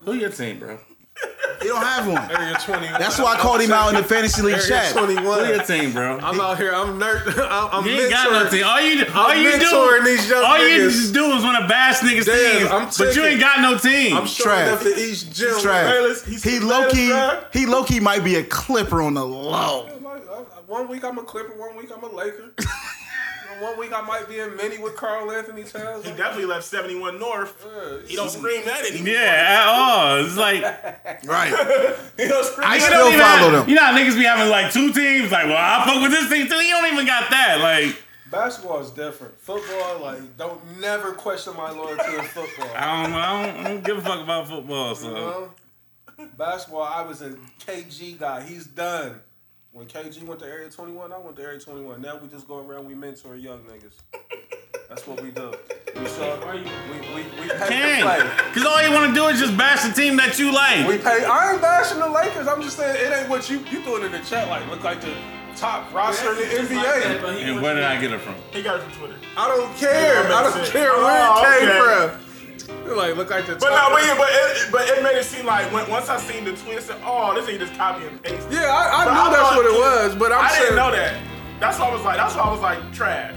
Who your team, bro? They don't have one. Area 21. That's why I called him out in the fantasy league Area chat. Who your 21. team, bro? I'm out here. I'm nerd. I'm, I'm you ain't got no mentoring. team. All you, all you mentoring do, these young all you niggas. just do is want to bash niggas' Damn, teams, I'm but you checking. ain't got no team. I'm showing Trash. up to each gym. Trash. Bayless, he's He from low Bayless, key, bruh. he low key might be a clipper on the low. Like, I- I- One week I'm a Clipper, one week I'm a Laker. And one week I might be in mini with Carl Anthony Towns. He definitely left 71 North. He don't scream that anymore. yeah, at all. It's like Right. He don't scream I you still don't even follow have- them. You know, how niggas be having like two teams. Like, well, I fuck with this team too. You don't even got that. Like, Basketball is different. Football, like, don't never question my loyalty in football. I don't, I don't, I don't give a fuck about football. You So know? Uh-huh. Basketball, I was a KG guy. He's done. When KG went to Area 21, I went to Area 21. Now we just go around, we mentor young niggas. That's what we do. We show up, we, we, we pay to can play. because all you want to do is just bash the team that you like. We pay. I ain't bashing the Lakers. I'm just saying it ain't what you you throwing in the chat. Like look like the top roster in the Just NBA. like that, but he And was- where did I get it from? He got it from Twitter. I don't care. Yeah, I that don't makes sense. care where Oh, it came okay. from. They're like look like the. But no, top but it, but it, but it made it seem like when, once I seen the tweet, I said, "Oh, this ain't just copy and paste." Yeah, I, I But knew that's thought- what it was. But I'm I saying didn't know that. That's why I was like, that's why I was like, trash.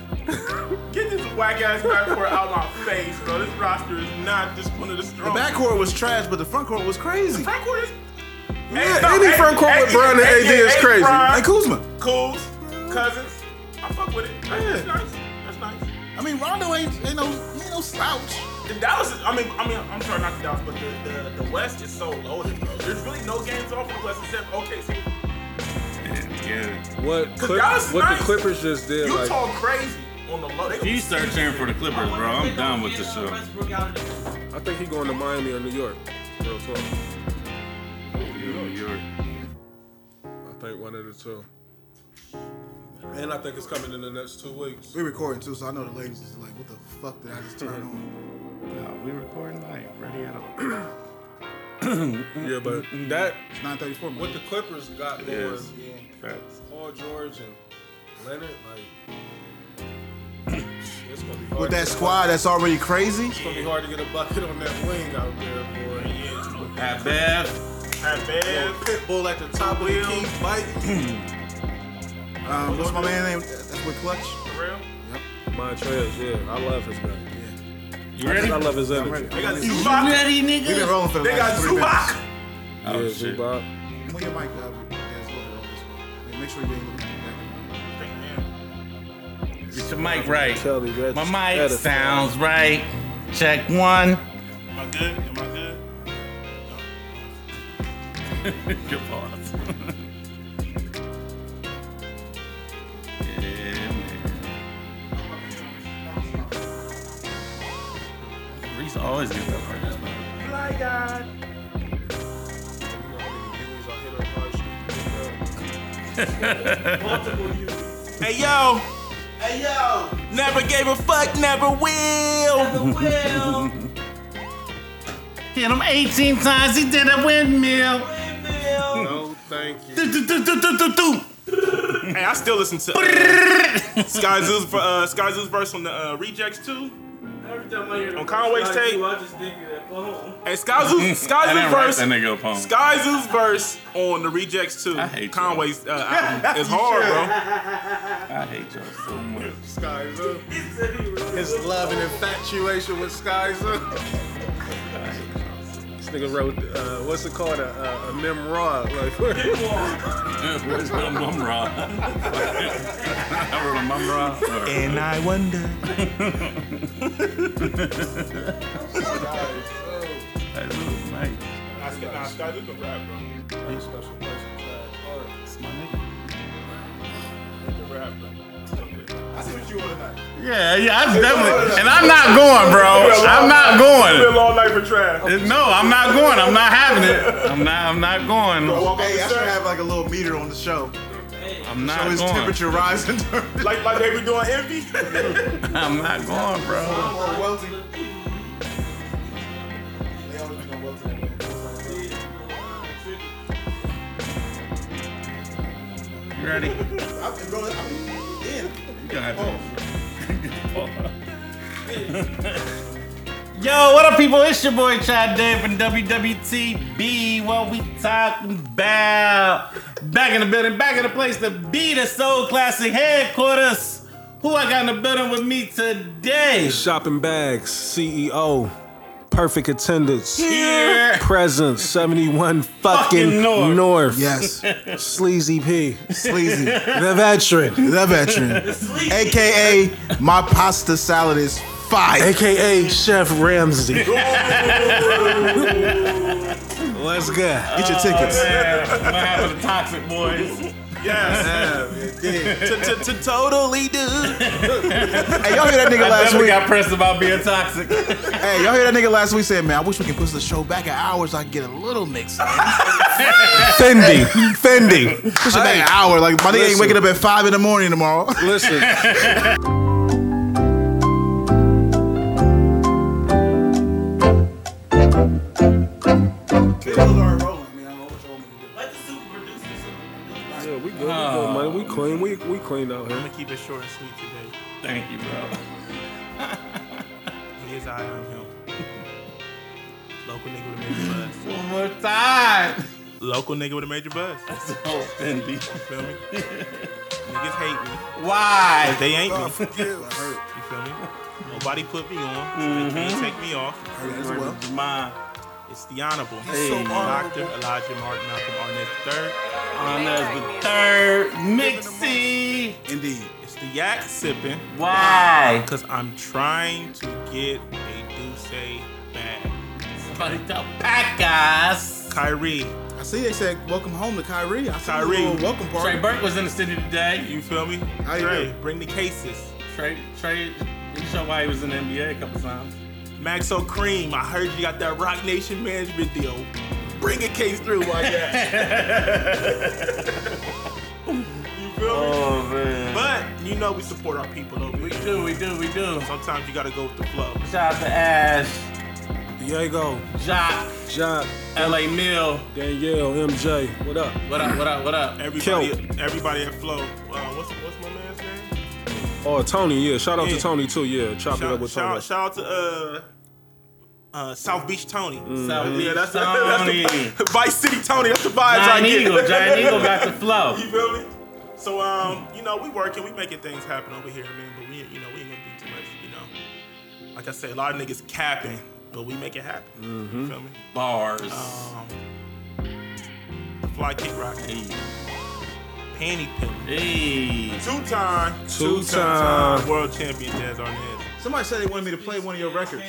Get this whack ass backcourt out of my face, bro. This roster is not just one of the The strongest. backcourt was trash, but the frontcourt was crazy. Backcourt is. Yeah, any front court with Brown and AD is crazy. And Kuzma. Cools, cousins. I fuck with it. That's nice. That's nice. I mean, Rondo ain't, ain't no he ain't no slouch. The Dallas is, I mean, I mean, I'm sorry, not the Dallas, but the, the, the West is so loaded, bro. There's really no games off in the West except OKC. Yeah. what Clip- Dallas is what the nice. Clippers just did. Utah crazy on the low. They You start cheering for the Clippers, bro. I'm done with this show. I think he going to Miami or New York. Real talk. I think one of the two. And I think it's coming in the next two weeks. We're recording too, so I know the ladies is like, what the fuck did I just turn on? we recording like ready out. Yeah, but that It's 934. what the Clippers got going, Yes. Facts. Paul George and Leonard, like it's gonna be hard. With that to- squad that's already crazy. it's gonna be hard to get a bucket on that wing out there, boy. Yeah, At Beth. At bad. Pitbull at the top of the Will. key, biting. Um, what's my man name? That's with Clutch. For real. Montrez, yeah, I love his guy. You ready? I love his energy. They got Zubac. We've been rolling for the They got last three minutes. Zubac. Oh, shit. When your mic up, you guys look at all this one. Like, Make sure you ain't looking at Get your mic right. My mic sounds right. Check one. Am I good? Am I good? Good pause. yeah, man. Reese always gets that part. That's why. Fly God. Hey yo. Hey yo. Never gave a fuck, never will. Hit him 18 times. He did a windmill. No, thank you. Do, do, do, do, do, do, do. Hey, I still listen to uh, Sky Zoo's uh, Sky Zoo's verse on the uh, Rejects too. On Conway's tape. Hey, Sky Zoo, I Sky didn't Zoo's write that verse. nigga a poem. Sky Zoo's verse on the Rejects too. I hate Conway's uh, album. It's hard, bro. I hate y'all so much. Sky Zoo. His love and infatuation with Sky Zoo. This nigga wrote, uh, what's it called, a, a, a memoir. Like, Where's my mum rod? I wrote a mum rod. And I wonder. That was nice. Nah, Sky Zoo can rap, bro. That's my nigga. He can rap, bro. I see what you want tonight. Yeah, yeah, I'm definitely. And I'm not going, bro. I'm not It's going. been a long night for trash. It- No, I'm not going. I'm not having it. I'm not. I'm not going. Walk off Hey, I the should set, have like a little meter on the show. I'm Show not his going. temperature rising during the Like like they were doing envy. I'm not going, bro. Welty. You ready? You Oh. gonna have to. Yo, what up, people? It's your boy Chad Day from WWTB. What we talking about? Back in the building, back in the place to be the Soul Classic headquarters. Who I got in the building with me today? Shopping bags, CEO, perfect attendance, Here. presence, 71 Fucking fucking North. North, Yes, Sleazy P, sleazy, the veteran, the veteran, aka my pasta salad is fire. aka Chef Ramsey. Let's go. Get your tickets. What happened to Toxic Boys? Yes. To- to- to totally dude. Hey, y'all hear that nigga last Definitely week? got pressed about being toxic. Hey, y'all hear that nigga last week saying, "Man, I wish we could push the show back an hour so I can get a little mix." Push Fendi, Fendi. it back an hour, like my nigga ain't listen. waking up at five in the morning tomorrow. Listen, we good, we good, man. We clean, we we clean out here. I'm gonna keep it short and sweet today. Thank you, bro. It is I am him. Local nigga with a major buzz. One more time. Local nigga with a major buzz. So Fendi. Feel me? Niggas hate me. Why? They ain't Oh, me. hurt. You feel me? Nobody put me on. So They can't take me off. Hurt as well. Mine. It's the honorable so Dr. Elijah Martin Malcolm Arnett III. Honors the third. Mixie. Indeed. It's the yak sipping Why? because I'm trying to get a Duce bag. Somebody tell Pacas. Kyrie, I see they said welcome home to Kyrie. I see the Kyrie. little welcome Trey party. Burke was in the city today. you feel me? How you Dre, doing? bring the cases. Trey, Trey, you show why he was in the NBA a couple times. Maxo Cream, I heard you got that Rock Nation management deal. Bring a case through while you You feel me? Oh man. But you know we support our people over We here. do, we do, we do. Sometimes you gotta go with the flow. Shout out to Ash, Diego, Jock, Jock, LA Mill. Danielle, MJ, what up? What up, what up, what up? Everybody, Kelp. everybody at flow. Uh, what's what's my man's name? Oh, Tony, yeah. Shout out Yeah. to Tony too, yeah. Chop it up Shout, with shout, Tony. shout out to uh, uh, South Beach Tony. Mm. South Yeah, that's, that's Tony. the Vice City Tony. That's the vibes I Giant get. Eagle, Giant Eagle got the flow. You feel me? So um, you know, we working, we making things happen over here, man. But we, you know, we ain't gonna do too much. You know, like I said, a lot of niggas capping, but we make it happen. Mm-hmm. You feel me? Bars. Um, the fly kick rock, Hey. panty pimp, Hey. two time, Two-time. world champion Jazz Arnett. Somebody said they wanted me to play one of your records.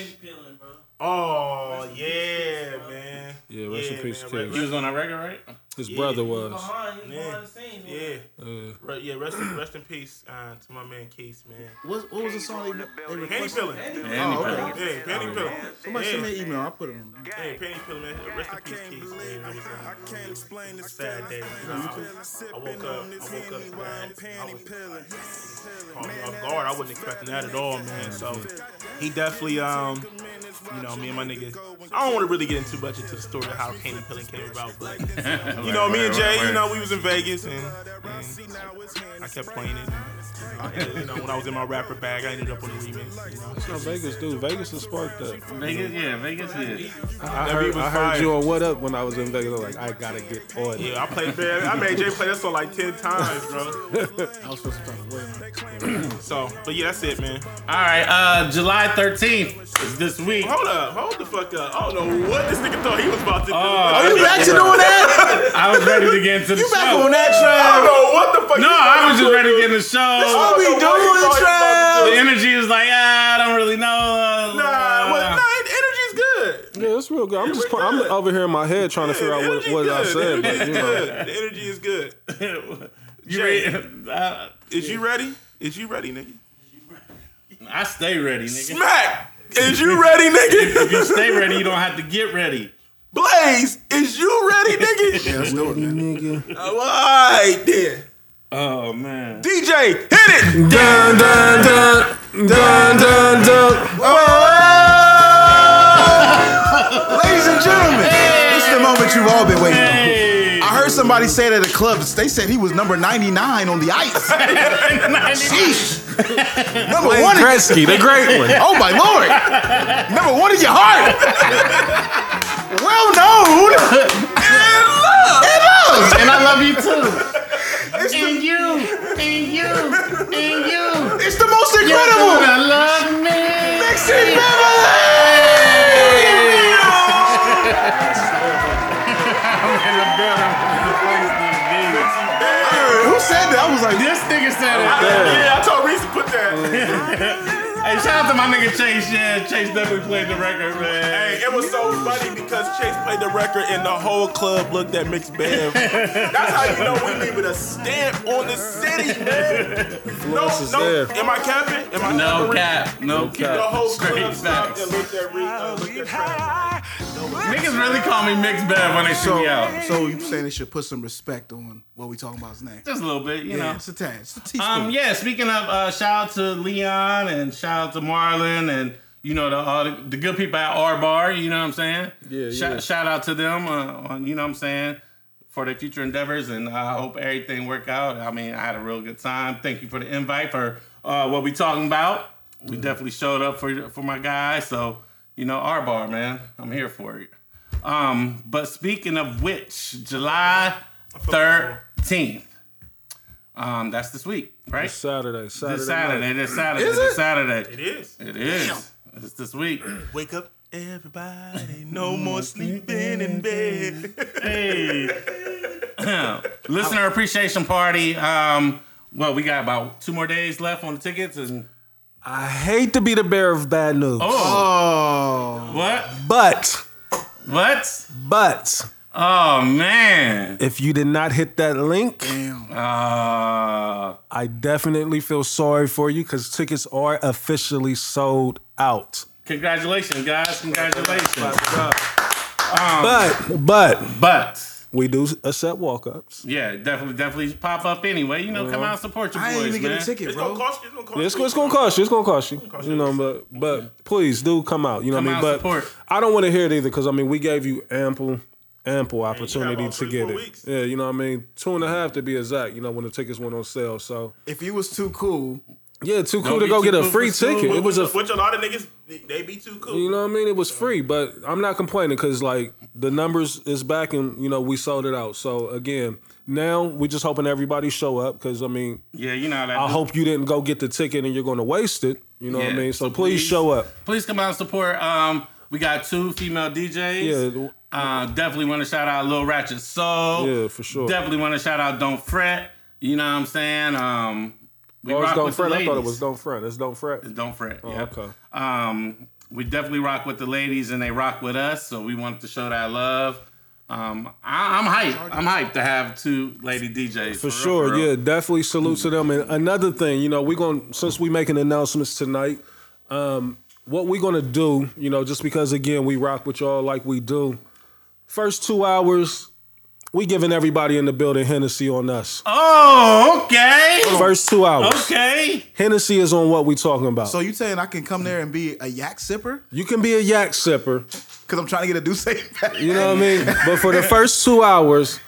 Oh yeah, man. Yeah, rest in peace, man. He Rest- was on that record, right? His Yeah. brother was. Yeah, yeah, Uh, Re- yeah. Rest, in, rest in peace uh, to my man Keith, man. What, what was the song they, they Penny requested? Pillin. Yeah, Andy Oh, okay. Pillin. Penny Pillin. Somebody yeah. sent me an email. I put it on. Yeah, Penny Pillin, man. Rest in peace, Keith, man. That was uh, Can't explain this sad day. You know, I, I woke up, I woke up mad. I was caught me off guard. I wasn't expecting that at all, man. So he definitely, um, you know, me and my nigga. I don't want to really get into much into the story of how Penny Pillin came about, but you know, me and Jay, you know, we was in Vegas and, and I kept playing it. And, you know, when I was in my rapper bag, I ended up on the remix. You know, that's how Vegas do. Vegas is sparked up. Vegas, yeah, Vegas, yeah. I That beat heard, was I fire. heard you on What Up when I was in Vegas. I'm like, I gotta get on it. Yeah, I played bad. I made Jay play that song like ten times, bro. I was supposed to try to win. So, but yeah, that's it, man. All right, uh, July 13th is this week. Hold up, hold the fuck up. I don't know what this nigga thought he was about to Uh, do. Oh, Are you back to doing that? I was ready to get into the You back show. on that I don't track? know what the fuck. No, I was just ready to get in the show. What we I don't know what he thought doing, The he was about to do. energy is like, ah, I don't really know. Nah, but nah, energy's good. Yeah, it's real good. I'm just, I'm over here in my head trying to figure out what, Energy's what good. I said, The energy but you know, is good. The energy is good. you ready? Uh, I, Is you ready? Is you ready, nigga? I stay ready, nigga. Smack. Is you ready, If you nigga? stay ready, you don't have to get ready. Blaze, is you ready, nigga? Yeah, let's do it, man. Uh, well, all right, then. Oh man. DJ, hit it. dun dun dun dun dun dun. Ladies and gentlemen, this is the moment you've all been waiting for. I heard heard somebody say it at a club. They said he was number 99 on the ice. Sheesh. number one. in- Gretzky, the great one. Oh my lord! Number one in your heart. well known. It loves. And I love you too. and you, and you, and you. It's the most You're incredible. gonna love me. Dixie Beverly. Who said that? I was like, This nigga said it. Yeah, I told Reese to put that. Hey, shout out to my nigga Chase. Yeah, Chase definitely played the record, man. Hey, it was so funny because Chase played the record and the whole club looked at Mixed Bev. That's how you know we leaving a stamp on the city, man. No, Influence is no. there. Am I capping? Am I No capping, Reese? cap, no The cap. whole Straight club stopped facts. and looked at Reese. Uh, looked at Fred. Niggas really call me mixed bad when they shoot So, me out. so you saying they should put some respect on what we talking about his name? Just a little bit, you yeah, know. it's a tad. It's a teaspoon. Um, yeah. Speaking of, uh, shout out to Leon and shout out to Marlon and you know the all the, the good people at R Bar. You know what I'm saying? Yeah, Shout, yeah. shout out to them. Uh, on, you know what I'm saying for their future endeavors, and I hope everything work out. I mean, I had a real good time. Thank you for the invite for uh, what we talking about. We definitely showed up for for my guys. So you know, R Bar man, I'm here for it. Um, but speaking of which, July thirteenth. Um, that's this week, right? Saturday, Saturday. This Saturday, this Saturday, Is this it? Saturday. It is. It is. It's this week. Wake up, everybody. No more sleeping in bed. Hey. Listener appreciation party. Um, well, we got about two more days left on the tickets, and I hate to be the bearer of bad news, oh, Oh. what? but What? but Oh man. if you did not hit that link, Uh, I definitely feel sorry for you because tickets are officially sold out. congratulations, guys. Congratulations. But but But we do accept walk-ups. yeah, definitely, definitely pop up anyway. You know, come out and support your I boys, didn't even man. get a ticket, It's gonna bro. cost you. It's gonna cost It's, you. it's gonna cost you. It's gonna cost you. You know, but but please do come out. You know Come what I mean? out, But support. I don't want to hear it either because I mean we gave you ample ample opportunity about to three, get four it. weeks. Yeah, you know what I mean. Two and a half to be exact. You know when the tickets went on sale. So If you was too cool, yeah, too cool be to go too get a cool free for school, ticket. but It was a Which a lot of niggas, they- they be too cool. You know what I mean? It was free, but I'm not complaining because like the numbers is back and you know we sold it out. So again, now we just hoping everybody show up because I mean Yeah, you know how that. I do. hope you didn't go get the ticket and you're going to waste it. You know what Yeah, I mean? So, so please, please- show up. Please come out and support. Um, we got two female DJs. Yeah. Uh, definitely want to shout out Lil Ratchet Soul. Yeah, for sure. Definitely want to shout out Don't Fret. You know what I'm saying? Um, we Oh, it's rock don't with the fret. I ladies. thought it was Oh. don't fret. It's don't fret. Don't Fret. yeah. okay. Um, we definitely rock with the ladies and they rock with us. So we wanted to show that love. Um, I, I'm hyped. I'm hyped to have two lady DJs. For sure, yeah, definitely salute to them. And another thing, you know, we're going to since we making announcements tonight, um, what we're gonna do, you know, just because again we rock with y'all like we do, first two hours, we giving everybody in the building Hennessy on us. Oh, okay. First two hours, Okay. Hennessy is on what we talking about. so you saying I can come there and be a yak sipper? you can be a yak sipper, Because I'm trying to get a do safe. you know what I mean. But for the first two hours.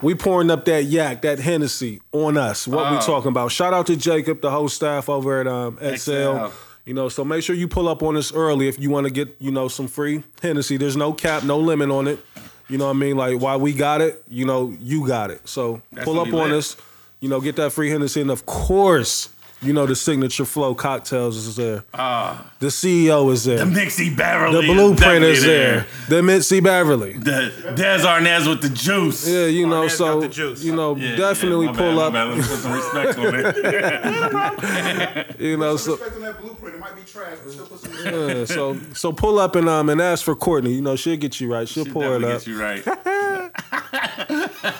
We pouring up that yak, that Hennessy on us. What Oh. we talking about? Shout out to Jacob, the whole staff over at um, XL. XL. You know, so make sure you pull up on us early if you want to get, you know, some free Hennessy. There's no cap, no limit on it. You know what I mean? Like while we got it, you know, you got it. So pull what up we on lit. us, you know, get that free Hennessy. And of course, you know the signature flow cocktails is there. the CEO is there. Nixie Beverly. The is blueprint Ah. definitely is there. The Mitzi Beverly. The Des Arnaz with the juice. Yeah, you know, Arnaz got so the juice. you know, Yeah, definitely yeah, my pull bad, up. My bad. Let's put some respect on it. You know, so on that blueprint, it might be trash, but still put some. yeah, so so pull up and um and ask for Courtney. You know, she'll get you right. She'll pour it Definitely up. gets you right.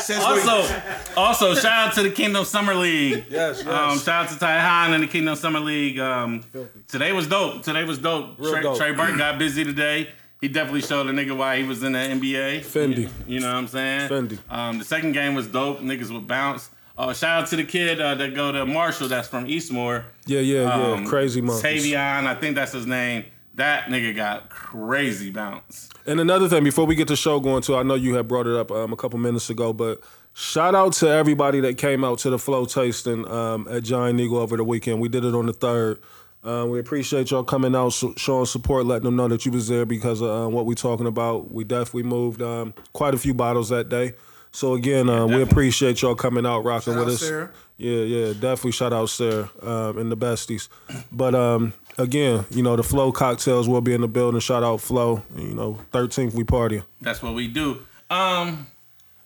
Since Also, also shout out to the Kingdom Summer League. Yes, yes. Um, shout out to Ty Han and the Kingdom Summer League. Um, today was dope. Today was dope. Real Trey, dope. Trey Burton got busy today. He definitely showed a nigga why he was in the NBA. Fendi. You, know what I'm saying? Fendi. Um, the second game was dope. Niggas would bounce. Uh, shout out to the kid uh, that go to Marshall that's from Eastmore. Yeah, yeah, yeah. Um, Crazy monkeys. Tavion, I think that's his name. That nigga got crazy bounce. And another thing, before we get the show going, too, I know you had brought it up um, a couple minutes ago, but shout out to everybody that came out to the flow tasting um, at Giant Eagle over the weekend. We did it on the third. Uh, we appreciate y'all coming out, so, showing support, letting them know that you was there because of uh, what we talking about. We definitely moved um, quite a few bottles that day. So again, uh, we appreciate y'all coming out, rocking Shout with out us. Sarah. Yeah, yeah, definitely shout out Sarah um, and the besties. But um, again, you know, the Flow cocktails will be in the building. Shout out Flow. You know, 13th we party. That's what we do. Um,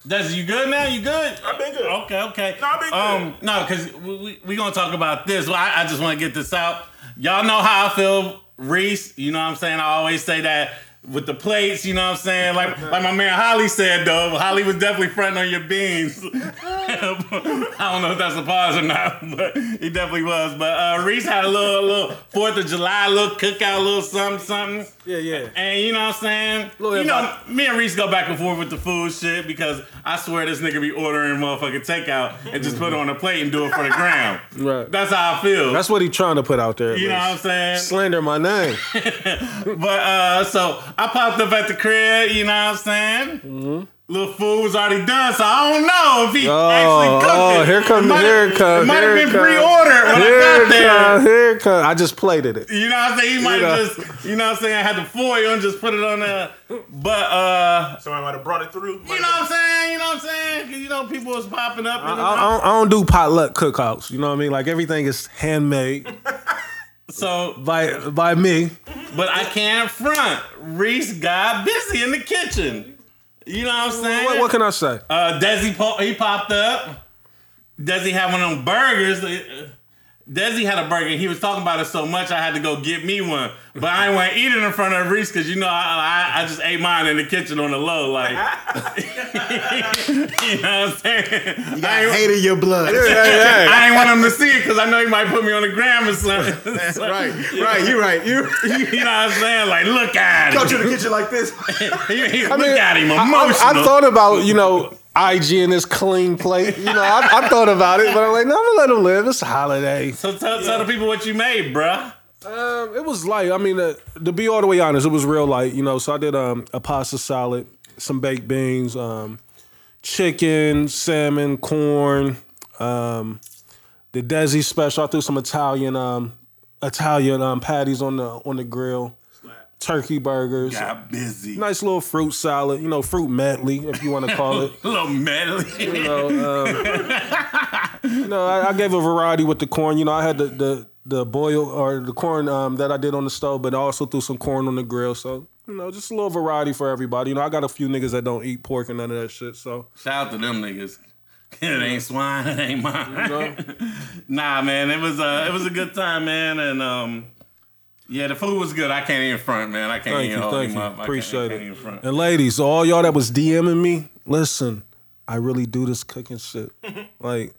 Desi, you good now? You good? I've been good. Okay, okay. No, I've been good. Um, no, because we we, we gonna talk about this. Well, I, I just want to get this out. Y'all know how I feel, Reese. You know what I'm saying? I always say that with the plates. You know what I'm saying? Like like my man Holly said though. Holly was definitely fronting on your beans. I don't know if that's a pause or not, but he definitely was. But uh, Reese had a little little Fourth of July little cookout, little something something. Yeah, yeah. And you know what I'm saying? Little you know, me and Reese go back and forth with the food shit because I swear this nigga be ordering motherfucking takeout and just put it on a plate and do it for the gram. Right. That's how I feel. That's what he trying to put out there. at you know what I'm least. saying? Slander my name. But uh, so I popped up at the crib, you know what I'm saying? Little food was already done, so I don't know if he Mm-hmm. Oh, actually cooked oh, it. here come- might- here it come, It might here have it been come. pre-ordered when I Here got it there. come, here it come. I just played it. You know what I'm saying? He might know. have just, you know what I'm saying, had the foil and just put it on there. But uh, Somebody might have brought it through. you know what I'm saying? You know what I'm saying? 'Cause, you know people was popping up. I, And I, don't, I don't do potluck cookouts. You know what I mean? Like everything is handmade so, by by me. but I can't front. Reese got busy in the kitchen. You know what I'm saying? What, what can I say? Uh, Desi po- he popped up. Desi had one of them burgers. Uh, Desi had a burger. He was talking about it so much, I had to go get me one. But I ain't want to eat it in front of Reese because you know I, I I just ate mine in the kitchen on the low, like you know what I'm saying. I ain't, Hated your blood. I ain't want him to see it because I know he might put me on the gram or something. So, right, right. You right. You You know what I'm saying? Like look at go him. to the kitchen like this. He- he- look at him. I- I- Emotional. I, thought about you know IG and this clean plate. You know, I, I thought about it, but I'm like, no, I'm gonna let them live. It's a holiday. so tell, tell the people what you made, bruh. Um, it was light. I mean, uh, to be all the way honest, it was real light. You know, so I did um, a pasta salad, some baked beans, um, chicken, salmon, corn. Um, the Desi special. I threw some Italian um, Italian um, patties on the on the grill. Turkey burgers. Got busy. Nice little fruit salad. You know, fruit medley if you want to call it. Little medley. No, I, I gave a variety with the corn. You know, I had the the, the boil or the corn um, that I did on the stove, but I also threw some corn on the grill. So you know, just a little variety for everybody. You know, I got a few niggas that don't eat pork and none of that shit. So Shout out to them niggas. It ain't swine, it ain't mine. nah, man, it was uh, it was a good time, man, and um, yeah, the food was good. I can't even front, man. I can't thank even you, hold thank him you, up. appreciate I can't, I can't even it. front. And ladies, so all y'all that was DMing me, listen, I really do this cooking shit. like.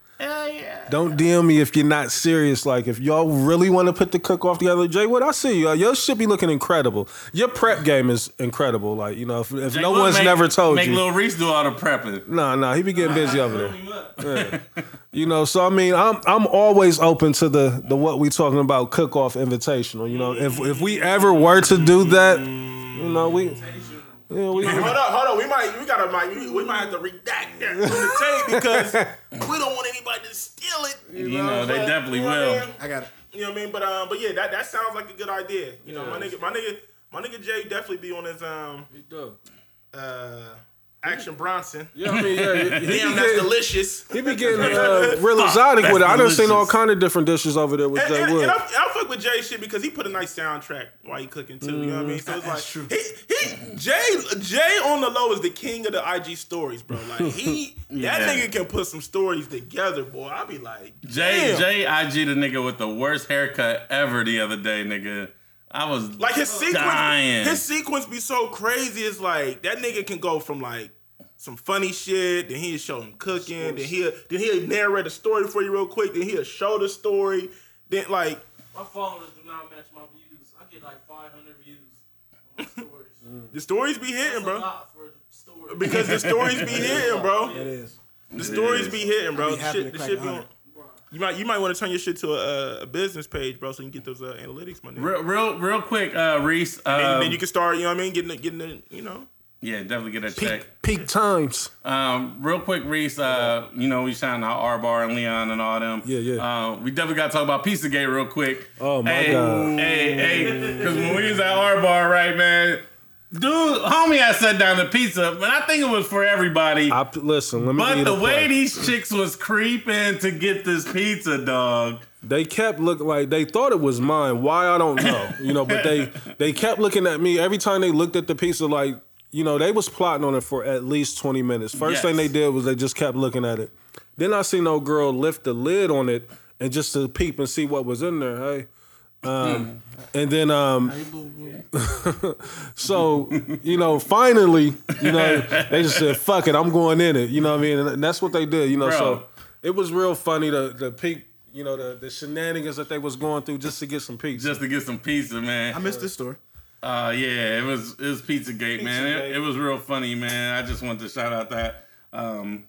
Don't DM me if you're not serious. Like, if y'all really want to put the cook off together, Jay, what I see you. Your shit be looking incredible. Your prep game is incredible. Like, you know, if, if no Look, one's make- never told make you, Lil Reese do all the prepping. Nah, nah, he be getting busy over there. Yeah. You know, so I mean, I'm I'm always open to the the what we talking about cook off invitational. You know, if if we ever were to do that, you know, we yeah, we Hold up, hold up. We might, we gotta, might, we, we might have to redact that from the tape because we don't want anybody to steal it. You, know, they but- definitely you know what I will. mean? I got it. You know what I mean? But um, but yeah, that, that sounds like a good idea. You know, my nigga, my nigga, my nigga Jay definitely be on his um uh Action Bronson. yeah, I mean, yeah, he, Damn, be that's getting, delicious. he be getting uh, real exotic with it. I done seen all delicious. kind of different dishes over there with And, Jay and, Wood. and I, and I fuck with Jay shit because he put a nice soundtrack while he cooking too. You know what I mean? So it's like he, he Jay Jay on the low is the king of the IG stories, bro. Like he that Yeah. nigga can put some stories together, boy. I be like, J damn. J I G the nigga with the worst haircut ever the other day, nigga. I was Like his sequence, dying. his sequence be so crazy. It's like that nigga can go from like some funny shit, then he'll show him cooking, then he'll then he'll narrate a story for you real quick, then he'll show the story, then like My followers do not match my views. I get like 500 views on my stories. the stories be hitting, That's a bro. lot for a story. Because the stories be hitting, bro. It is. The stories be hitting, bro. I'd be happy shit, to the crack shit be on. 100. You might you might want to turn your shit to a, a business page, bro, so you can get those uh, analytics, my nigga. Real, real, real quick, uh, Reese. and Um, then you can start, you know what I mean, getting the, getting the, you know. yeah, definitely get that check. Peak times. Um, real quick, Reese. Uh, you know we shouting out R Bar and Leon and all them. Yeah, yeah. Uh, we definitely got to talk about Pizza Gate real quick. Oh, my hey, God. Hey, hey, because when we was at R Bar, right, man. Dude, homie, I set down the pizza, but I think it was for everybody. I, listen, let me. give But you the the way plug. these chicks was creeping to get this pizza, dog. they kept looking like they thought it was mine. Why I don't know, you know. But they they kept looking at me every time they looked at the pizza. Like you know, they was plotting on it for at least twenty minutes. First Yes. thing they did was they just kept looking at it. Then I seen no girl lift the lid on it and just to peep and see what was in there. Hey. Um, Hmm. and then, um, so you know, finally, you know, they just said, "Fuck it, I'm going in it." You know what I mean? And that's what they did. You know, Bro. so it was real funny the the peak, you know, the, the shenanigans that they was going through just to get some peace. Just to get some pizza, man. I missed this story. Uh, yeah, it was it was Pizza Gate, man. It- It, Pizzagate. was real funny, man. I just wanted to shout out that. Um,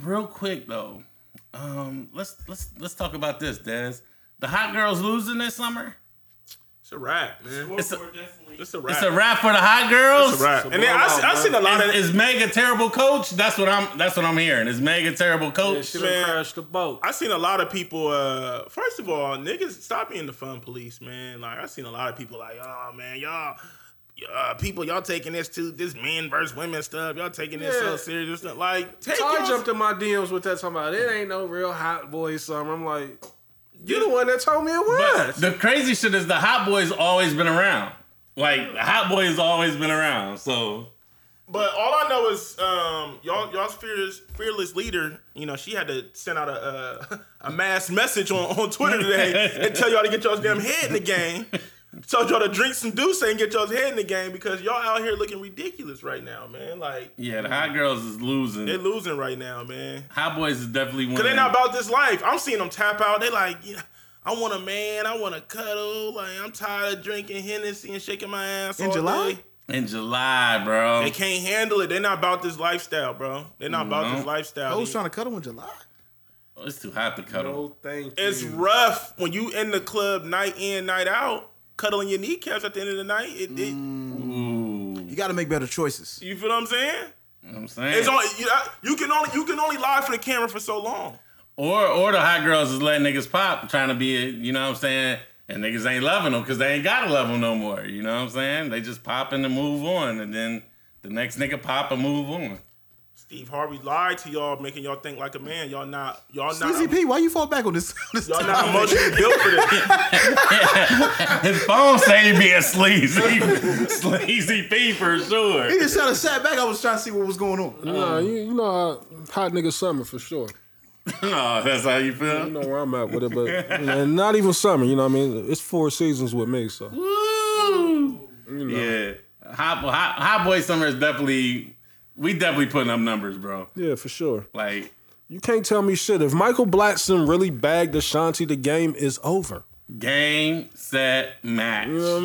real quick though, um, let's let's let's talk about this, Des. The hot girls losing this summer. It's a wrap, man. It's a definitely. It's a it's wrap. a wrap for the hot girls. It's a wrap. And then I, I seen a lot of Is, is Meg a terrible coach? That's what I'm. That's what I'm hearing. Is Meg a terrible coach? She done Man. crashed the boat. I seen a lot of people. Uh, first of all, niggas, stop being the fun police, man. Like I seen a lot of people like, oh man, y'all, uh, people, y'all taking this to this men versus women stuff. Y'all taking this Yeah. so serious. and stuff. Like, take I y'all's- jumped in my DMs with that talking about it ain't no real hot boy summer. I'm like, you the one that told me it was. The crazy shit is the hot boy's always been around. Like the hot boy has always been around. So But all I know is um, y'all y'all's fearless fearless leader. You know she had to send out a a, a mass message on, on Twitter today and tell y'all to get y'all's damn head in the game. Told y'all to drink some Douce and get y'all's head in the game because y'all out here looking ridiculous right now, man. Like yeah, the hot girls is losing. they're losing right now, man. hot boys is definitely winning. Cause they not about this life. I'm seeing them tap out. They like, yeah, I want a man. I want to cuddle. Like I'm tired of drinking Hennessy and shaking my ass In all July? day. in July, bro. They can't handle it. They're not about this lifestyle, bro. They're not about this No. lifestyle. I was trying to cut him in July. It's too hot to cuddle. No, Oh, thank you. it's rough when you in the club night in, night out, cuddling your kneecaps at the end of the night. It, it, Ooh, You got to make better choices. you feel what I'm saying? I'm saying. It's only you, I- you can only you can only lie for the camera for so long. or or the hot girls is letting niggas pop, trying to be, a, you know what I'm saying. And niggas ain't loving them because they ain't gotta love them no more. You know what I'm saying? They just pop in and move on, and then the next nigga pop and move on. Steve Harvey lied to y'all, making y'all think like a man. Y'all not y'all not Lizzy P, why you fall back on this? this y'all topic? not emotionally built for this. His phone say he be a sleazy, sleazy P for sure. He just should have sat back. I was trying to see what was going on. Nah, you, you know, how hot nigga summer for sure. Oh, that's how you You feel. know where I'm at with it, but you know, and not even summer. You know what I mean? It's four seasons with me, so. Woo! Yeah, hot, hot, hot boy summer is definitely. We definitely putting up numbers, bro. Yeah, for sure. Like, You can't tell me shit. If Michael Blatson really bagged Ashanti, the game is over. Game, set, match. You know what I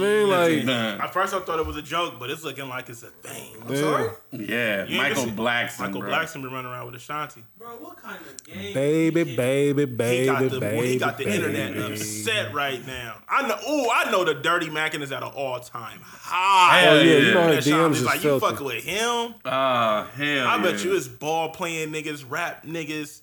mean? Like- At first, I thought it was a joke, but it's looking like it's a thing. Yeah. yeah, ain't Michael listen- Blackson. Michael bro. Blackson been running around with Ashanti. Bro, what kind of game? Baby, baby, baby, He got the baby. he got the baby. internet upset right now. I know. Ooh, I know the dirty Mackin is at an all time high. Hell Oh, yeah, you yeah. know her That Sean DMs is is like you filthy. fucking with him. Ah, hell. I bet yeah. you it's ball playing niggas, rap niggas,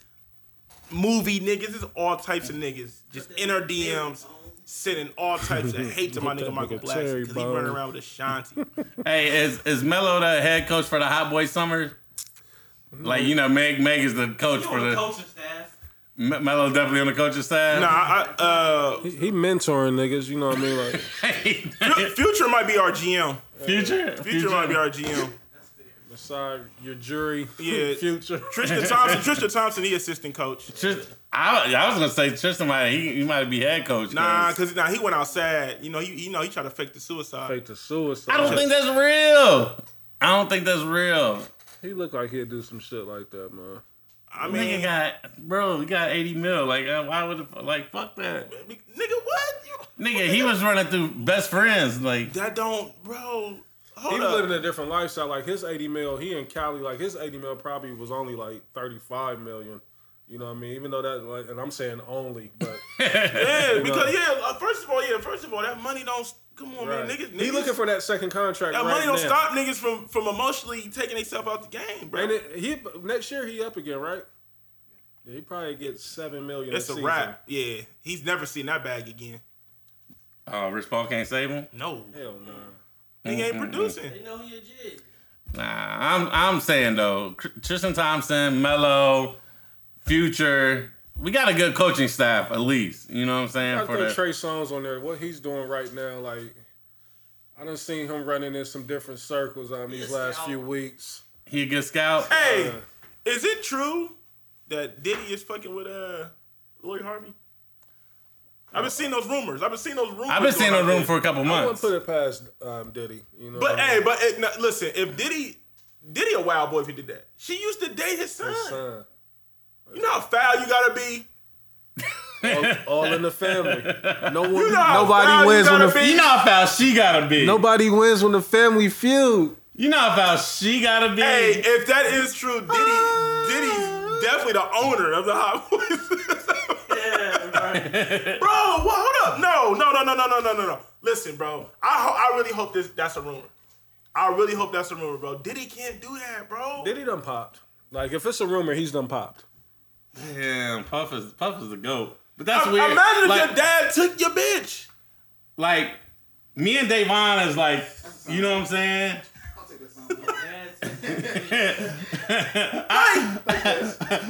movie niggas. It's all types of niggas just in her DMs. Sending all types of hate to my Hit nigga that Michael nigga cherry Blackson because he bomb. running around with Ashanti. Hey, is is Melo the head coach for the Hot Boy Summer? Like you know, Meg Meg is the coach You for on the the coaching staff. Me- Melo definitely on the coaching side. nah, I, uh, He, he mentoring niggas. You know what I mean? Like, Fu- Future might be our GM. future, Future might be our GM. sorry, your jury. Yeah. Future. Tristan Thompson. Tristan Thompson, the assistant coach. Trist- I, I was gonna say Tristan might he, he might be head coach. Nah, cause now he went outside. You know, he you know he tried to fake the suicide. Fake the suicide. I don't think that's real. I don't think that's real. he look like he'd do some shit like that, man. I mean, Nigga nigga, got bro, he got eighty mil. Like uh, why would the f- like fuck that? what? You- Nigga, he was running through best friends. Like That don't, bro. He Hold was living up. a different lifestyle. Like his eighty mil, he in Cali. Like his eighty mil probably was only like thirty five million, You know what I mean? Even though that, like, and I'm saying only, but Yeah, because yeah, uh, first of all, yeah, first of all, that money don't. Come on, man, Right. niggas. niggas he looking for that second contract. that right money don't now. stop niggas from from emotionally taking themselves out the game, bro. And it, he next year he up again, right? Yeah, he probably gets seven million. It's a a season. wrap. Yeah, he's never seen that bag again. Oh, Rich Paul can't save him. No, Hell no. he ain't producing. They know he a jig. Nah, I'm I'm saying though, Tr- Tristan Thompson, Mello, Future, we got a good coaching staff at least. You know what I'm I saying? For throw the, Trey Songz on there. What he's doing right now, like I done seen him running in some different circles on these Yes, last y'all. few weeks. he a good scout. Hey, is it true that Diddy is fucking with uh Lori Harvey? I've been seeing those rumors. I've been seeing those rumors. I've been going seeing on out room there. for a couple I wouldn't months. put it past um, Diddy. You know, But what I hey, mean? but it, no, listen, if Diddy Diddy a wild boy if he did that. She used to date his son. His son. You know how foul you gotta be. all, all in the family. No one, You know how foul Nobody you wins when gotta the be. You know how foul she gotta be. nobody wins when the family feud. You know how foul she gotta be. Hey, if that is true, Diddy Ah. Diddy's definitely the owner of the Hot Boys. Yeah, right. bro, well, hold up. No, no, no, no, no, no, no, no, no. Listen, bro. I ho- I really hope this that's a rumor. I really hope that's a rumor, bro. Diddy can't do that, bro. Diddy done popped. Like if it's a rumor, he's done popped. Damn, Puff is Puff is the goat. But that's I- weird. Imagine if like, your dad took your bitch. like me and Davon is like, you know what I'm saying? That's it. Like,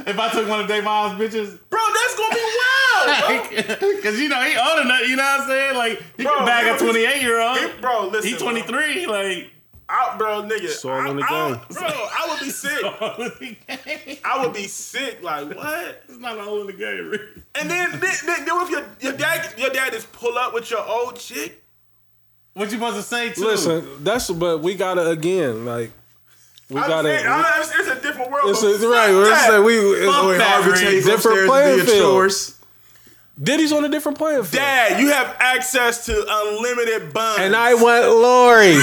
If I took one of Davon's bitches, bro, that's gonna be wild, bro. because you know he older than that, you know what I'm saying? Like he Bro, can bag a bro, 28 year old. Hey, bro, listen. He 23, like Out, bro, nigga. Saw I, on the I- game. Bro, I would be sick. it's I would be sick. Like what? not all in the game. Rick. And then, then, then, then if your your dad your dad just pull up with your old chick. What you supposed to say too? Listen, that's but we gotta again like we I'm gotta. saying, I- it's, it's a different world. it's, but it's fuck right. We're that. saying we it's, Fuck we- that, Harvey Reed. Chase upstairs different to do playing your field. chores. Diddy's on a different playing field. Dad, you have access to unlimited buns. And I want Lori.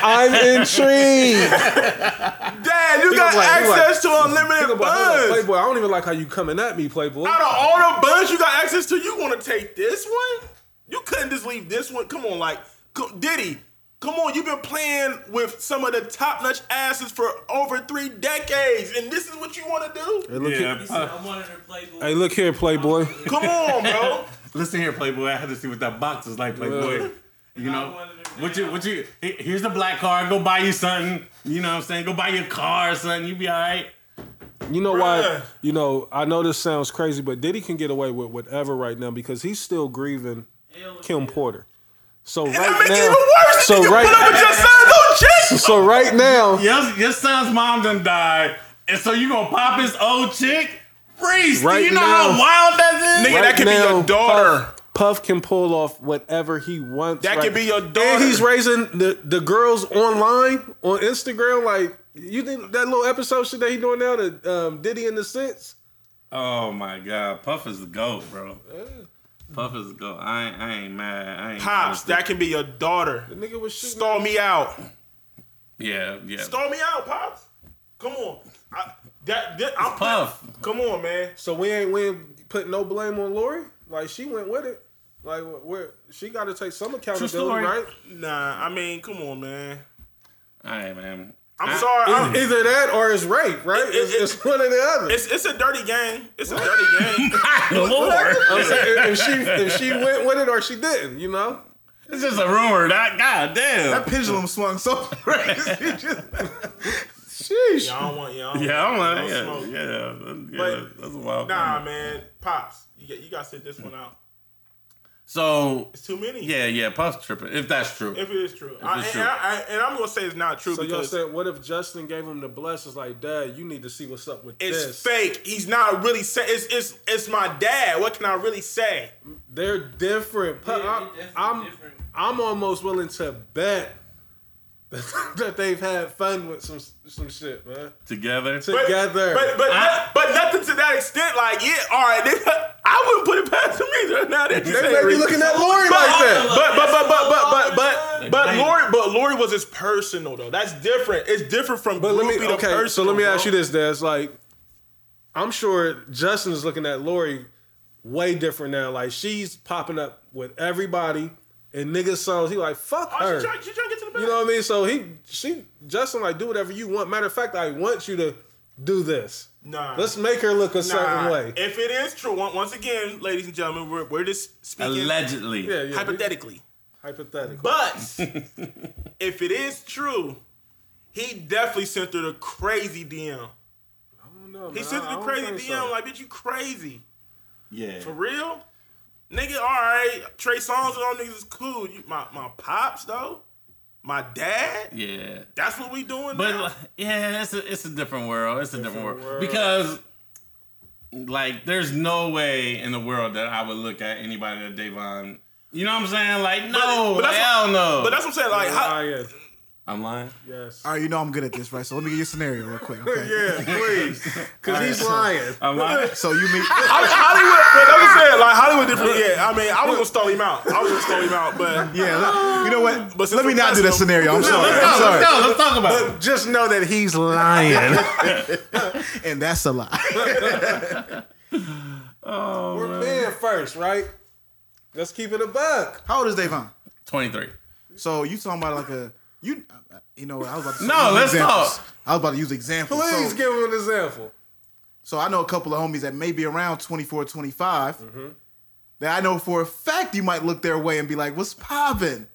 I'm intrigued. Dad, you got about- think about- access to unlimited But hold on, buns. Playboy, I don't even like how you coming at me, Playboy. Out of all the buns you got access to, you want to take this one? You couldn't just leave this one. Come on, like co- Diddy. Come on, you've been playing with some of the top notch asses for over three decades, and this is what you want to do? Hey, look, Yeah, here, Puff. I'm one of their playboys. hey, look here, Playboy. Come on, bro. Listen here, Playboy. I had to see what that box is like, Playboy. You know, what you, what you? he- Here's the black card. Go buy you something. You know what I'm saying? Go buy your car or something. You be all right. You know why? Bruh. You know, I know this sounds crazy, but Diddy can get away with whatever right now because he's still grieving Kim Porter. So That right make it even now, worse. so So you right- put up with your Oh, son's old chick. so right now, Your, your son's mom done died, and so you gonna pop his old chick? Freeze. Do Right you know now- how wild that is? Nigga, that Right could be now, your daughter. Puff, Puff can pull off whatever he wants. That right could be your daughter. And he's raising the, the girls online on Instagram. Like you think that little episode shit that he doing now that um, Diddy in the sense. Oh my god, Puff is the goat, bro. Puff is the goat. I ain't, I ain't mad. I ain't Pops, that can be your daughter. Nigga was shooting. Stall me out. yeah, yeah. Stall me out, Pops. Come on. I, that, that, I'm Puff. Come on, man. So we ain't we ain't put no blame on Lori. Like she went with it. Like where she got to take some accountability, story. right? Nah, I mean, come on, man. All right, man. I'm I- sorry. I'm, Either that or it's rape, right? It- it- it's, it's one or the other. It's it's a dirty game. It's a dirty game. Lord. I'm saying, if she if she went with it or she didn't, you know. It's just a rumor. That god damn. That pendulum swung so crazy. Just- Sheesh. Y'all don't want y'all. don't Yeah, I'm want- like, don't yeah, smoke. yeah, that- yeah, But- that's a wild. Nah, Nah, man. Pops, you got you got to sit this one out. So It's too many. yeah, yeah, Puff's tripping. If that's true, If it is true, I, it's true. and, I, I, and I'm gonna say it's not true So y'all because said, what if Justin gave him the blessings? Like, Dad, you need to see what's up with it's this. fake. He's not really say. It's it's it's my dad. What can I really say? They're different. Pu- Yeah, I'm, he definitely I'm, different. I'm almost willing to bet that they've had fun with some some shit, man. together, Together. But but I- but nothing to that extent. Like yeah, all right. They, I wouldn't put it past them either. Now that you say they it. may be looking at Lori But, like that. but but but but but but but but Like, Lori but Lori was his personal though. That's different. It's different from But let me groupie to okay. personal, so let me bro. ask you this, Des. Like, I'm sure Justin is looking at Lori way different now. Like she's popping up with everybody and niggas songs. He like fuck Oh, her. she trying, she trying to get to the back. You know what I mean? So he, she, Justin, like, do whatever you want. Matter of fact, I want you to do this. Nah. Let's make her look a certain Nah, way. If it is true, on- once again, ladies and gentlemen, we're, we're just speaking Allegedly. Yeah, yeah. hypothetically. Hypothetical. But if it is true, he definitely sent her the crazy DM. No, He man, sent I her the don't crazy think DM. so. Like, bitch, you crazy. Yeah. For real? Nigga, all right. Trey Songz and all niggas is cool. You, my, my pops, though. My dad. Yeah. That's what we doing But now. like, yeah, it's a, it's a different world. It's a different, world. because like there's no way in the world that I would look at anybody that Davon. You know what I'm saying? Like no, but that's hell what- no. But that's what I'm saying. Like, Ah, how, yeah. I'm lying. Yes. All right, you know I'm good at this, right? So let me give you a scenario real quick. Okay. Yeah, please. Because he's so- lying. I'm lying. So you meet. I mean, Hollywood, but that's what I'm saying. Like, Hollywood different. Yeah, I mean, I was going to stall him out. I was going to stall him out, but. Yeah, let- you know what? But let me not do that since scenario. I'm sorry. I'm No, sorry. no, let's talk about it. Just know that he's lying. And that's a lie. We're men first, right? Let's keep it a buck. How old is Davon? 23. So you talking about like a you? You know, I was about to No, use let's examples. talk. I was about to use examples. Please so, give him an example. so I know a couple of homies that may be around 24, 25 that I know for a fact you might look their way and be like, "What's poppin'?"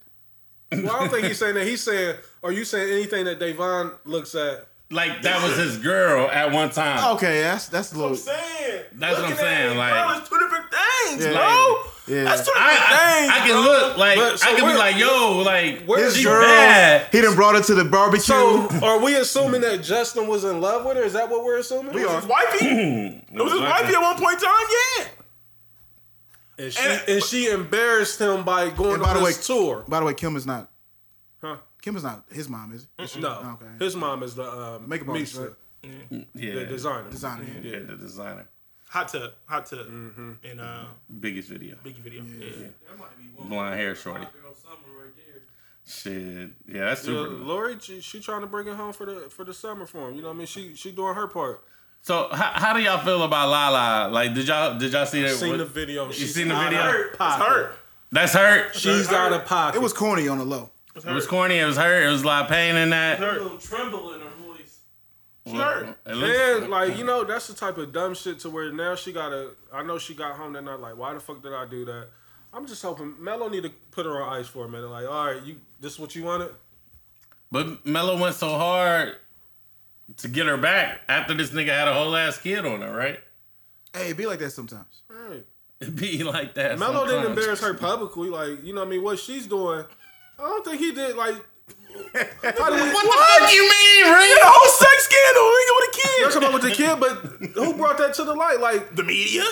Well, I don't think he's saying that. He's saying, are you saying anything that Davon looks at? Like that was his girl at one time. Oh, Okay, that's that's a little. saying. That's what I'm Looking at saying, it, like- bro, it's two different things, Yeah. bro. Yeah. That's two I, different things. I, I can bro. look like But, so I can be where- like yo like Where's His she girl, bad. he done brought her to the barbecue. So, are we assuming that Justin was in love with her? Is that what we're assuming? It was his wifey. it was his wifey at one point in time. Yeah. And she, And- and, she embarrassed him by going And by on the way, this tour. by the way, Kim is not. Huh? Kim is not his mom, is it? No, Oh, Okay. his mom is the um, Makeup artist, Misa, right? Yeah, the designer. Designer. Yeah. yeah, the designer. Hot tub, hot tub, and uh, Biggest video. Biggie video. Mm-hmm. Yeah. That might be one Blonde hair, shorty. hot girl summer right there. Shit. Yeah, that's Yeah, super. Uh, Lori, she, she trying to bring it home for the for the summer for him. You know what I mean? She she doing her part. So how, how do y'all feel about Lala? Like, did y'all did y'all see that? Seen what- the video. You She's seen the out video? of Hurt. It's pocket. hurt. That's hurt. She's out of pocket. It was corny on the low. It was corny. It was hurt. It was a lot of pain in that. A little tremble in her voice. It's hurt. At least- And like you know, that's the type of dumb shit to where now she gotta. I know she got home that night. Like, why the fuck did I do that? I'm just hoping Mello need to put her on ice for a minute. Like, all right, you this what you wanted? But Mello went so hard to get her back after this nigga had a whole ass kid on her, right? Hey, it be like that sometimes. All right. It be like that. Mello didn't sometimes. embarrass her publicly. Like, you know what I mean? What she's doing, I don't think he did. Like, how do we? Fuck you mean, Ray? The whole sex scandal. We ain't with a kid. Y'all come up with the kid, but who brought that to the light? Like, The media.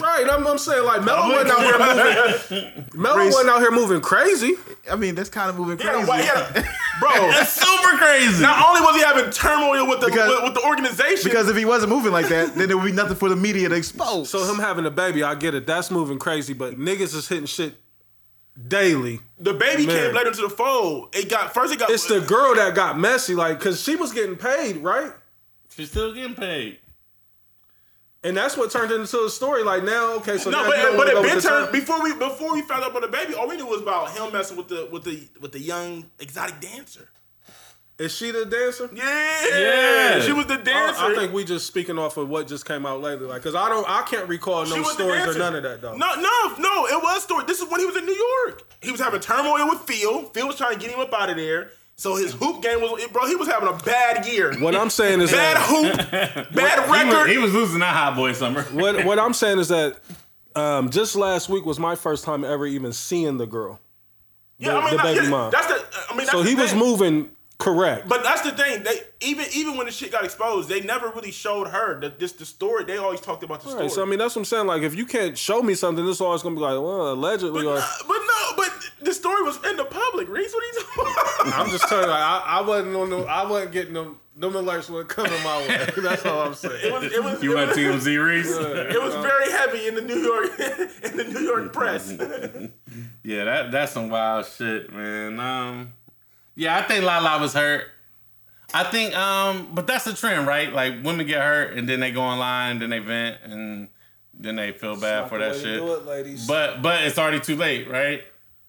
right? I'm, I'm saying like Mello wasn't out here moving. Mello wasn't out here moving crazy. I mean, that's kind of moving He had a crazy. wi- he had a- bro. That's super crazy. Not only was he having turmoil with the Because- with, with the organization, Because if he wasn't moving like that, then there would be nothing for the media to expose. So him having a baby, I get it. That's moving crazy, but niggas is hitting shit daily. the baby Man. came later to the fold. It got first. It got It's the girl that got messy, like, cause she was getting paid, right? She's still getting paid. And that's what turned into a story. Like now, okay, so now No, you but don't but wanna go it with been the turned turn- before we before we found out about the baby. All we knew was about him messing with the with the with the young exotic dancer. Is she the dancer? Yeah, Yeah. she was the dancer. I, I think we just speaking off of what just came out lately, like, cause I don't, I can't recall she no was the stories or dancer. none of that, though. No, no, no. It was story. This is when he was in New York. He was having turmoil with Phil. Phil was trying to get him up out of there. So his hoop game was it- bro. He was having a bad year. What I'm saying is Bad that hoop, bad He was, record. he was losing that hot boy summer. what what I'm saying is that um, just last week was my first time ever even seeing the girl. yeah, I mean, the not- baby yeah, mom. That's the. I mean, that's So the he was thing. moving correct. But that's the thing. They even even when the shit got exposed, they never really showed her the, this the story. They always talked about the story. Right, so I mean, that's what I'm saying. Like, if you can't show me something, it's always gonna be like, well, allegedly. Or, Uh, but no, but the story was in the public. Reese, what are you talking about? I'm just telling you, like, I, I wasn't on the, I wasn't getting them. Them alerts were coming my way. That's all I'm saying. It was, it was, You it want was, Team Z Reese? it was very heavy in the New York in the New York press. Yeah, that that's some wild shit, man. Um, yeah, I think Lala was hurt. I think, um, but that's the trend, right? Like women get hurt and then they go online, then they vent, and then they feel bad Not for the that way to shit. Do it, ladies. But but it's already too late, right?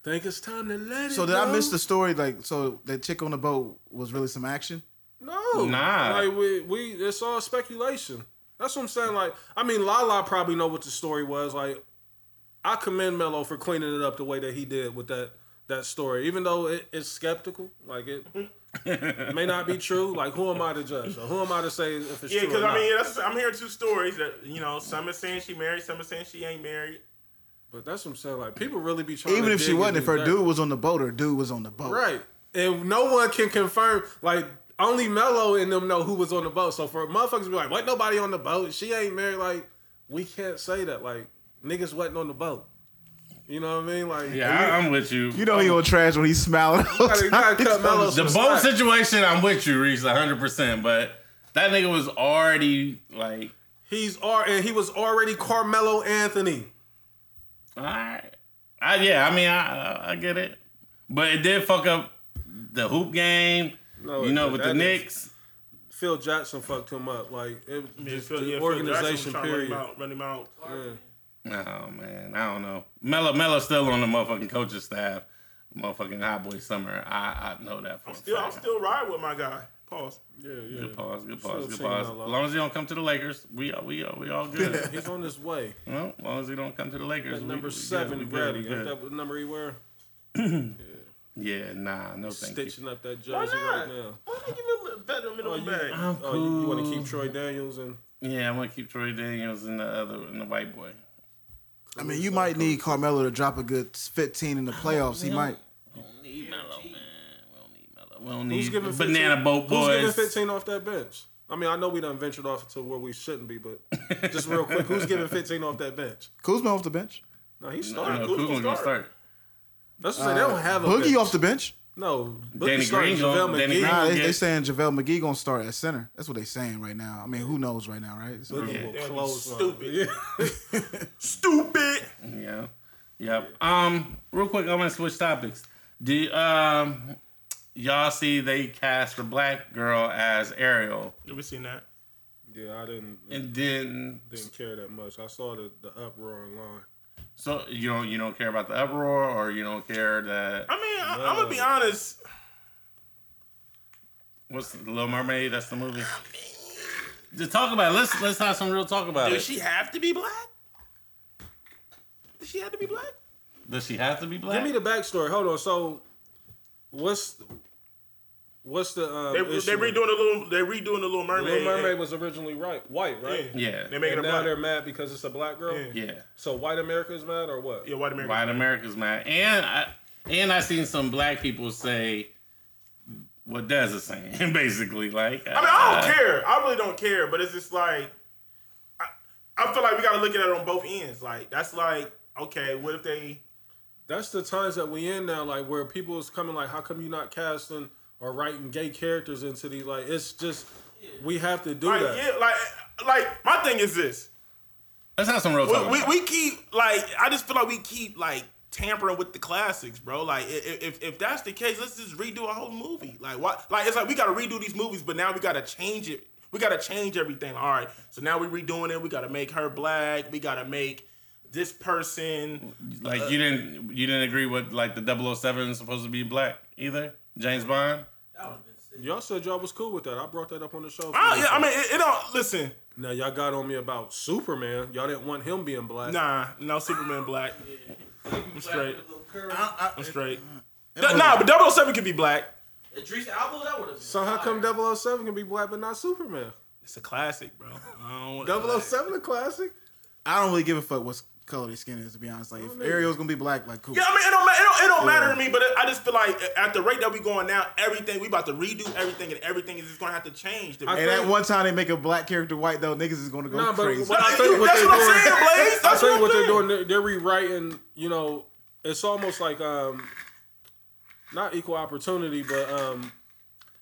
Think it's time to let it So did I go? miss the story? Like, so that chick on the boat was really some action. No, Nah. Like we, we, it's all speculation. That's what I'm saying. Like, I mean, Lala probably know what the story was. Like, I commend Melo for cleaning it up the way that he did with that that story, even though it, it's skeptical. Like, it may not be true. Like, who am I to judge? Or who am I to say if it's Yeah, true? because or I not? mean, that's, I'm hearing two stories that you know, some is saying she married, some is saying she ain't married. but that's what I'm saying. Like, people really be trying. Even to if she dig wasn't, into if her that. dude was on the boat, her dude was on the boat. Right. And no one can confirm, like, only Mello and them know who was on the boat. So for motherfuckers to be like, what nobody on the boat? She ain't married. Like, we can't say that. Like, niggas wasn't on the boat. You know what I mean? Like, Yeah, I, I'm with you. You know he on trash when he's smiling. all gotta- the you gotta time. cut Melo the some boat slack. situation, I'm with you, Reese, 100. percent But that nigga was already like, He's ar- and he was already Carmelo Anthony. all right, I, yeah. I mean, I I- I get it, but it did fuck up the hoop game. No, you know, with the that is- Knicks. Phil Jackson fucked him up. Like, it, just Phil- the yeah, Phil Jackson was organization, trying to Run period. him out, run him out. Oh man, I don't know. Mello Mello's still on the motherfucking coaching staff. Motherfucking hot boy summer. I I know that for a Still, I'm fact. still riding with my guy. Pause. Yeah, yeah. Good pause, good pause, good team pause. Melo. As long as you don't come to the Lakers, we are we are we all good. He's on his way. well, as long as you don't come to the Lakers, At we- number we good, we seven, good, we ready. Ain't good. that what number he wear? Yeah, nah, no thank you. Stitching up that jersey right now. Why not give him a better middle Oh, you- bag? Oh, you, you want to keep Troy Daniels and Yeah, I'm gonna keep Troy Daniels and the other and the white boy. I mean, you might need Carmelo to drop a good 15 in the playoffs. He might. We don't need Mello, man. We don't need Mello. We don't need who's giving the Mm, banana 15? boat boys. Who's giving 15 off that bench? I mean, I know we done ventured off to where we shouldn't be, but just real quick, who's giving 15 off that bench? Kuzma off the bench. No, he's I starting. don't know, Who's Kuzma's gonna gonna start. That's what I'm saying. They don't have a Boogie bench. off the bench. No, Boogie Danny starting. Green gonna- JaVale Danny McGee. Green Nah, gonna they, get- they saying JaVale McGee gonna start at center. That's what they saying right now. I mean, who knows right now, right? So- Boogie will That'd be close one. stupid. Yeah. Stupid. Yeah. Yep. Um, real quick, I want to switch topics. Do um, y'all see they cast the black girl as Ariel Have we seen that? yeah, I didn't and then didn't care that much. I saw the, the uproar online. so you don't you don't care about the uproar or you don't care that I mean, I, I'm gonna be honest. what's the Little Mermaid? That's the movie. Just talk about it. let's let's have some real talk about Does it. she have to be black? Does she have to be black? Does she have to be black? Give me the backstory. Hold on. So, what's what's the um, They, issue? they redoing the little. They redoing the Little Mermaid. Little Mermaid was originally right, white, Yeah. right? yeah, They And making it a now black. they're mad because it's a black girl. Yeah. yeah. So white America is mad or what? Yeah, white American. White America's mad, and I and I seen some black people say what Des is saying basically like uh, I mean, I don't care. I really don't care. But it's just like, I, I feel like we gotta look at it on both ends. Like that's like, okay, what if they? That's the times that we in now, like where people is coming like, how come you not casting or writing gay characters into these? Like it's just we have to do Like that. yeah, like like my thing is this. Let's have some real talk. We, we, we keep like I just feel like we keep like tampering with the classics, bro. Like i- i- if if that's the case, let's just redo a whole movie. Like what? Like it's like we gotta redo these movies, but now we gotta change it. We gotta change everything. All right, so now we're redoing it. We gotta make her black. We gotta make this person. Like you didn't you didn't agree with like the 007 is supposed to be black either? James Bond? That would have been sick. Y'all said y'all was cool with that. I brought that up on the show. for I, you. Ah, yeah, I mean, it, it don't listen. now y'all got on me about Superman. Y'all didn't want him being black. Nah, no Superman black. I'm Black straight. with a little curl. I'm straight. Th- Nah, but 007 could be black. Idris Elba, that would have been. So how come fire. 007 can be black but not Superman? It's a classic, bro. I don't wanna- 007 a classic? I don't really give a fuck what color their skin is, to be honest. Like, if Ariel's gonna be black, like, cool. Yeah, I mean, it don't, ma- it don't, it don't matter to me, but I just feel like at the rate that we going now, everything, we about to redo everything, and everything is just going to have to change. To- And at one time they make a black character white though, niggas is gonna go Nah, but crazy. what I That's think what what they're I'm doing- saying, Blaze. I That's think what what I'm they're doing, saying. they're, they're rewriting. You know, it's almost like um, not equal opportunity, but um,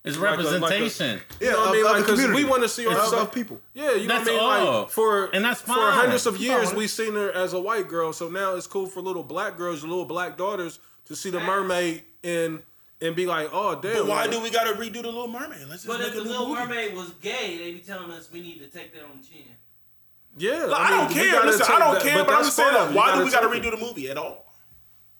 It's Like a- like a- representation. you know what I mean? of- of Like, the 'cause community. we want to see Of- ourselves. of people. Yeah, you That's know what I mean. all. Like for And that's for fine. hundreds of years, fine. we seen her as a white girl. So now it's cool for little black girls, little black daughters, to see the mermaid in and be like, oh damn. But why like, do we gotta redo the Little Mermaid? Let's just But make if a the new Little movie. Mermaid was gay, they be telling us we need to take that on the chin. Yeah, I, mean, don't we care. gotta Listen, I take don't that- care. But, I'm that's just saying, part of that. it. why do we You gotta take redo the movie at all? it.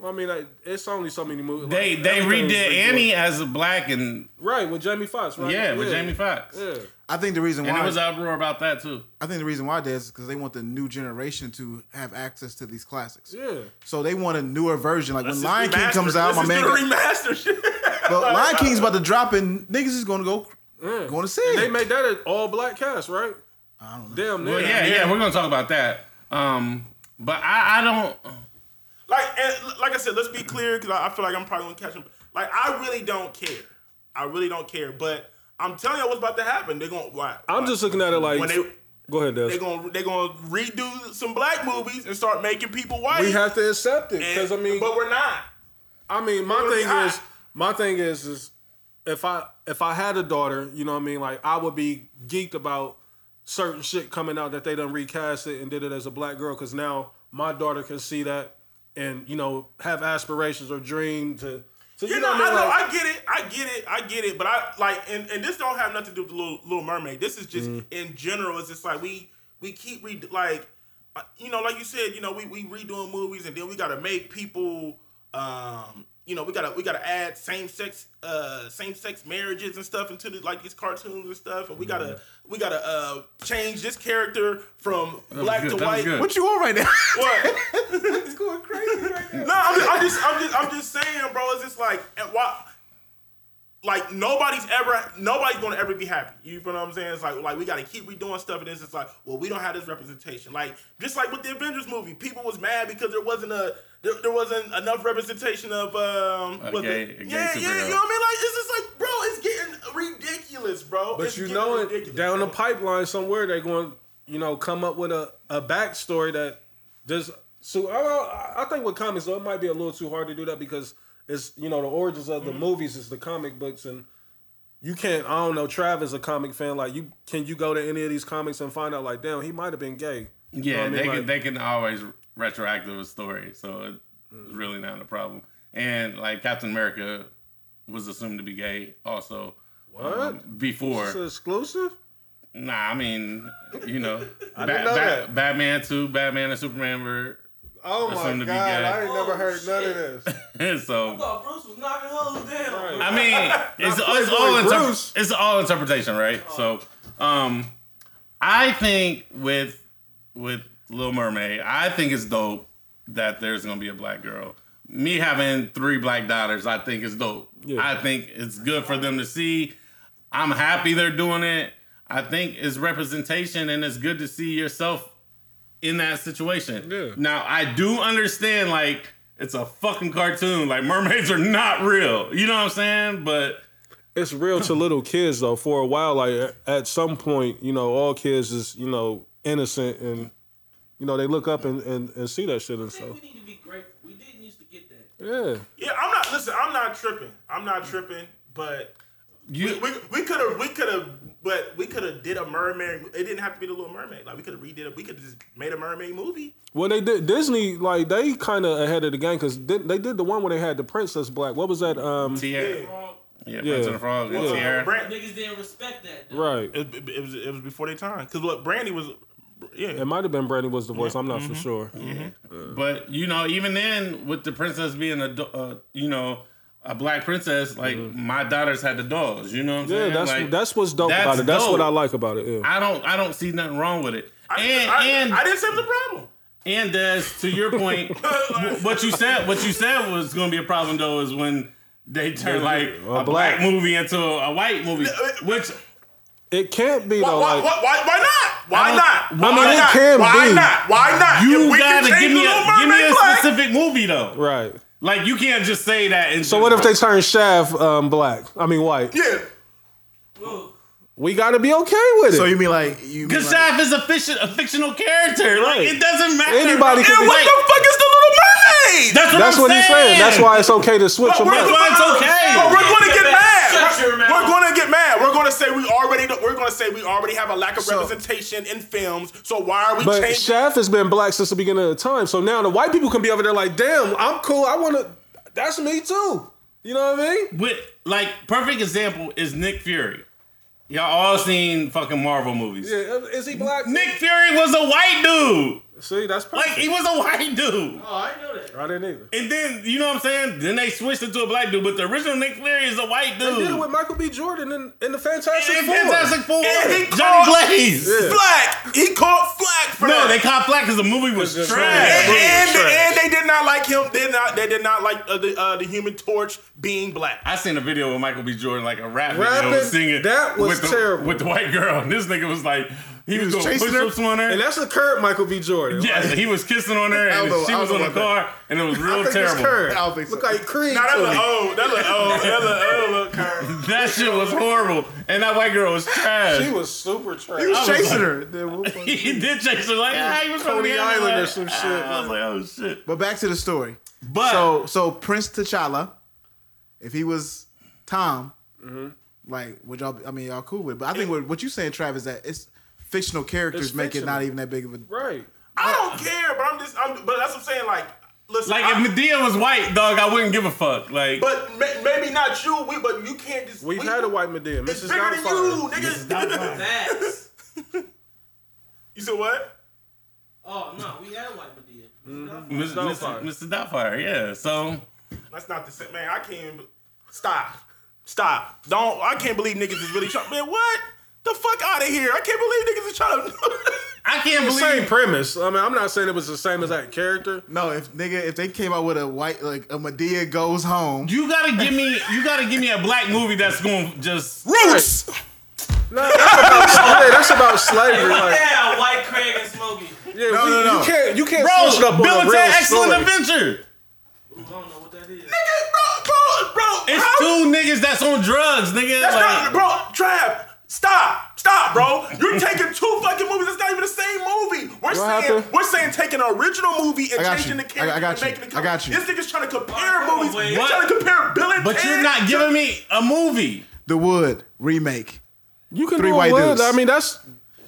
I mean, like, it's only so many movies. They like, they everything's redid redoing. Annie as a black and right with Jamie Foxx, right? yeah with Jamie Foxx, Yeah, I think the reason and why it was uproar about that too. I think the reason why it is because they want the new generation to have access to these classics. yeah. So they want a newer version. Like Let's when just Lion King remaster- comes let's out, my just man. do the got- remaster shit. But Lion King's about to drop, and niggas is gonna go, going to see They it. made that an all black cast, right? I don't know. Damn, Well, near. yeah, yeah, we're gonna talk about that. Um, but I I don't. like and, like I said, let's be clear because I, I feel like I'm probably gonna catch him. Like I really don't care. I really don't care. But I'm telling you what's about to happen. They're gonna. Why, I'm why- just looking at it like. When they- go ahead, They're Des. gonna they're gonna redo some black movies and start making people white. We have to accept it And- because I mean, but we're not. I mean, my It'll be thing hot. is, my thing is, is if I if I had a daughter, you know what I mean, like I would be geeked about certain shit coming out that they done recast it and did it as a black girl because now my daughter can see that and you know have aspirations or dream to. to You know, I know, I get it, I get it, I get it, but I like, and, and this don't have nothing to do with the Little, Little Mermaid. This is Mm. just in general. It's just like we we keep re like, uh, you know, like you said, you know, we we redoing movies, and then we gotta make people, um, you know, we gotta we gotta add same sex uh same sex marriages and stuff into the, like these cartoons and stuff, and we gotta we gotta uh change this character from black good, to Mm. that was white. good. What you on right now? What? it's going crazy right now. No, I'm just, I'm just, I'm just, I'm just saying, bro. It's just like, and why, like nobody's ever, nobody's gonna ever be happy. You feel what I'm saying? It's like, like we gotta keep redoing stuff, and it's just like, well, we don't have this representation. Like, just like with the Avengers movie, people was mad because there wasn't a, there, there wasn't enough representation of, um, A was gay- it- a gay yeah, yeah. You know superhero. what I mean? Like, it's just like, bro, it's getting ridiculous, bro. But It's you getting know it ridiculous, down the bro. pipeline somewhere they're going to you know come up with a a backstory that does. So I don't- I, I think with comics though it might be a little too hard to do that because it's you know the origins of the movies is the comic books and you can't I don't know Trav is a comic fan like you can you go to any of these comics and find out like damn he might have been gay. Yeah, You know what I mean? they Like- can they can always retroactive a story, so it's Mm. really not a problem. And like Captain America was assumed to be gay also. um, What? before? It's exclusive. Nah, I mean, you know, Ba- know Ba- that. Batman two, Batman and Superman were, Oh my Assumed to be God, gay. I ain't never heard none of this. I so. thought Bruce was knocking hoes down. Right. I mean, it's, it's all Playboy inter- Bruce. it's all interpretation, right? So, um, I think with with Little Mermaid, I think it's dope that there's gonna be a black girl. Me having three black daughters, I think is dope. I think it's good for them to see. I'm happy they're doing it. I think it's representation, and it's good to see yourself in that situation. Yeah. Now I do understand, like it's a fucking cartoon. Like mermaids are not real. You know what I'm saying? But it's real to little kids though for a while like at some point you know all kids is you know innocent and you know they look up and, and, and see that shit and I think stuff we need to be grateful. We didn't used to get that. yeah Yeah, I'm not. Listen, I'm not tripping. I'm not tripping. But you, we we could have we could have but we could have did a mermaid. It didn't have to be the Little Mermaid. Like we could have redid it. We could have just made a mermaid movie. well they did disney like they kind of ahead of the game because they, they did the one where they had the princess black what was that um Tiara, yeah, Wrong. Prince and the Frog, and Tiara. Brand, it, Niggas didn't respect that. Though. right was- it was it was before their time. Cause look, Brandy was yeah. it might have been brandy was the voice i'm not for sure But you know, even then, with the princess being a do- uh, you know a black princess, like my daughters had the dolls. You know what I'm Mm-hmm. yeah saying? that's Like, that's what's dope that's about it that's what dope. i like about it yeah I don't I don't see nothing wrong with it. I, and I, and I didn't say it was a problem. Uh, And Des, to your point, wh- what you said, what you said was going to be a problem though, is when they turn like a black, black. movie into a white movie, uh, which it can't be Why, though why, like why, why, why not? I Why don't- not? Why I mean, it not? can why be. not? Why not? If you we got can to change give the me Little a give me Mermaid a black- specific movie though. right Like you can't just say that. And so what if they turn Shaft um, black? I mean white. Yeah. Look, We gotta be okay with it. So you mean like you? Mean Because like, Shaft is a, fiction, a fictional character. Like Right. it doesn't matter. bro. Anybody can And be- what the fuck is the Little Mermaid? That's what, That's I'm what he's saying. That's why it's okay to switch them we're That's up. why it's okay. But we're going to get Shut mad. your We're, mouth. we're going to get mad. We're going to say we already. We're going to say we already have a lack of So- representation in films. So why are we But changing? Shaft has been black since the beginning of time. So now the white people can be over there like, damn, I'm cool. I wanna that's me too. You know what I mean? With like perfect example is Nick Fury. Y'all all seen fucking Marvel movies. Yeah, Is he black? Nick Fury was a white dude. See, that's perfect. Like he was a white dude. Oh, I didn't know that. I didn't either. And then you know what I'm saying? Then they switched it to a black dude, but the original Nick Fury is a white dude. Did it with Michael B. Jordan in, in the Fantastic And Four. Fantastic Four. And he Johnny called- Blaze. Black. He caught flack for No, that. they caught black because the movie was It's trash. just and, and, Trash. and they did not like him. They did not. They did not like uh, the uh, the Human Torch being black. I seen a video with Michael B. Jordan, like a rap Rapping, video, singing. that was with the, terrible. with the white girl. And this nigga was like, he, was, was doing chasing her? push-ups on her. And that's the current Michael B. Jordan. yes, he was kissing on her, I and don't know- she I was don't on know the about car, and it was real I think it's terrible. current. I don't think so. Look like Creed. Now that's to an me. old. That's an old. That's an old look. Kurt. That shit was horrible, and that white girl was trash. He was super trash. He was was chasing like- her. Then we'll fuck- he did chase her like, ah, he was from Coney the Island island or some shit. I was like, oh shit. but back to the story. But So so Prince T'Challa, if he was Tom, like would y'all? be- I mean, y'all cool with? It. But I think what, what you saying, Travis, that it's fictional characters It's make it fictional. not even that big of a. right. I don't care, but I'm just. I'm, but that's what I'm saying. Like, listen. like, I- if Medea was white, dog, I wouldn't give a fuck. Like, but may, maybe not you. We, but you can't just. We've we- had a white Medea. It's Mrs. bigger than you, Doubtfire. nigga. Facts. You said what? Oh no, we had white Medea. Mm-hmm. Mr. Mr. Doubtfire. Mr. Doubtfire, yeah. So That's not the same, man. I can't. even- Stop. Stop. Don't. I can't believe niggas is really trying. Man, what? The fuck out of here! I can't believe niggas is trying to. I can't The believe same premise. I mean, I'm not saying it was the same as that character. No, if nigga, if they came out with a white like a Medea goes home, You gotta give me, you gotta give me a black movie that's gonna just. Roots. No, that's about, yeah, that's about slavery. Like, Yeah, white Craig and Smokey. yeah, No, we- no, no. You can't, you can't Bro, switch it up Bill on a and real Ted Excellent story. Ooh, Adventure. I don't know what that is. Bro, bro, bro. It's how- two niggas that's on drugs, nigga. That's like, not, bro. Trav, stop, stop, bro. You're taking two fucking movies. That's not even the same movie. We're saying happened? we're saying take an original movie and I got changing the you. character. I- I got and you. making it I got you. This nigga's trying to compare Oh, movies. wait. He's What? trying to compare Bill and but you're Ted not giving me a movie. the Wood remake. You can Three do white white dudes. I mean, that's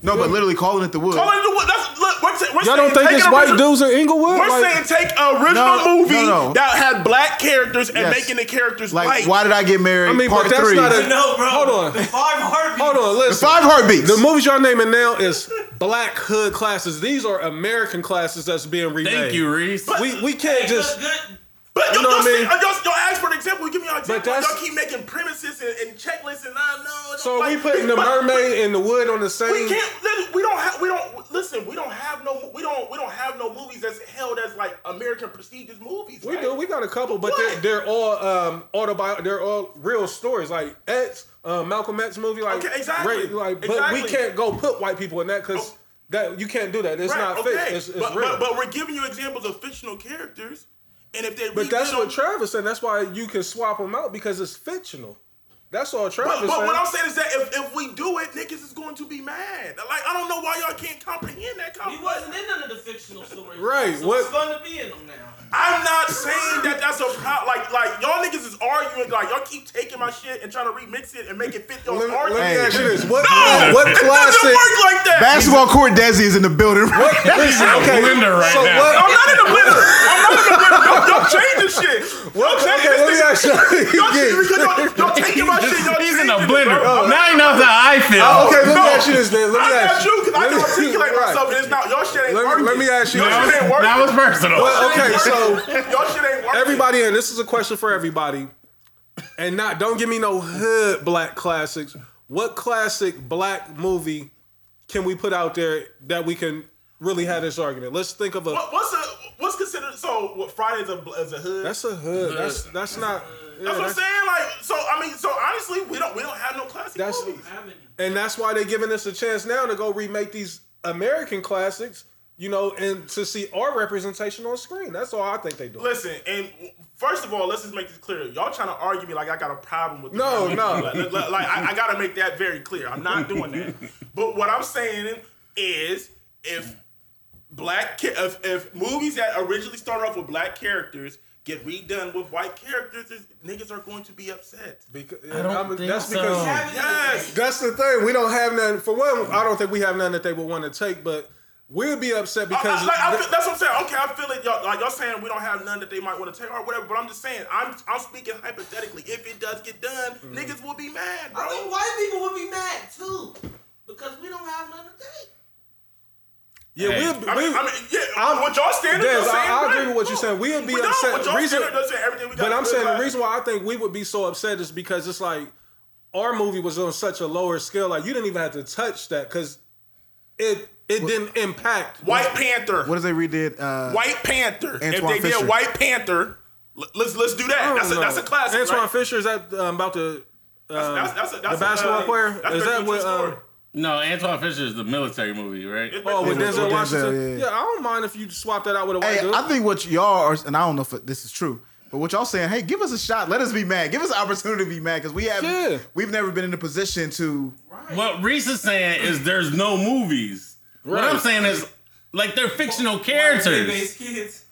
No, but literally calling it the Wood. Oh, wait, no, what- that's- look, we're, sa- we're y'all saying don't think take it's an white original- dudes in Inglewood. We're Like, saying take an original No, movie no, no. that had black characters and Yes. making the characters like, white. why did I get married? I mean, part but that's three. not a No, bro. Hold on. The five heartbeats. Hold on, the listen. five heartbeats. The movies y'all naming now is black hood classes. These are American classes that's being remade. Thank you, Reese. We we can't just Good. But You y'all, know y'all, what I say- mean? y'all, y'all uh, ask for an example. You give me an example. that's- Y'all keep making premises and, and checklists and uh, I know. So are we putting the mermaid and the wood on the We same. can't. li- We don't have. We don't listen. We don't have no. We don't. We don't have no movies that's held as like American prestigious movies. We right? do. We got a couple, but they're, What? they're all um autobi. They're all real stories, like X, uh, Malcolm X movie, like Okay, exactly. Ray- like, but Exactly. we can't go put white people in that because Oh. that you can't do that. It's Right, not okay. fake. It's, it's but, real. but, but we're giving you examples of fictional characters, and if they But redid that's what them- Travis said. That's why you can swap them out because it's fictional. That's all Travis said. But, but what I'm saying is that if, if we do it, niggas is going to be mad. Like I don't know why y'all can't comprehend that. We Comp- wasn't in none of the fictional stories. Right, So what- It's fun to be in them now. I'm not saying that that's a problem. Like like y'all niggas is arguing. Like y'all keep taking my shit and trying to remix it and make it fit y'all's Let me- let me argument. Hey. ask you this. What, No! what It doesn't classic? work like that. Basketball court Desi is in the building. Right? Listen, okay. Blender right so now. what- I'm not in the blender. I'm not in the blender. Y'all, y'all changing shit. Okay, Y'all changing let me this ask shit. you Y'all, again. changing- y'all, y'all taking my shit. Y'all He's in a changing it, blender. Oh, bro. I'm Now he knows how I feel. Okay, let me No. ask you this then. Let me not ask you because I let can me- articulate right. myself. And it's not y'all shit ain't Let me- working. let me ask you Y'all this. shit ain't working. that was personal. Well, okay, so y'all shit ain't working. everybody in this is a question for everybody, and not don't give me no hood black classics. What classic black movie can we put out there that we can really have this argument? Let's think of a. What- What's a what's considered so? What Friday is a is a hood. That's a hood. That's that's not. yeah, That's what I'm that's- saying. Like, so I mean, so honestly, we don't we don't have no classic That's- movies. I haven't. and that's why they're giving us a chance now to go remake these American classics, you know, and to see our representation on screen. That's all I think they do. Listen, and first of all, let's just make this clear. Y'all trying to argue me like I got a problem with the No, no. Like, like- like, I, I got to make that very clear. I'm not doing that. But what I'm saying is, if black ca- if, if movies that originally started off with black characters get redone with white characters, is- niggas are going to be upset. Because, don't think that's so. because Haven't Yes. That's the thing. We don't have nothing. For one, I don't think we have nothing that they would want to take. But We'll be upset I- because I- like, I feel- that's what I'm saying. Okay, I feel it. Y'all, like y'all saying we don't have none that they might want to take or whatever. But I'm just saying, I'm I'm speaking hypothetically. If it does get done, Mm-hmm. niggas will be mad, I bro. think white people would be mad too because we don't have nothing to take. yeah, we'll be, I mean, I mean, yeah. I'm- what y'all standards? Des, y'all I- saying, I right. agree with what you're saying. We'll be we don't. upset. What y'all Reason- standards? Y'all saying everything we got. But I'm good saying the class. reason why I think we would be so upset is because it's like our movie was on such a lower scale. Like you didn't even have to touch that because it it didn't impact. White Panther. What if they redid? Uh, White Panther. if Antoine they Fisher. did White Panther, l- let's let's do I that. don't That's a, know. that's a classic. Antoine right? Fisher is that um, about the um, That's, that's a, that's the a, basketball uh, player? that's Is that basically what? true story. Um, No, Antoine Fisher is the military movie, right? It's oh, with Denzel basically Denzel Denzel, Washington. yeah. yeah. I don't mind if you swap that out with a white hey, dude. I think what y'all are, and I don't know if this is true, but what y'all saying, hey, give us a shot. Let us be mad. Give us an opportunity to be mad because we have Yeah. we've never been in a position to. What Reese is saying is there's no movies. What I'm saying is like they're fictional characters. Based kids.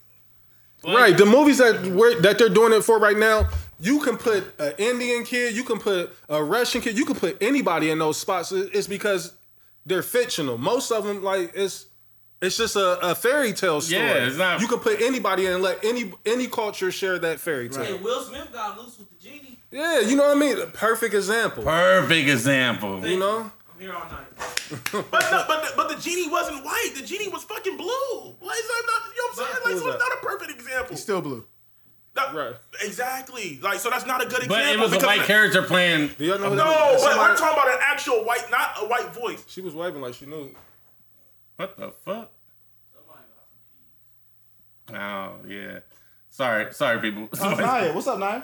right, the movies that we're, that they're doing it for right now. You can put an Indian kid, you can put a Russian kid, you can put anybody in those spots. It- It's because they're fictional. Most of them, like it's it's just a, a fairy tale story. Yeah, it's not- You can put anybody in and let any any culture share that fairy tale. Hey, Will Smith got loose with the genie. Yeah, you know what I mean. A perfect example. Perfect example. You know, I'm here all night. But the, but the, but the genie wasn't white. The genie was fucking blue. Like, so I'm not, you know what I'm saying? Like, so it's not a perfect example. Still blue. That- Right. Exactly. Like, so that's not a good example. But it was a because- white character playing. do y'all know? who that No, is? but Somebody- I'm talking about an actual white, not a white voice. she was waving like she knew. What the fuck? Oh yeah. Sorry, sorry, people. Somebody- Naya, what's up, Naya?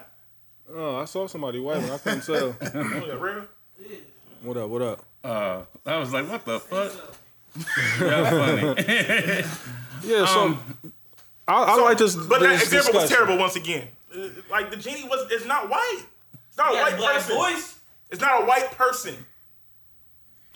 Oh, I saw somebody waving. I couldn't tell. Real? What up? What up? Uh, I was like, what the fuck? that was funny. Yeah, so I, I like this. But that this example was discussion. terrible once again. Uh, Like, the genie was, it's not white. It's not a He had white a black person. voice. It's not a white person.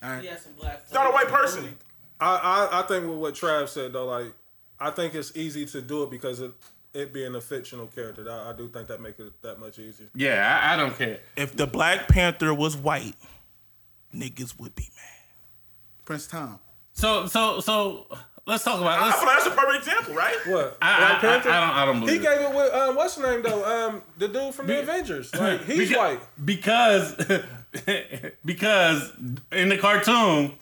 It's He had some black. It's not a white person. I, I I think with what Trav said though, like I think it's easy to do it because it it being a fictional character. I, I do think that makes it that much easier. yeah, I, I don't care. If the Black Panther was white, niggas would be mad. Prince Tom. So, so, so, let's talk about. I Let's, feel like that's a perfect example, right? What? I, I, Black I, Panther? I don't. I don't believe he it. gave it with um, what's the name though? Um, the dude from the Avengers. Like he's Beca- white. because because in the cartoon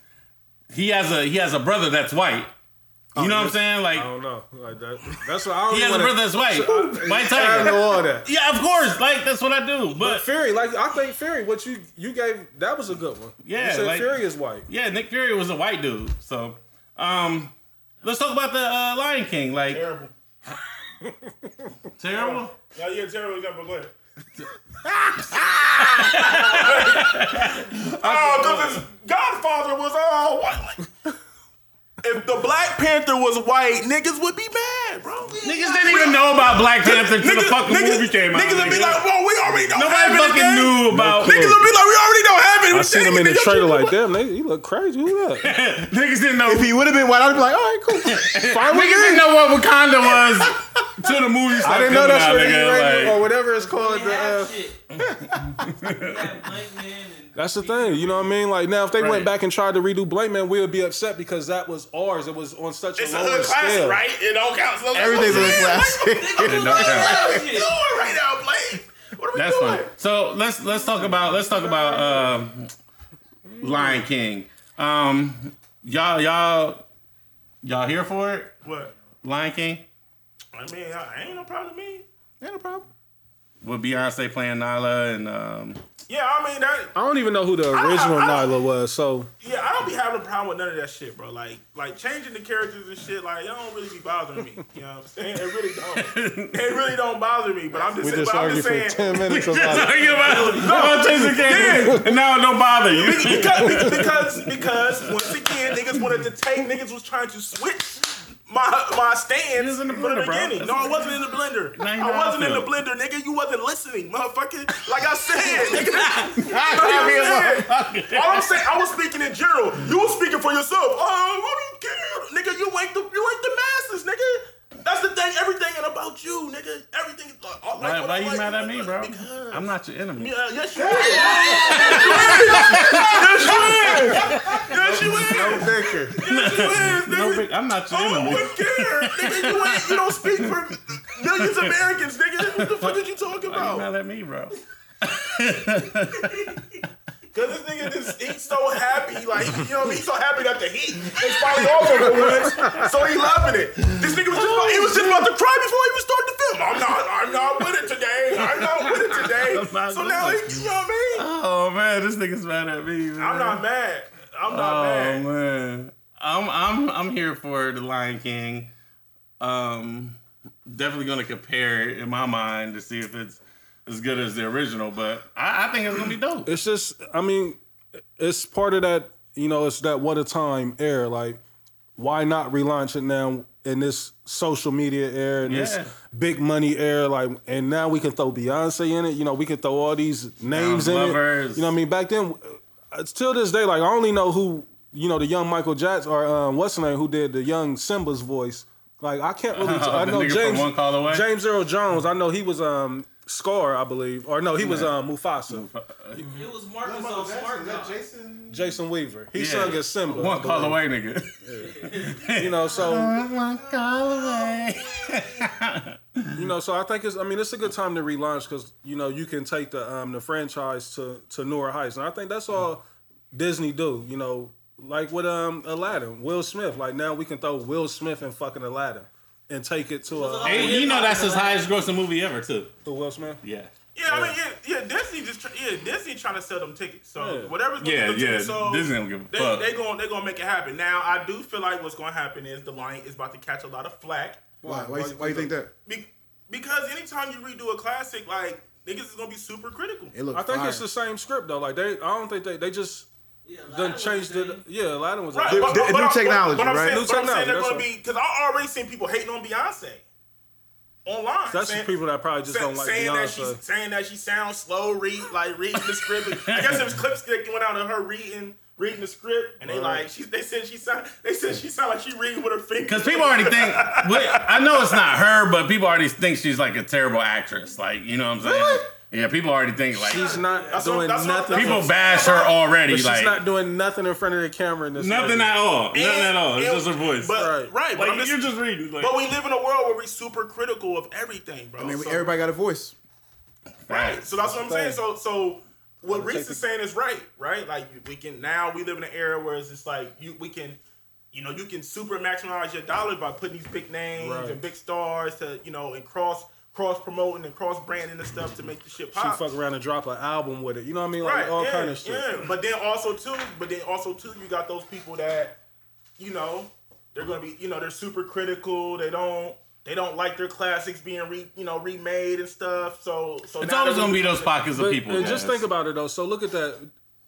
he has a he has a brother that's white. Oh, You know what I'm saying? Like I don't know. Like that. That's what I don't. he has a wanna- brother that's white. White I don't know tiger. all that. Yeah, of course. Like that's what I do. But Fury, like I think Fury, what you you gave that was a good one. Yeah, you said like- Fury is white. yeah, Nick Fury was a white dude. So um, let's talk about the uh, Lion King. Like Terrible. terrible. Yeah, yeah, terrible example. Go ahead. oh, because his Godfather was all white. If the Black Panther was white, niggas would be mad, bro. Niggas didn't even know about Black Panther until the fucking movie came out. Niggas would be nigga. like, "Whoa, we already don't nobody have it." fucking again." knew about. Niggas would be like, "We already don't have it." I seen him in the trailer like, damn, they, you look crazy. Who that? niggas didn't know. If he would have been white, I'd be like, all right, cool. Niggas didn't know what Wakanda was till the movie started I didn't know that's out, what nigga. Uranger Like, or whatever it's called. They the, have uh, shit. They have blank men and. That's the thing, you know what I mean? Like now, if they Right. went back and tried to redo Blake Man, we'd be upset because that was ours. It was on such It's a a lower hood scale. classic, right? It all counts. That's what I'm Everything's saying. a classic. They gonna do know like that. that shit. What are we doing right now, Blake? What are we that's doing? funny. So let's let's talk about let's talk about um, Lion King. Um, y'all y'all y'all here for it? What? Lion King I mean, I ain't no problem to me. Ain't no problem. with Beyonce playing Nyla and um, Yeah, I mean that. I don't even know who the original I- I- Nyla was. So Yeah, I don't be having a problem with none of that shit, bro. Like, like changing the characters and shit, like, y'all don't really be bothering me. You know what I'm saying? It really don't. It really don't bother me. But I'm just, we saying, just but I'm argued just for saying. ten minutes about talking about, about chasing characters, and now it don't bother you. because, because, because, once again, niggas wanted to take, niggas was trying to switch my my stance was in the from the blender, bro. beginning. No, I wasn't in the blender. Now you know how I I wasn't in the feel. blender, nigga. You wasn't listening, motherfucker. Like I said, nigga. All I'm saying, I was speaking in general. You was speaking for yourself. Oh, I don't care, nigga. You ain't the you ain't the masses, nigga. That's the thing. Everything ain't about you, nigga. Everything. is Like, all- Why, like, why like, you mad at me, bro? Because- I'm not your enemy. yeah, yes, you is. yes, you is. Yes, you is. Baker. Yes, you is. No nigga. big, I'm not your I enemy. don't care. nigga, you, ain't, you don't speak for millions of Americans, nigga. What the fuck are you talking You about? mad at me, bro? Because this nigga just, he's so happy. Like, you know what I mean? He's so happy that the heat is finally over for once. So he loving it. This nigga was just, about, he was just about to cry before he even started the film. I'm not, I'm not with it today. I'm not with it I'm today. not So with now, he, it. you know what I mean? Oh man, this nigga's mad at me. Man. I'm not mad. I'm not Uh, Oh mad. man, I'm I'm I'm here for the Lion King. Um, definitely gonna compare it in my mind to see if it's as good as the original, but I, I think it's gonna be dope. It's just, I mean, it's part of that, you know, it's that what a time era. Like, why not relaunch it now in this social media era and this Yeah. big money era? Like, and now we can throw Beyonce in it. You know, we can throw all these names in lovers. it. You know, what I mean, back then, it's till this day. Like, I only know who, you know, the young Michael Jackson or um, what's the name who did the young Simba's voice. Like, I can't really. Oh, I the know nigga from James One Call Away? James Earl Jones. I know he was um Scar, I believe, or no, he was um Mufasa. It was Marcus on Smart Guy. Jason. Jason Weaver. He Yeah. sung as Simba. One call away, nigga. You know, so One call away. you know, so I think it's. I mean, it's a good time to relaunch because you know you can take the um the franchise to to newer heights, and I think that's all Disney do. You know, like with um Aladdin, Will Smith. Like now we can throw Will Smith in fucking Aladdin and take it to a And you know that's his highest grossing movie ever, too. to Will Smith. Yeah. Yeah, I mean, yeah, yeah, Disney just, try, yeah, Disney trying to sell them tickets. So Yeah. whatever's gonna Yeah, get them yeah. tickets sold, Disney don't give a they, fuck. They going they gonna make it happen. Now, I do feel like what's gonna happen is the Lion is about to catch a lot of flack Why? Why, you- why you think that? Be- because anytime you redo a classic, like niggas is gonna be super critical. It looked I think fire. it's the same script though. Like they, I don't think they they just Yeah, done Aladdin changed was it. Yeah, Aladdin was. Right, New- but, but, new but, I'm- technology, but I'm right? Saying, New but I'm saying they're technology, gonna be because I already seen people hating on Beyonce online. That's the saying- people that probably just sa- don't like saying that she Beyonce. saying that she sounds slow, read like reading the script. I guess it was clips that went out of her reading reading the script, and they like she they said she sound they said she sound like she reading with her fingers. Because people already think, well, I know it's not her, but people already think she's like a terrible actress. Like, you know what I'm saying? Yeah, people already think like She's not That's what- doing that's what- nothing. that's people bash her already. But she's Like not doing nothing in front of the camera in this. nothing movie. at all, nothing And- at all. It's and- just her voice. But, right, Right. but, I'm like just- you're just reading. Like, but we live in a world where we super critical of everything, bro. I mean, So- everybody got a voice. right. So that's what I'm saying. So so what Reese is saying is right, right? Like you- we can now we live in an era where it's just like you we can you know you can super maximize your dollar by putting these big names and big stars to you know and cross cross promoting and cross branding and stuff to make the shit She pop. fuck around and drop an album with it. You know what I mean? Like right, all yeah, kind of shit. yeah. But then also too, but then also too, you got those people that you know they're gonna be you know they're super critical. They don't. They don't like their classics being re, you know remade and stuff. So so It's now always they're gonna be those pockets of But- people. and yes. just think about it though. So look at that.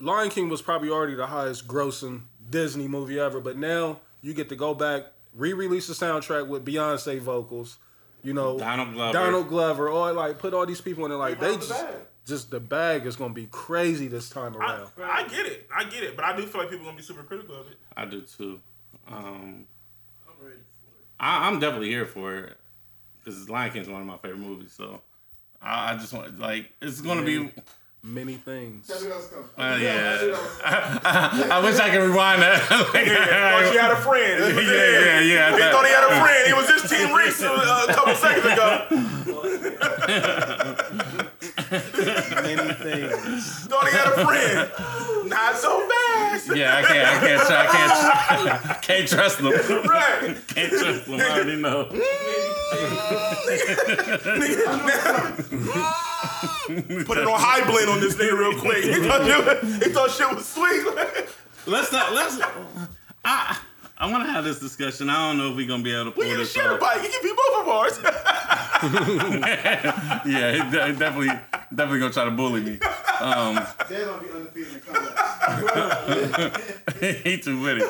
Lion King was probably already the highest grossing Disney movie ever, but now you get to go back, re-release the soundtrack with Beyonce vocals. You know, Donald Glover. Donald Glover, or like put all these people in there. Like they out the just, bag. just the bag is gonna be crazy this time I, around. I get it. I get it. But I do feel like people are gonna be super critical of it. I do too. Um, I'm ready for it. I, I'm definitely here for it because Lion King is one of my favorite movies. So I, I just want like it's gonna be. Many things. Uh, yeah, I wish I could rewind that. Like, Or she had a friend. yeah, yeah, yeah. He thought he had a friend. He was just Team Reese uh, a couple seconds ago. Many things. Thought he had a friend. Not so fast. Yeah, I can't, I can't, tr- I can't, tr- can't trust them. Right. Can't trust them. I already know. Put it on high blend on this nigga real quick. He thought, shit- he thought shit was sweet. Let's not. Let's. I I want to have this discussion. I don't know if we're gonna be able to pull we give a this shit off. about it. He can be both of ours. Yeah, he de- he definitely, definitely gonna try to bully me. They're gonna be undefeated in combat. he too witty.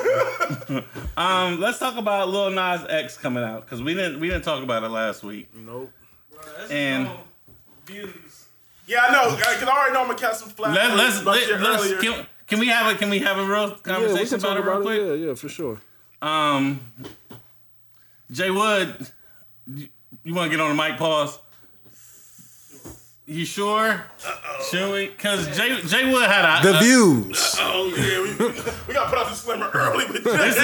um, let's talk about Lil Nas X coming out because we didn't we didn't talk about it last week. Nope. Bro, that's And- just all views. yeah, I know. Because I already know I'm gonna catch some flack. Let, let's about let, shit let's earlier. can, can we have a can we have a real Yeah, conversation we can about, talk it about real quick? it. Yeah, yeah, for sure. Um, Jay Wood, you, want to get on the mic? Pause. You sure? Should we? Because Jay Jay Wood had a The views. Oh yeah, we, we gotta put out this slimmer early with this.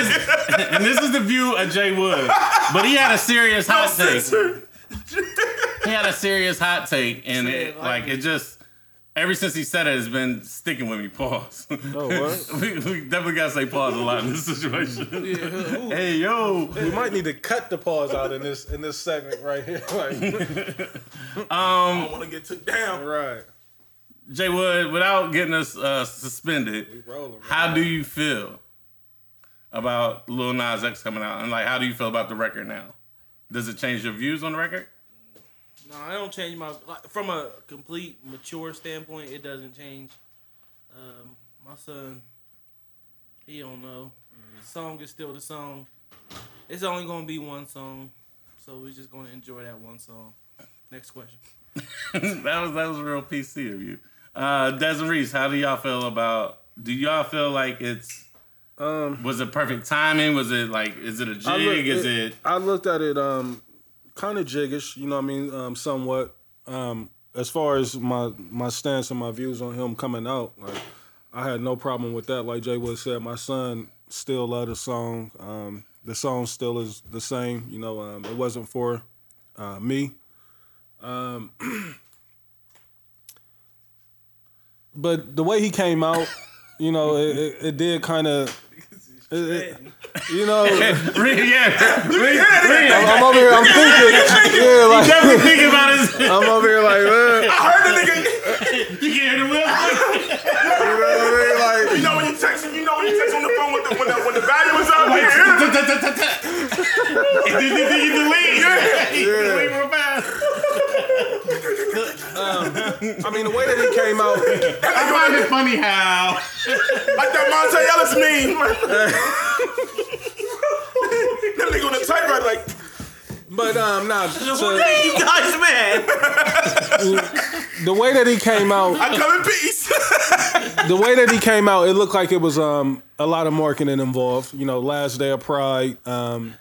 and this is the view of Jay Wood. But he had a serious hot take. He had a serious hot take, and it, like it just ever since he said it has been sticking with me. Pause. Oh, what? we, we definitely gotta say pause a lot in this situation. hey yo, we might need to cut the pause out in this in this segment right here. Like, I don't wanna get took down. right, Jay Wood, without getting us uh, suspended, rolling. how do you feel about Lil Nas X coming out, and like how do you feel about the record now? Does it change your views on the record? No, I don't change my like, from a complete mature standpoint. It doesn't change. Um, my son, he don't know. Mm. The song is still the song. It's only gonna be one song, so we're just gonna enjoy that one song. Next question. that was that was real PC of you. Uh Des Reese, how do y'all feel about do y'all feel like it's um was it perfect timing? Was it like is it a jig? I look- is it I looked at it um kind of jiggish, you know what I mean, um somewhat um as far as my my stance and my views on him coming out, like I had no problem with that. Like Jay Wood said, my son still loved the song. Um the song still is the same, you know, um it wasn't for uh me. Um but the way he came out, you know, it, it, it did kind of you know, yeah. Reed, Reed, I'm over here. I'm thinking. Yeah, like Definitely thinking about his I'm over here like, uh, I heard the nigga. you can hear the whistle. you know what I mean? Like, You know when you text him, you know when you text on the phone with the, when, the, when the value was up. Like, yeah. And then you think you can leave. You can leave real fast. I mean, the way that he came out, I find it funny how Like that Monte Ellis meme. that nigga on the typewriter like, but um, nah. to- you guys man. the way that he came out, I come in peace. the way that he came out, it looked like it was um a lot of marketing involved. You know, last day of Pride, um,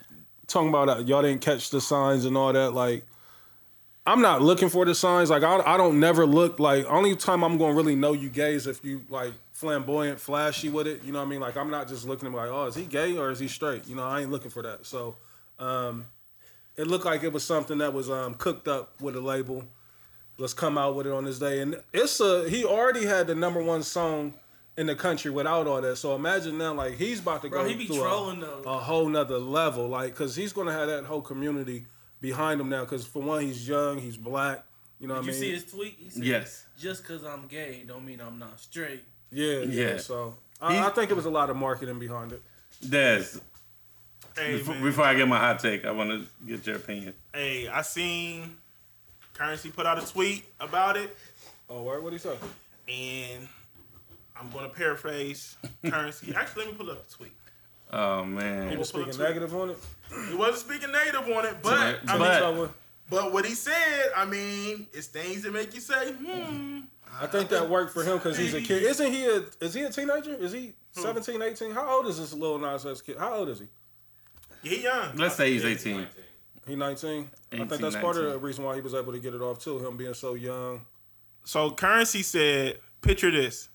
talking about uh, y'all didn't catch the signs and all that. Like, I'm not looking for the signs. Like, I I don't never look. Like, only time I'm gonna really know you gays if you like flamboyant, flashy with it. You know what I mean? Like, I'm not just looking at like, oh, is he gay or is he straight? You know, I ain't looking for that. So, um, it looked like it was something that was um cooked up with a label. let's come out with it on this day. And it's a he already had the number one song in the country without all that. So imagine now, like he's about to Bro, go he be through trolling, a, though. a whole nother level, like because he's gonna have that whole community behind him now. Because for one, he's young, he's black. You know what I Did mean? you see his tweet? He said, Yes. Just because I'm gay don't mean I'm not straight. yeah, yeah, Yeah. So I, He's- I think it was a lot of marketing behind it. Des, Hey, before, man. before I get my hot take, I wanna get your opinion. hey, I seen Currency put out a tweet about it, Oh, what what he say? and I'm gonna paraphrase Currency. Actually, let me pull up the tweet. Oh man. We'll pull up Speaking the tweet. negative on it. He wasn't speaking negative on it, but Right, I mean, but- So, uh, but what he said, I mean, it's things that make you say, hmm. I think that worked for him because he's a kid. Isn't he a? Is he a teenager? Is he 17, 18? How old is this little Nas X kid? How old is he? Yeah, he young. Let's say he's 18. He 19. I think 18, that's part of 19. the reason why he was able to get it off too. Him being so young. So currency said, picture this.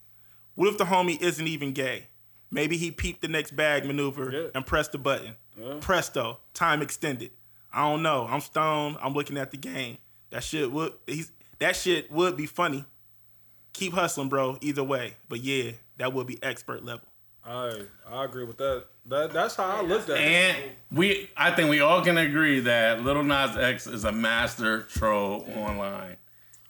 What if the homie isn't even gay? Maybe he peeped the next bag maneuver Yeah. and pressed the button. Presto, time extended. I don't know. I'm stoned. I'm looking at the game. That shit would he's that shit would be funny. Keep hustling, bro. Either way, but yeah, that would be expert level. I I agree with that. That that's how I looked at it. And we, I think we all can agree that Little Nas X is a master troll online.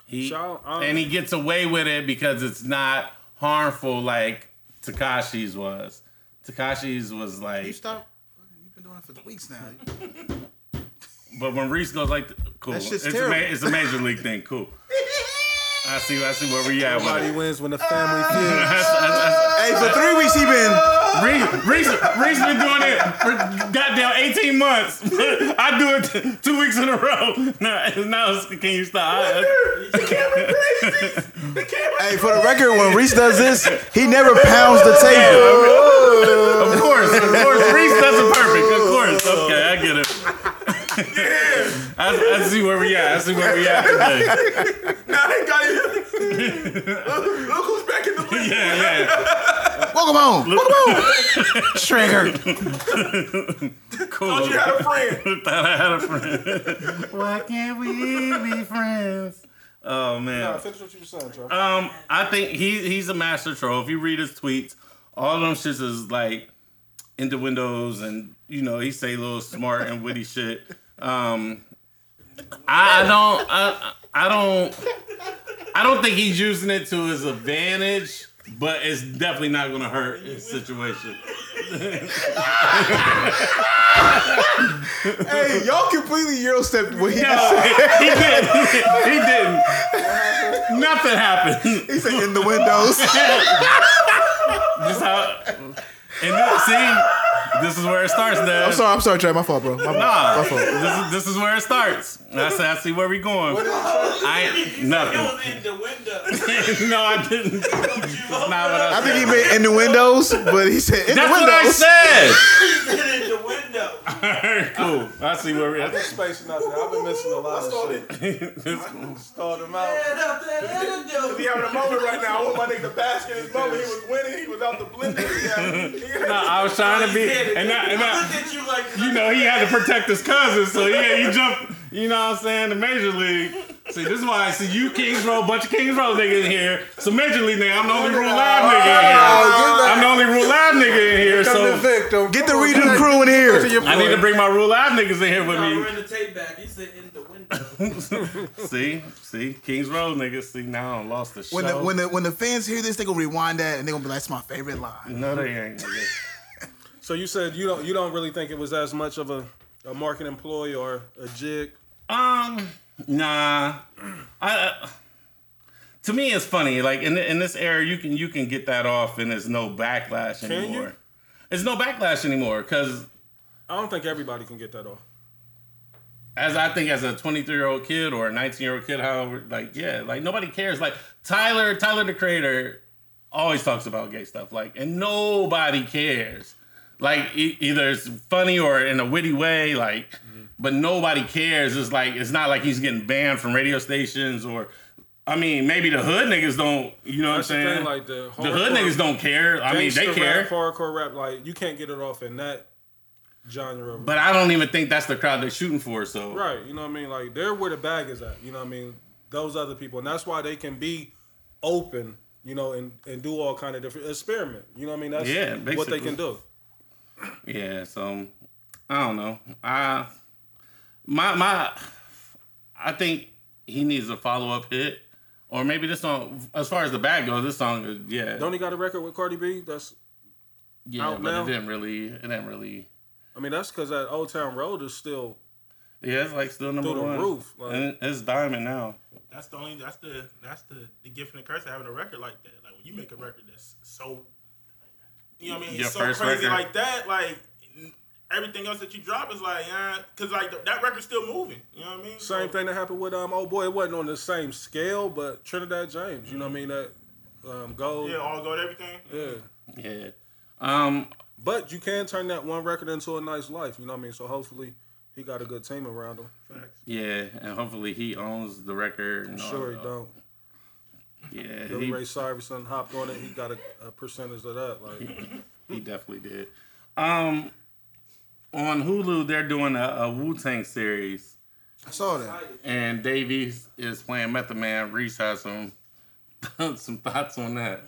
He So, um, and he gets away with it because it's not harmful like Takashi's was. Takashi's was You like, stop. You've been doing it for weeks now. but when Reese goes like, cool, That it's, shit's a ma- terrible. it's a major league thing, cool. I see, I see where we at with Nobody it. wins when the family Uh, feud. hey, for three weeks he been. Reese, Reese, Reese been doing it for goddamn 18 months. I do it t- two weeks in a row. Now, now it's- can you stop? Hey, for the record, when Reese does this, he never pounds the table. Of course, of course, Reese doesn't perfect. Of course, Oh. okay, I get it. I, I see where we at. I see where we at today. Now they got you. look, look who's back in the league. Yeah, yeah. Welcome home. Welcome home. Triggered. Thought you had a friend. Thought I had a friend. Why can't we be friends? Oh man. Finish what you were saying, Trey. Um, I think he he's a master troll. If you read his tweets, all them shits is like in the windows, and you know he say little smart and witty shit. Um, I don't, I, I don't, I don't think he's using it to his advantage, but it's definitely not gonna hurt his situation. Hey, y'all completely Eurostep what he just No, he didn't. He didn't. Nothing happened. he said in the windows. Just how. And this, see, this is where it starts. Now. I'm sorry, I'm sorry, Trey. My fault, bro. My fault. Nah, My this fault. is this is where it starts. That's actually where we going. I ain't nothing. in the window. no, I didn't. That's not what I I said. think he meant in the windows, but he said in That's the what I windows. said. in the window. Alright, cool. I see where we. I'm spacing out there. I've been missing a lot of shit. Stalled him out. Head up that He window. having a moment right now. I want my nigga to bask in his moment. He was winning. He was out the blender. No, Yeah. I was trying to be, and I, and I I, looked at you like you know, he had to protect his cousin, so yeah, he jumped. You know what I'm saying? The major league. See, this is why. See, you Kings Row, bunch of Kings Row niggas in here. So major league nigga, I'm the only real live nigga in here. I'm the only real live nigga in here. So victim. Get the regional crew in here. I need to bring my real live niggas in here with Nah, me. we're in the tape back. He said in the window. See, see, Kings Road niggas. See, now I done lost the show. When the, when the when the fans hear this, they gonna rewind that and they gonna be like, "That's my favorite line." no, they ain't. nigga. So you said you don't you don't really think it was as much of a, a marketing ploy or a jig. Um, nah. I uh, to me, it's funny. Like in in this era, you can you can get that off, and there's no backlash you? anymore. It's no backlash anymore because I don't think everybody can get that off. as I think as a 23 year old kid or a 19 year old kid, however, like yeah, like nobody cares. Like Tyler, Tyler the creator, always talks about gay stuff, like and nobody cares. Like e- either it's funny or in a witty way, like, Mm-hmm. but nobody cares. It's like it's not like he's getting banned from radio stations or. I mean, maybe the hood niggas don't, you know That's what the I'm saying? thing, like the the hood hardcore- niggas don't care. I mean, they Gangsta care. Rap, hardcore rap, like you can't get it off in that genre. of- But I don't even think that's the crowd they're shooting for, so. right, you know what I mean? Like they're where the bag is at. You know what I mean? Those other people, and that's why they can be open. You know, and, and do all kind of different experiment. You know what I mean? That's Yeah, what they basically. can do. Yeah, so I don't know. I my my I think he needs a follow up hit. Or maybe this song as far as the bag goes, this song is yeah. Don't he got a record with Cardi B? That's yeah, out but now? it didn't really it didn't really I mean that's because that Old Town Road is still Yeah, it's like still number Through the one. roof, like- and it's diamond now. That's the only. That's the. That's the. The gift and the curse of having a record like that. Like when you make a record that's so. You know what I mean? Your It's so first crazy record. like that. Like n- everything else that you drop is like, uh, cause like th- that record's still moving. You know what I mean? Same thing that happened with um old boy. It wasn't on the same scale, but Trinidad James. You know what I mean? That um gold. Yeah, Yeah. all go to everything. Yeah. Um But you can turn that one record into a nice life. You know what I mean? So hopefully he got a good team around him. yeah, and hopefully he owns the record. and all Sure he that. don't. Yeah, Billy he- Ray Cyrus hopped on it. He got a, a percentage of that. Like He definitely did. Um, on Hulu, they're doing a, a Wu Tang series, I saw that. and Davies is playing Method Man. Reese has some some thoughts on that.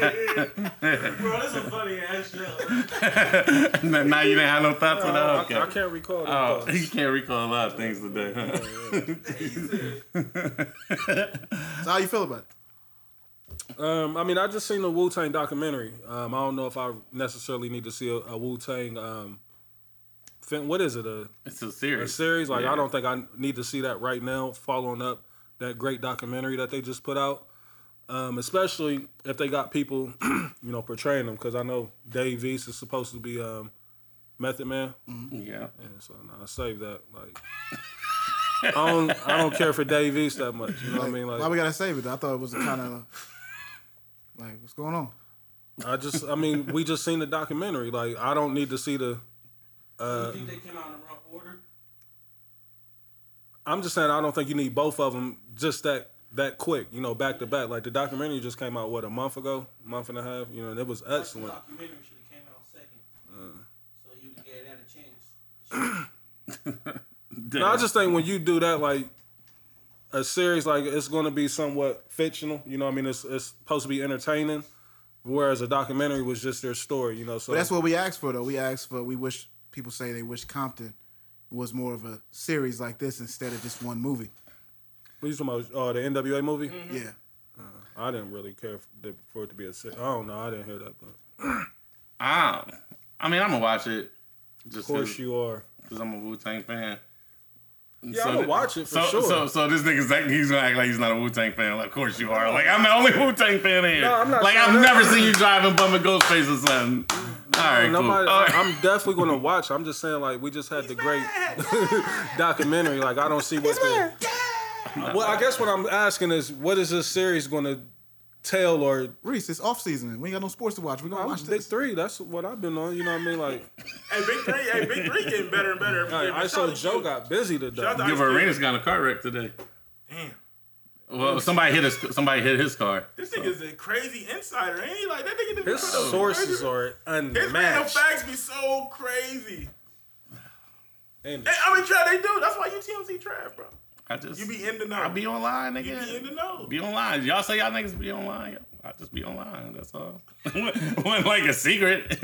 Bro, that's a funny ass show. now now you didn't have no thoughts on Uh, I, that. I Okay. can't recall that. Oh, you can't recall a lot of things today. So how you feel about it? Um, I mean, I just seen the Wu Tang documentary. Um, I don't know if I necessarily need to see a, a Wu Tang. Um, fin- what is it? A it's a series. a series. Like Yeah. I don't think I need to see that right now. Following up that great documentary that they just put out, um, especially if they got people, you know, portraying them. Because I know Dave East is supposed to be um, Method Man, Yeah. and so nah, I save that. Like I don't, I don't care for Dave East that much. You know what I mean? Why Like we gotta save it? I thought it was kind of like what's going on. I just, I mean, we just seen the documentary. Like I don't need to see the. You think they came out in the wrong order? I'm just saying I don't think you need both of them. Just that that quick, you know, back to back. Like the documentary just came out what a month ago, month and a half, you know, and it was excellent. Documentary should have came out second. So you gave that a chance. No, I just think when you do that, like a series, like it's going to be somewhat fictional. You know, what I mean, it's it's supposed to be entertaining, whereas a documentary was just their story. You know, so But that's what we asked for, though. We asked for. We wish people say they wish Compton was more of a series like this instead of just one movie. What you talking about? Uh, the NWA movie? Yeah, I didn't really care for, the- for it to be a six. I don't know. I didn't hear that, but of I, Ah, I mean, I'm gonna watch it. Just course you are. because I'm a Wu Tang fan. Yeah, I'ma watch it for so, sure. So, so this nigga's acting, he's gonna act like he's not a Wu Tang fan. Like, of course you are. Like, I'm the only Wu Tang fan here. No, I'm not like, saying I've that. never seen you driving bumping Ghostface or something. All right, cool. Nobody, All I, right. I'm definitely going to watch. I'm just saying, like we just had the great documentary. Like I don't see what the. Well, I guess what I'm asking is, what is this series going to tell or Reese, it's off season. We ain't got no sports to watch. We gonna I'm watch Big this. Three. That's what I've been on. You know what I mean? Like Hey, Big Three, hey, Big Three getting better and better. every I day, man. Shout ISO out to Joe you. got busy today. Shout out to Give Ice Cube. Arenas got in a car wreck today. Damn. Well, somebody hit his somebody hit his car. This nigga's a crazy insider, ain't he? Like that nigga. didn't His put up- sources are His random unmatched. facts be so crazy. And Hey, I mean, Trav, they do. That's why you TMZ Trav, bro. I just You be in the know. I be online, you nigga. be in the know. Be online. Y'all say y'all niggas be online. I just be online. That's all. Wasn't like a secret.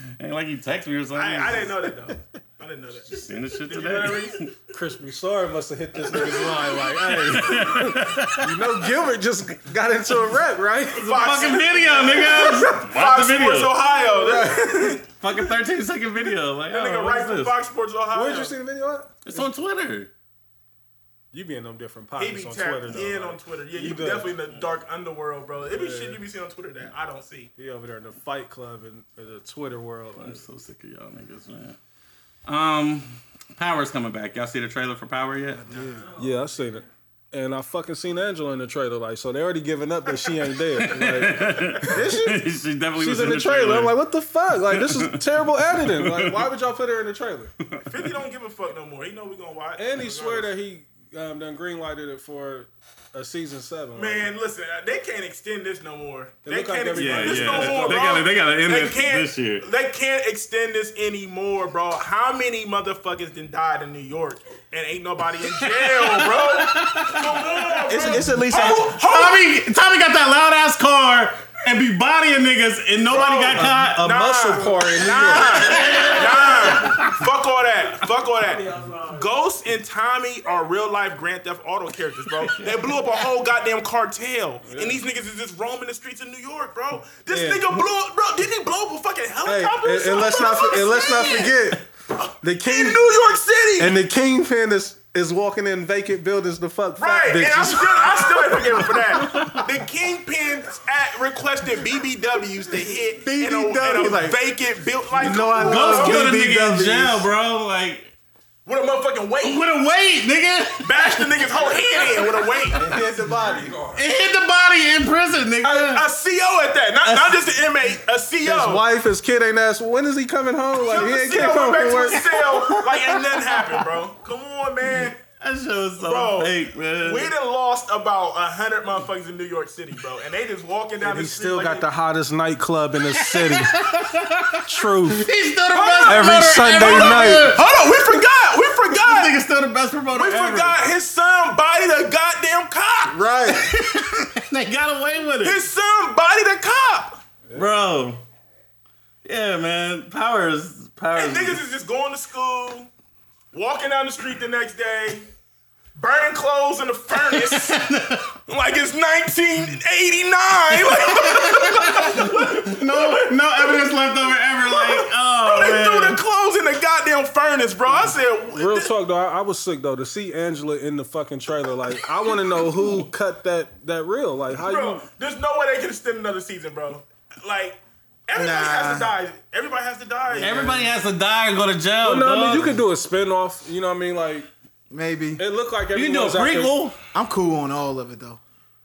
Ain't like you text me or something. I, I didn't know that though. I didn't know that. Seen this shit You know that today. reason? Chris Broussard must have hit this nigga's line like, hey, you know Gilbert just got into a rep, right? Fox, Fucking video, nigga. Watch the Fox Sports video. Ohio. That Fucking 13 second video. Like, nigga oh, what right is from this? Fox Sports Ohio. Where'd you see the video at? It's on Twitter. You be in them different He pockets be on tapped Twitter though. in like, on Twitter. Yeah, You you, be good. definitely in the dark underworld, bro. It be shit you be seeing on Twitter that I don't see. He over there in the Fight Club and in the Twitter world. Like, I'm so sick of y'all niggas, man. Um, Power's coming back. Y'all see the trailer for Power yet? yeah, I seen it. And I fucking seen Angela in the trailer, like, so they already giving up that she ain't dead. Like, she definitely she's was in the trailer. I'm like, what the fuck? Like, this is terrible editing. Like, why would y'all put her in the trailer? Fifty don't give a fuck no more. He know we gonna watch. And he swear that he um, done greenlighted it for a season seven. Man, listen, uh, they can't extend this no more. They look like can't every- extend yeah, this yeah. no more, they bro. gotta, they gotta end They it can't, this year. They can't extend this anymore, bro. How many motherfuckers then died in New York and ain't nobody in jail, bro? Come on, It's, bro. it's at least. Tommy, Tommy got that loud ass car and be bodying niggas and nobody got caught. a muscle car in New York. Nah, fuck all that. Fuck all that. Ghost and Tommy are real life Grand Theft Auto characters, bro. They blew up a whole goddamn cartel, and these niggas is just roaming the streets of New York, bro. This Yeah. nigga blew up, bro. Did he blow up a fucking Hey, helicopter? or and, and let's something? not That's and let's what I'm not saying. forget the king in New York City. and the kingpin is is walking in vacant buildings to fuck fat Right, and I'm bitches. still, I still ain't forgiven for that. The Kingpin's at requested BBWs to hit in a, in BBW, a like- vacant built like know I love Ghost killed a nigga in BBWs. jail, bro. Like, with a motherfucking weight. with a weight, nigga. Bash the nigga's whole head in with a weight. Here's the body. It hit the body in prison, nigga. A CO at that, not, not just an inmate, a CO. His wife, his kid ain't asked when is he coming home. Like The he ain't CO can't come from went back work. to his cell, like ain't nothing happened, bro. Come on, man. That shit was so Bro, fake, man. We done lost about a hundred motherfuckers in New York City, bro, and they just walking down He the street. still like got they- the hottest nightclub in the city. Truth. He's still the best Every promoter Sunday ever. night. Hold on, we forgot. We This forgot. nigga's still the best promoter We ever. forgot his son bodied a goddamn cop. Right. They got away with it. His son bodied a cop. Bro. Yeah, man. Powers. Powers. And niggas is just going to school, walking down the street the next day, burning clothes in the furnace like it's 1989. Like, no, no evidence left over ever. Like, they oh, threw man. the clothes in the goddamn furnace, bro. I said, what Real the- talk though, I, I was sick though to see Angela in the fucking trailer. Like I want to know who cut that that reel. Like how bro, you? there's no way they can extend another season, bro. Like, everybody has to die. Everybody has to die. Everybody has to die or go to jail. No, I mean you dog. could do a spin-off, You know what I mean? Like Maybe it looked like You can do a everyone's out there- prequel. I'm cool on all of it though.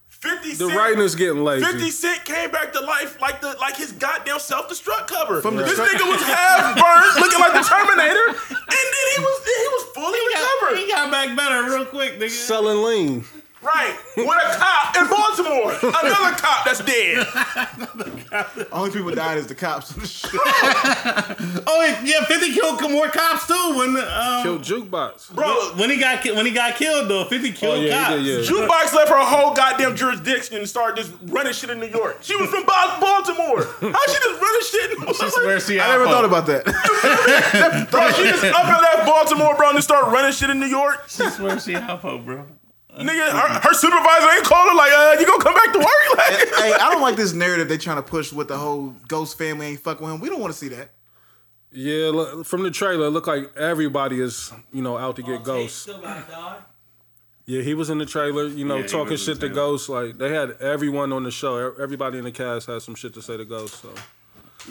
50 The Cent- writing's getting lazy. 50 Cent came back to life like the like his goddamn self-destruct cover. the this Tra- nigga was half burnt, looking like the Terminator, and then he was he was fully He got- recovered. He got back better real quick, nigga. selling lean. Right, with a cop in Baltimore, another cop that's dead. Only people died is the cops. Oh yeah, Fifty killed more cops too when um, oh, Yo, jukebox. Bro, when he got ki- when he got killed though. Fifty killed Oh, yeah, he cops. did, yeah. Jukebox left her whole goddamn jurisdiction and started just running shit in New York. She was from Ba- Baltimore. How she just running shit? In She swears she. I never thought about that. Bro, she just up and left Baltimore, bro, and just started running shit in New York. She swears she Alpo, bro. Nigga, her, her supervisor ain't calling like, uh, you gonna come back to work? Like, hey, I don't like this narrative they trying to push with the whole Ghost family ain't fucking with him. We don't want to see that. Yeah, look, from the trailer, it looked like everybody is, you know, out to get Ghost. Still about to die. Yeah, he was in the trailer, you know, Yeah, he talking was in shit the to Ghost. Like they had everyone on the show, e- everybody in the cast had some shit to say to Ghost. So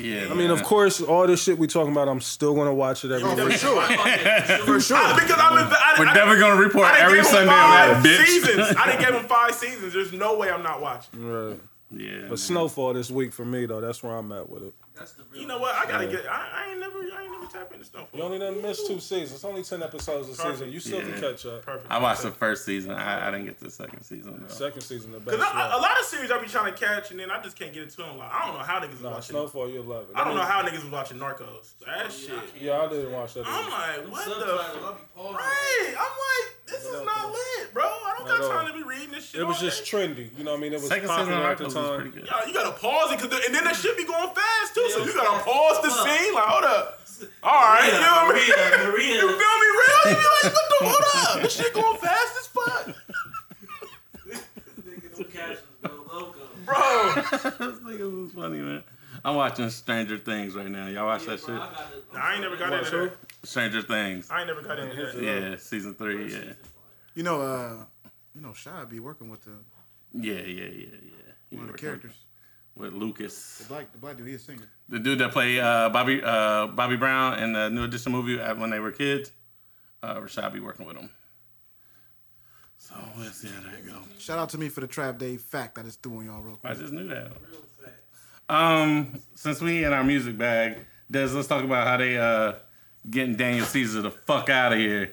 Yeah. I mean, of course, all this shit we talking about, I'm still gonna watch it every week. sure. For sure. because I'm in the, I, We're I, never gonna report I didn't every give him Sunday five on that bitch. seasons. I didn't give him five seasons. There's no way I'm not watching. Right. Yeah. But Snowfall this week for me though, that's where I'm at with it. That's the real. You know what? I gotta get. I, I ain't never. I ain't never tap into stuff. You only done missed two seasons. It's only ten episodes a season. You still Yeah. can catch up. Perfect. I watched the first season. I, I didn't get to the second season though. Second season the best. Cause I, a one. lot of series I be trying to catch and then I just can't get into them. Like, I don't know how niggas was Nah, watching. Snowfall, you love it. I don't know how niggas was watching Narcos. That shit. Yeah, I didn't watch that. I'm Either. like, what the? Subtitle, F- I'll be pausing. right. I'm like, this is not lit, bro. I Not don't got at all. time to be reading this shit. It was all just day. trendy. You know what I mean? It was Second season popular of at Narcos the was time. pretty good. Yo, you gotta pause it, cause the, and then that shit be going fast too. So Yeah, you it gotta was pause the fast. scene. Like, hold up. All right, you know what I mean? Maria, Maria. You feel me, real? You be like, what the? Hold up. This shit going fast as fuck, Two captions go loco. bro. Those niggas was funny, man. I'm watching Stranger Things right now. Y'all watch Yeah, that bro, I shit? got it. I ain't never got into that. Stranger Things. I ain't never got into that. Yeah, season three. Yeah, You know, uh, you know, Shy be working with the yeah, yeah, yeah, yeah. He one of the worked characters. with Lucas, The black, the black dude, he a singer. the dude that played uh, Bobby uh, Bobby Brown in the New Edition movie uh, when they were kids. Uh, Rashad be working with him. So we'll see how that goes. Shout out to me for the Trap Day fact I just threw on y'all real quick. I just knew that. Um, since we in our music bag, Des, let's talk about how they uh getting Daniel Caesar the fuck out of here.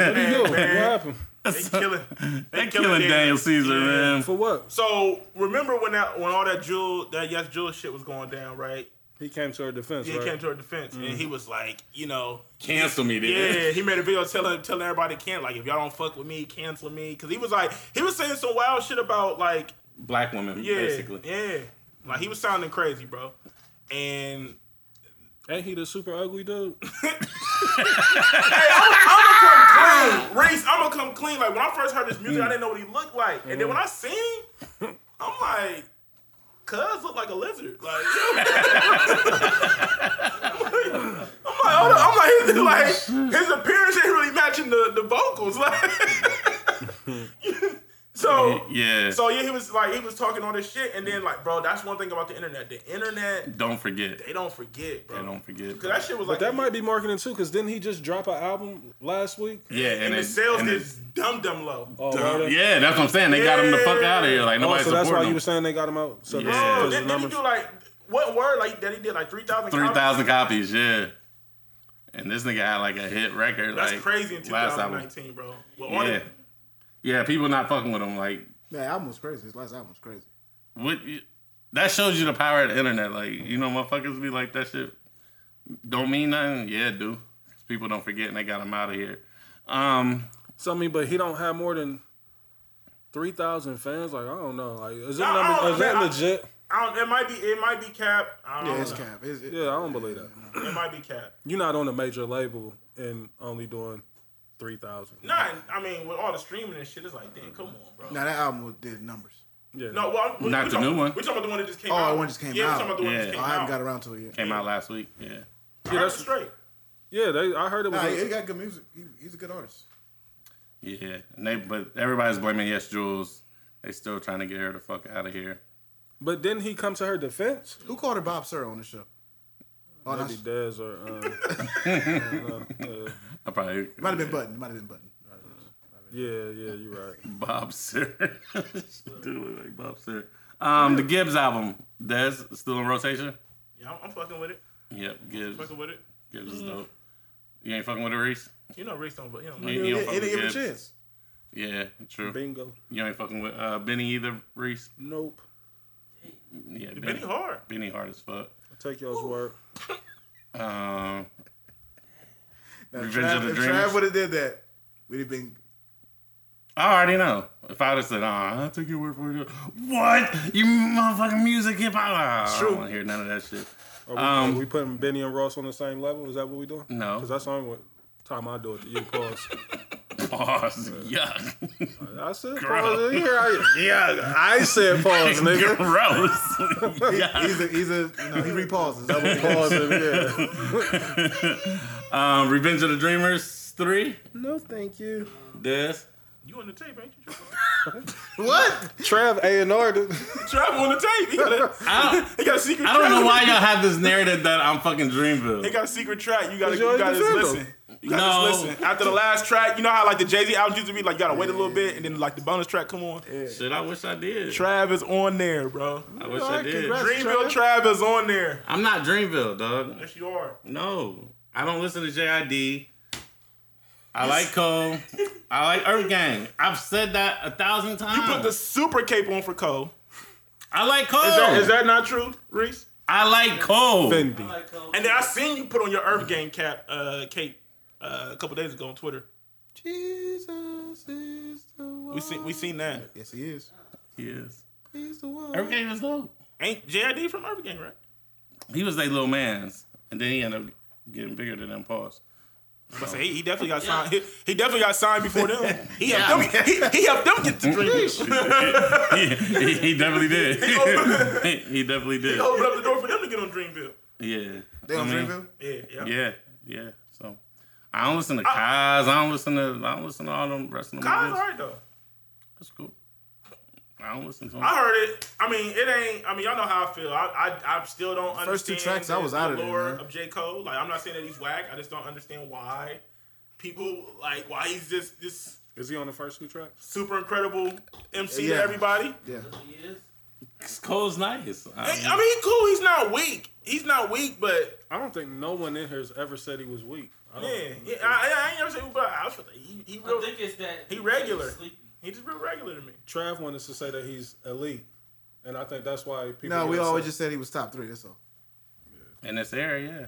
Yo, what happened? They killing. They killing Daniel Caesar, Yeah. man. For what? So remember when that when all that jewel that yes jewel shit was going down, right? He came to her defense. Yeah, right? he came to her defense and he was like, you know, Cancel me, dude. yeah, he made a video telling telling everybody can't like if y'all don't fuck with me, cancel me, because he was like he was saying some wild shit about like Black women, yeah, basically. yeah, like he was sounding crazy, bro, and. Ain't he the super ugly dude? I'm gonna come clean, Reese. I'm gonna come clean. Like when I first heard this music, I didn't know what he looked like, and then when I seen, him, I'm like, Cuz look like a lizard. Like, I'm like, hold up. I'm like, his, like his appearance ain't really matching the the vocals. Like, so. Yeah. So yeah, he was like he was talking all this shit, and then like, bro, that's one thing about the internet. The internet, don't forget. they don't forget, bro. They don't forget. Cause that shit was like That might be marketing too, because didn't he just drop an album last week? Yeah, and, and the it- sales and it- is dumb dumb low. Oh, word up. Yeah, that's what I'm saying. They got him the fuck out of here. Like Oh, nobody so that's why supporting you him. were saying they got him out. So Yeah. that's Oh, because then, the then he numbers. do like what word like that he did like three thousand. Three thousand copies, yeah. And this nigga had like a hit record. That's like, crazy in last album. 2019, bro. Well, all Yeah, the- yeah. People not fucking with him. Like That album was crazy. His last album was crazy. what? you- That shows you the power of the internet. Like you know, motherfuckers be like that shit. Don't mean nothing. Yeah, it do. 'Cause people don't forget, and they got him out of here. Um, So I mean, but he don't have more than three thousand fans. Like I don't know. Like is it I number- don't is know, that man. I- legit? I don't, it might be it might be cap. I don't Yeah, it's know. cap. It's, it, Yeah, I don't believe that. It might be cap. You're not on a major label and only doing three thousand. Not I mean with all the streaming and shit, it's like damn, come on, bro. Now that album was- did numbers. Yeah. No, well, we, Not we the talking- new one. We talking about the one that just came Oh, out. the one just came yeah, out. Yeah, we talking about the one that Yeah. just came I haven't out. got around to it yet. came out last week. Yeah. yeah, that's straight. Yeah, they, I heard it was. Nah, he got good music. He, he's a good artist. Yeah, and they but everybody's blaming Yes Jules. They still trying to get her the fuck out of here. but didn't he come to her defense? Who called her Bob Sir on the show? Oh, Maybe that's, Dez or um, I don't know. Uh, I probably might have been Button. Might have been Button. yeah, yeah, you're right. Bob Sir. Dude look like Bob Sir. Um, the Gibbs album, that's still in rotation. Yeah, I'm, I'm fucking with it. Yep, Gibbs. Fucking with it. Gibbs is dope. You ain't fucking with it, Reese. You know, Reese don't. You know, You, you don't He fuck with didn't give him a Gibbs? chance. Yeah, true. Bingo. You ain't fucking with uh, Benny either, Reese. Nope. Yeah, Benny, Benny hard. Benny hard as fuck. I take y'all's word. Um, Revenge Trav, of the if Dreamers. Trav would have did that, we'd have been. I already know. If I would have said, "Oh, I'll take your word for it," what you motherfucking music hip hop? Ah, I don't want to hear none of that shit. Are we, Um, are we putting Benny and Ross on the same level? Is that what we doing? No. Because that's the only time I do it. You pause. Pause. Yuck. I said Gross. pause. Here I, yeah, I said pause, nigga. Gross. Yuck. He's a, he's a, you know, he repauses. That was Pause in here. Um, Revenge of the Dreamers three. No, thank you. This. You on the tape, ain't you? what? Trav A and R. Travel on the tape. He got a, I don't, he got a secret. I don't know track. why y'all have this narrative that I'm fucking He Dreamville. got a secret track. You gotta, you you gotta already just said listen. You gotta No. just listen. After the last track, you know how like the Jay Z albums used to be like, you gotta wait a little bit and then like the bonus track come on. Shit, I wish I did. Trav is on there, bro. I wish I did. congrats. Dreamville Trav is on there. I'm not Dreamville, dog. Yes, you are. No, I don't listen to JID. I like Cole. I like Earth Gang. I've said that a thousand times. Put the super cape on for Cole. I like Cole. Is that, is that not true, Reese? I like Cole. Fendi. Like, uh, And then I seen you put on your Earth Game cap uh, cape uh, a couple days ago on Twitter. Jesus is the one. We seen we seen that. Yes, he is. Yes. He's the one. Earth Gang was dope. Ain't JID from Earth Game, right? He was their little man's, and then he ended up getting bigger than them. Pause. But say, he, he definitely got signed. He, he definitely got signed before them. He helped them. He, he helped them get to Dreamville. he, he- he definitely did. he, he definitely did. Open up the door for them to get on Dreamville. Yeah. They on I mean, Dreamville? Yeah, yeah. Yeah, yeah. So I don't listen to Kaz. I don't listen to. I don't listen to all them rest of them. Kai's niggas. alright though. That's cool. I don't listen to them. I heard it. I mean, it ain't. I mean, y'all know how I feel. I I, I still don't understand. First two tracks, I was the out of there, lore man. of J Cole. Like, I'm not saying that he's whack. I just don't understand why people like why he's just this Is he on the first two tracks? super incredible MC Yeah. to everybody. Yeah. he is. Cole's nice. I, I mean, he cool. He's not weak. He's not weak, but I don't think no one in here has ever said he was weak. I yeah, don't- yeah. I, I ain't never say, but I was, he he I real. think it's that He regular. Sleepy. He just real regular to me. Trav wanted to say that he's elite, and I think that's why people. No, we get always upset. just said he was top three. That's all. In this area, yeah.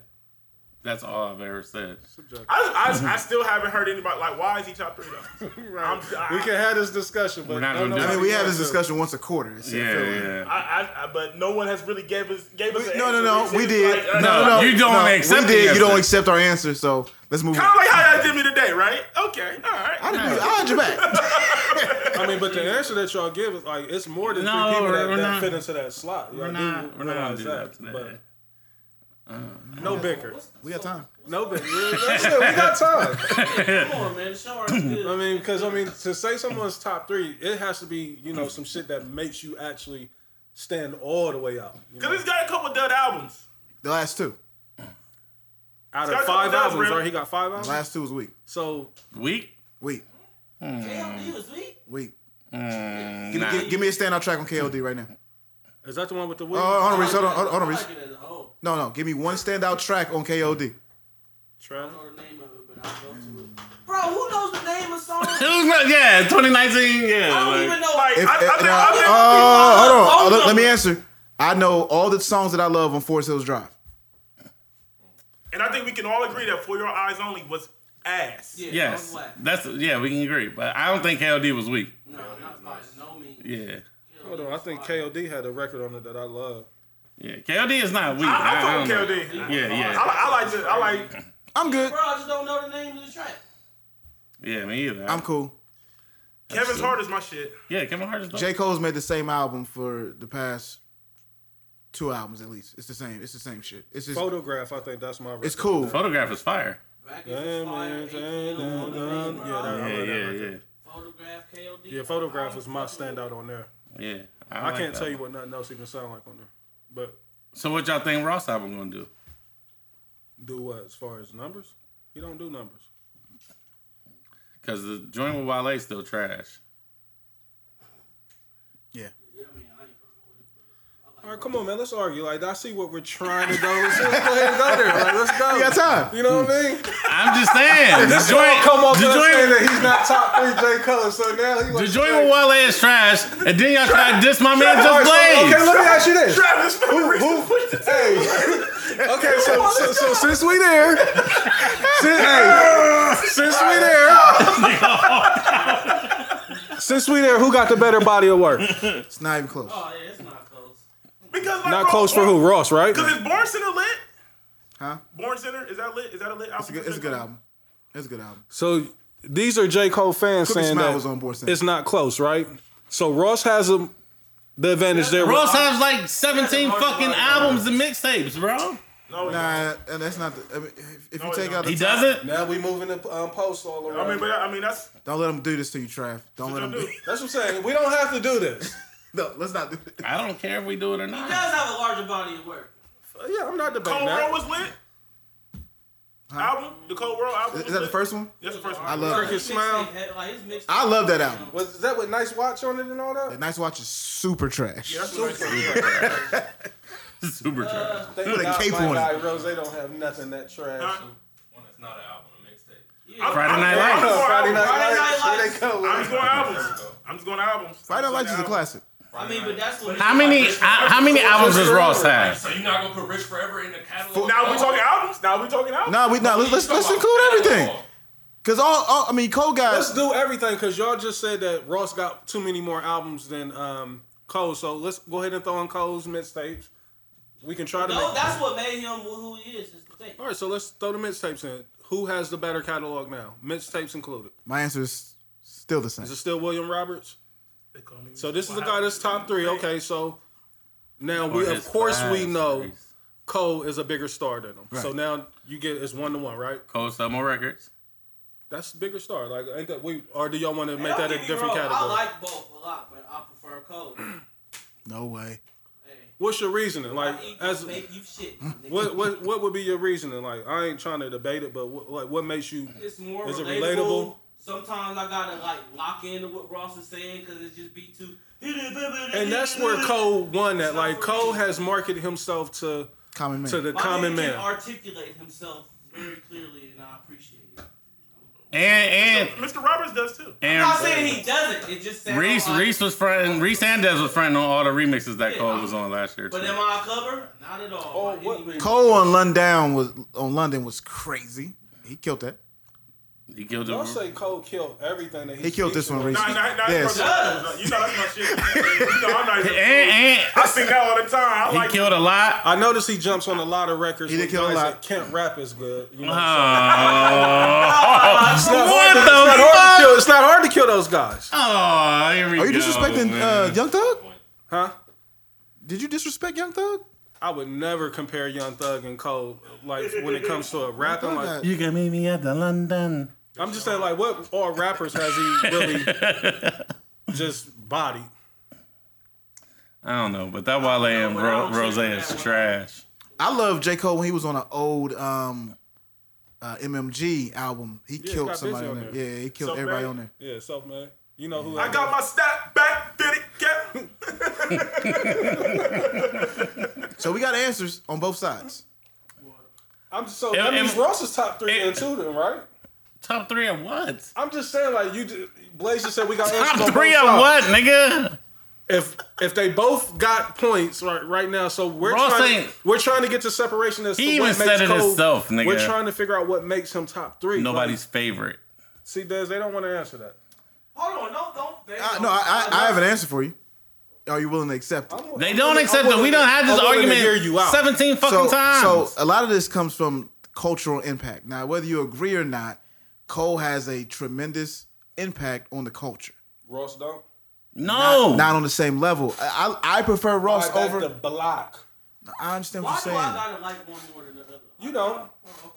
That's all I've ever said. Subjective. I, I, I still haven't heard anybody like why is he top three though. I'm, I, we can have this discussion, but We're not no, gonna no, do I it. mean, we have this to- discussion once a quarter. It's- I Yeah, feel like- yeah. I, I, I, but no one has really gave us gave us. an No, no, answer. no. It's We just did. like, uh, No, you don't we accept did. the You don't answer. accept our answer. So let's move Kind on. of like how y'all did me today, right? Okay, all I right. agree. I had your back. I mean, but the answer that y'all give is like it's more than No, three people we're- that, we're that not- fit into that slot. Y'all We're do not. We're not gonna realize do that today. Um, but No bicker. We got time. No bicker. That's it. We got time. Come on, man. The show is good. I mean, because I mean, to say someone's top three, it has to be you know some shit that makes you actually stand all the way out. You know? Cause he's got a couple dud albums. The last two. Out Scott of five Cooper does, albums, bro. right? He got five albums. Last two was weak. so Week. Weak. KLD was weak. Weak. Mm, Give, me nah. give, give me a standout track on KLD right now. is that the one with the wig? Oh, hold on, Reese. Hold on, hold on, hold on, I Reese. like it as a whole. No, no. Give me one standout track on KOD. I don't know the name of it, but I'll go to it. Mm. Bro, who knows the name of song? It I was not. Yeah, 2019. Yeah. don't like- even know. Like, If, I, I if- think, no, I think oh, people hold love on. Let, let me them. answer. I know all the songs that I love on Forest Hills Drive. and I think we can all agree that For Your Eyes Only was ass. yeah, Yes. I'm whack. That's yeah. We can agree, but I don't think KLD was weak. No, not by no means. Yeah. Hold on, I think KOD had a record on it that I love. Yeah. KLD is not weak. I, I fuck don't with know. KLD. I, Yeah, yeah, I like to. I like. I'm good. Bro, I just don't know the name of the track. yeah. Me either. I'm cool. Kevin's Heart is my shit. yeah, Kevin Hart is dope. J. Cole's made the same album for the past two albums at least. It's the same. It's the same shit. It's just Photograph, I think that's my. Record. it's cool. Photograph is fire. Back Yeah, man. Yeah, that- yeah, Yeah, I like that yeah, record. yeah, Photograph KLD. Yeah, photograph was my standout on there. yeah. I, like can't that tell you one. what nothing else even sound like on there. But So what y'all think Ross album gonna do? do what as far as numbers? He don't do numbers. Cause the joint with Wale still trash. Yeah. Yeah, I mean, I ain't fucking with it, but I like All right, come on, man. Let's argue. Like I see what we're trying to do. Let's, let's go ahead and go there. Like, let's go. You got time. You know what I mean? I'm just saying. This The joint come joint, off the the saying joint, that he's not top three J Color, so now he the like joint with Wale is trash, and then y'all try to diss my man All Just right, so- Blaze. okay, let me ask you this. Travis, Who, who, hey, okay, so, so, so since we there, since, hey, since we there, since we there, who got the better body of work? It's not even close. Oh, yeah, it's not close. because like, oh, Not bro, close for Born- who? Ross, right? Because is Born Center lit? Huh? Born Center is that lit? Is that a lit? It's a good, it's a good album. It's a good album. So these are J Cole fans Cookie saying Smile that was on board. Center. it's not close, right? So Ross has a, the advantage there. Ross has like 17 fucking albums and mixtapes, bro. No, nah. Nah, and that's not. The, I mean, if, if No, you it take don't. out the He top, doesn't. Now we moving the um, posts all around. I mean, but I mean that's don't let them do this to you, Trav. Don't let what I them. Do, do. That's what I'm saying. We don't have to do this. no, let's not do it. I don't care if we do it or He not. does have a larger body of work. yeah, I'm not debating Cold World that. was lit. Album, the Cold World album. Is, was is that the lit. first one? That's the first one. I love. His That. Smile. mixtape had- Like, his mixtape- I love that album. Was is that with nice watch on it and all that? That Nice Watch is super trash. That's the first one. Super trash. Uh, Thank Put a God cape my on it. guy Rose don't have nothing that trash. Huh? not an album, a mixtape. Yeah. Friday Night I'm Lights. just Friday going Night Lights. Here they come. albums. I'm just Friday Night Lights. going albums. I'm just going albums. Friday Night Lights is a Albums. classic. I mean, but that's what. How many how how many albums does Ross have? So you're not gonna put Rich Forever in the catalog? Now we talking albums. Now we talking albums. No, we no. Let's let's, let's include everything. Cause all, all I mean, Cole Let's guys. do everything because y'all just said that Ross got too many more albums than um, Cole. So let's go ahead and throw in Cole's mixtapes. We can try to No, make. that's what made him who he is. Is the thing. All right, so let's throw the mixtapes in. Who has the better catalog now? Mixtapes included. My answer is still the same. Is it still William Roberts? They call me- So this is the guy that's top three. Okay, so now we Or of his course we ass know race. Cole is a bigger star than him. So Right. now you get it's one to one, right? Cold Summer Records. That's a bigger star. Like ain't that we or do y'all want to And make don't that a get me different wrong, category? I like both a lot, but I prefer Cole. No way. What's your reasoning? Like I eat as make you shit. nigga. what what what would be your reasoning? Like I ain't trying to debate it, but what, like what makes you? It's more Is it relatable. relatable? Sometimes I gotta like lock into what Ross is saying because it just be too. And that's where Cole won that. Like Cole has marketed himself to Common man. to the My common nigga Can man. articulate himself very clearly, and I appreciate it. And Mr. Roberts does too. I'm not and saying he doesn't. It just and sounds. Reese like, Reese was fronting Reese Sandez was fronting on all the remixes that Cole was on last year. But too. am I a cover? Not at all. Oh, by what- any means. Cole on London was on London was crazy. He killed that. He killed Y'all it. say Cole killed everything that he He killed this one featured Nah, nah, recently. nah, Yes. You know that's my shit. You know I'm not even. And, I sing that all the time. I and he like. killed a lot. I notice he jumps on a lot of records. He did with kill a guys lot. that Can't rap as good. You know? Oh, what It's not hard to the fuck? kill- It's not hard to kill those guys, Oh, here we Are you go, disrespecting man. uh, Young Thug? huh? Did you disrespect Young Thug? I would never compare Young Thug and Cole like when it comes to a rapping. Like You- You can meet me at the London. I'm just saying, like what all rappers has he really just body? I don't know, but that Wale and but I Ro- don't see Rose that is one. trash. I love J Cole when he was on an old um, uh, MMG album. He killed got somebody Busy on on there. there. Yeah, he killed So, everybody man, on there. Yeah, self man. You know who I got my step back. Did it get? So we got answers on both sides. I'm so It- I mean, it- Ross Ross is top three It- and two, then right? Top three of what? I'm just saying, like you, d- Blaze just said we got answers Top on three both of sides. what, nigga? If if they both got points right right now, so we're Ross trying ain't- we're trying to get to separation as He to what even makes said it Cole- himself, nigga. We're trying to figure out what makes him top three. Nobody's favorite. Like, see, Des, they don't want to answer that. Hold on, don't don't. they I, don't- no, I, I, I have an answer for you. Are you willing to accept it? They don't accept it. We don't have this I'm willing to argument hear you out. seventeen fucking so, times. so a lot of this comes from cultural impact. Now, whether you agree or not, Cole has a tremendous impact on the culture. Ross don't. no, Not on the same level. I I, I prefer Ross Right back over. the block. I understand Why what do you're I saying. gotta like one more than the other? Oh, You don't.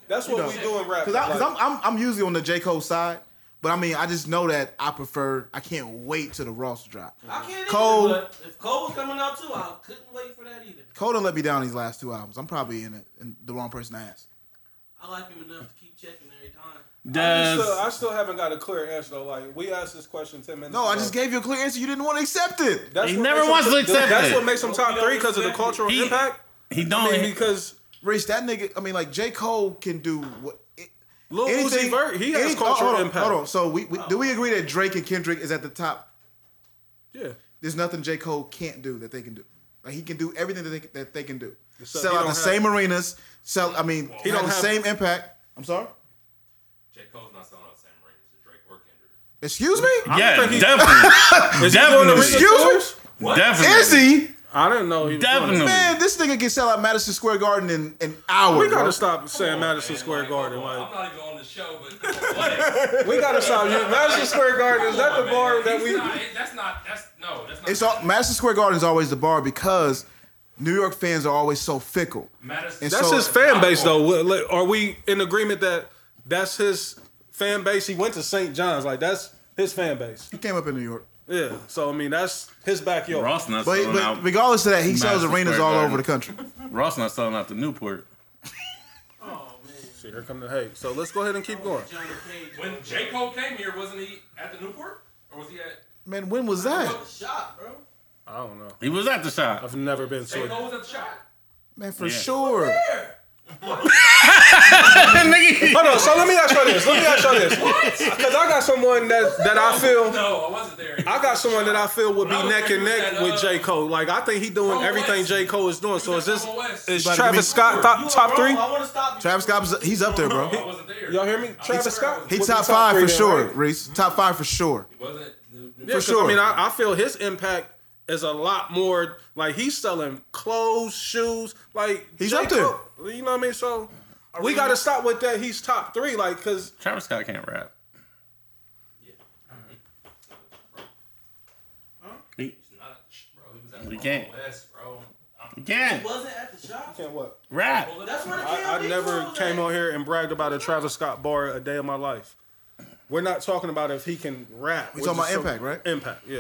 That's what we do in rap. Cause, I, cause Like, I'm, I'm I'm usually on the J Cole side, but I mean I just know that I prefer. I can't wait till the Ross drop. I can't Cole- either, but if Cole was coming out too, I couldn't wait for that either. Cole done let me down these last two albums. I'm probably in, a, in the wrong person to ask. I like him enough to keep checking every time. Does I still, I still haven't got a clear answer though. Like we asked this question ten minutes. No, I ago. just gave you a clear answer. You didn't want to accept it. That's He what never makes wants him- to accept That's it. what makes him top three because of the cultural He- impact. he don't? I mean, because Rich, that nigga. I mean, like J Cole can do what. it- Lil Uzi Vert, he has oh, cultural hold on, impact. Hold on. So we, we do Oh. we agree that Drake and Kendrick is at the top? Yeah. There's nothing J Cole can't do that they can do. Like he can do everything that they, that they can do. So sell he out don't the have- same arenas. Sell. I mean, he don't the have- same impact. I'm sorry. J. Cole's Oh, not selling out the same rings as Drake or Kendrick. Excuse me. yeah, think he- definitely, definitely, Excuse me. definitely, Is he? I didn't know he was doing definitely. Man, this nigga can sell out Madison Square Garden in an hour. We bro. gotta stop saying Madison Man, Square like, Garden. come on. Like I'm not even on the show, but come on, what? we gotta stop. You- Madison Square Garden is that Come on, the bar man. that He's we? Not, that's not. That's no. That's not. It's all, Madison Square Garden is always the bar because New York fans are always so fickle. Madison. And That's so- his fan base though. What- like, Are we in agreement that that's his fan base? He went to St. John's. Like that's his fan base. He came up in New York, Yeah. So I mean that's his backyard. Ross not but, selling but out. regardless of that, he sells Madison arenas Square all Garden. over the country. Ross not selling out the Newport. See, here come the hate. So let's go ahead and keep going. Oh, Johnny Cage. When J. Cole came here, wasn't he at the Newport? Or was he at. Man, when was that? What a shot, bro. I don't know. He was at the shop. I've never been J. to. Cole was at the shop. Man, for sure. Hold on. So let me ask you this. Let me ask you this. Because I got someone that that I feel. No, I wasn't there. I got someone that I feel would be When I was neck and there, neck that, uh, with J. Cole. Like I think he doing Kanye everything West. J. Cole is doing. So is this Kanye West. is About to give me- Travis Scott You top, a top bro. three? I want to stop you. Travis Scott's he's up there, bro. I wasn't there. Y'all hear me? Travis Scott. He Would be top five three for then, sure, right? Reese. Top five for sure. Wasn't. New- New- Yeah, 'cause, sure. I mean, I, I feel his impact is a lot more. Like he's selling clothes, shoes. Like He's J. up there. Cole, you know what I mean? So we got to stop with that. He's top three. Like because Travis Scott can't rap. He, He's not at the sh- bro. He was at the He can't. Kanye West, bro. he can't Wasn't at the shop. can't what? rap. That's where the I, KLD I never was came at. on here and bragged about a Travis Scott bar a day of my life. We're not talking about if he can rap. We're talking just about impact, right? Impact, yeah.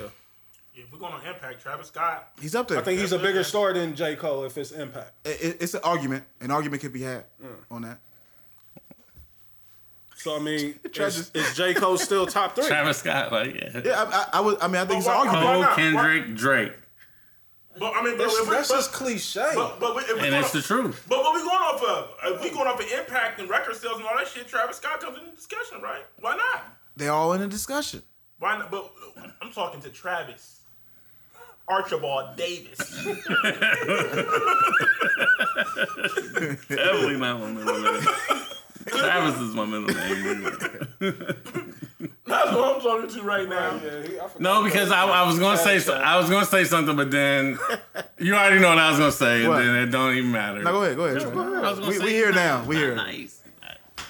If we're going on impact, Travis Scott. He's up there. I think he's a bigger star than J. Cole if it's impact. It- it- it's an argument. An argument could be had on that. So I mean, is, Travis- is J. Cole still top three? Travis Scott, like yeah. Yeah, I, I, I would. I mean, I think it's an why- argument. Cole, not? Kendrick, Drake, But I mean, but That's, if we're, that's but, just cliche. but, but if we're and going it's the off- truth. But what we going off of? If we going off of impact and record sales and all that shit, Travis Scott comes in the discussion, right? Why not? They're all in a discussion. Why not? But I'm talking to Travis Archibald Davis. Definitely not my middle name. Travis is my middle name. That's what I'm talking to right now. yeah, he, I forgot. No, because I, I was gonna say so- I was gonna say something, but then you already know what I was gonna say, and What? then it don't even matter. Now go ahead. Go ahead. Trey. I was gonna We, say we here now. We here. Nice.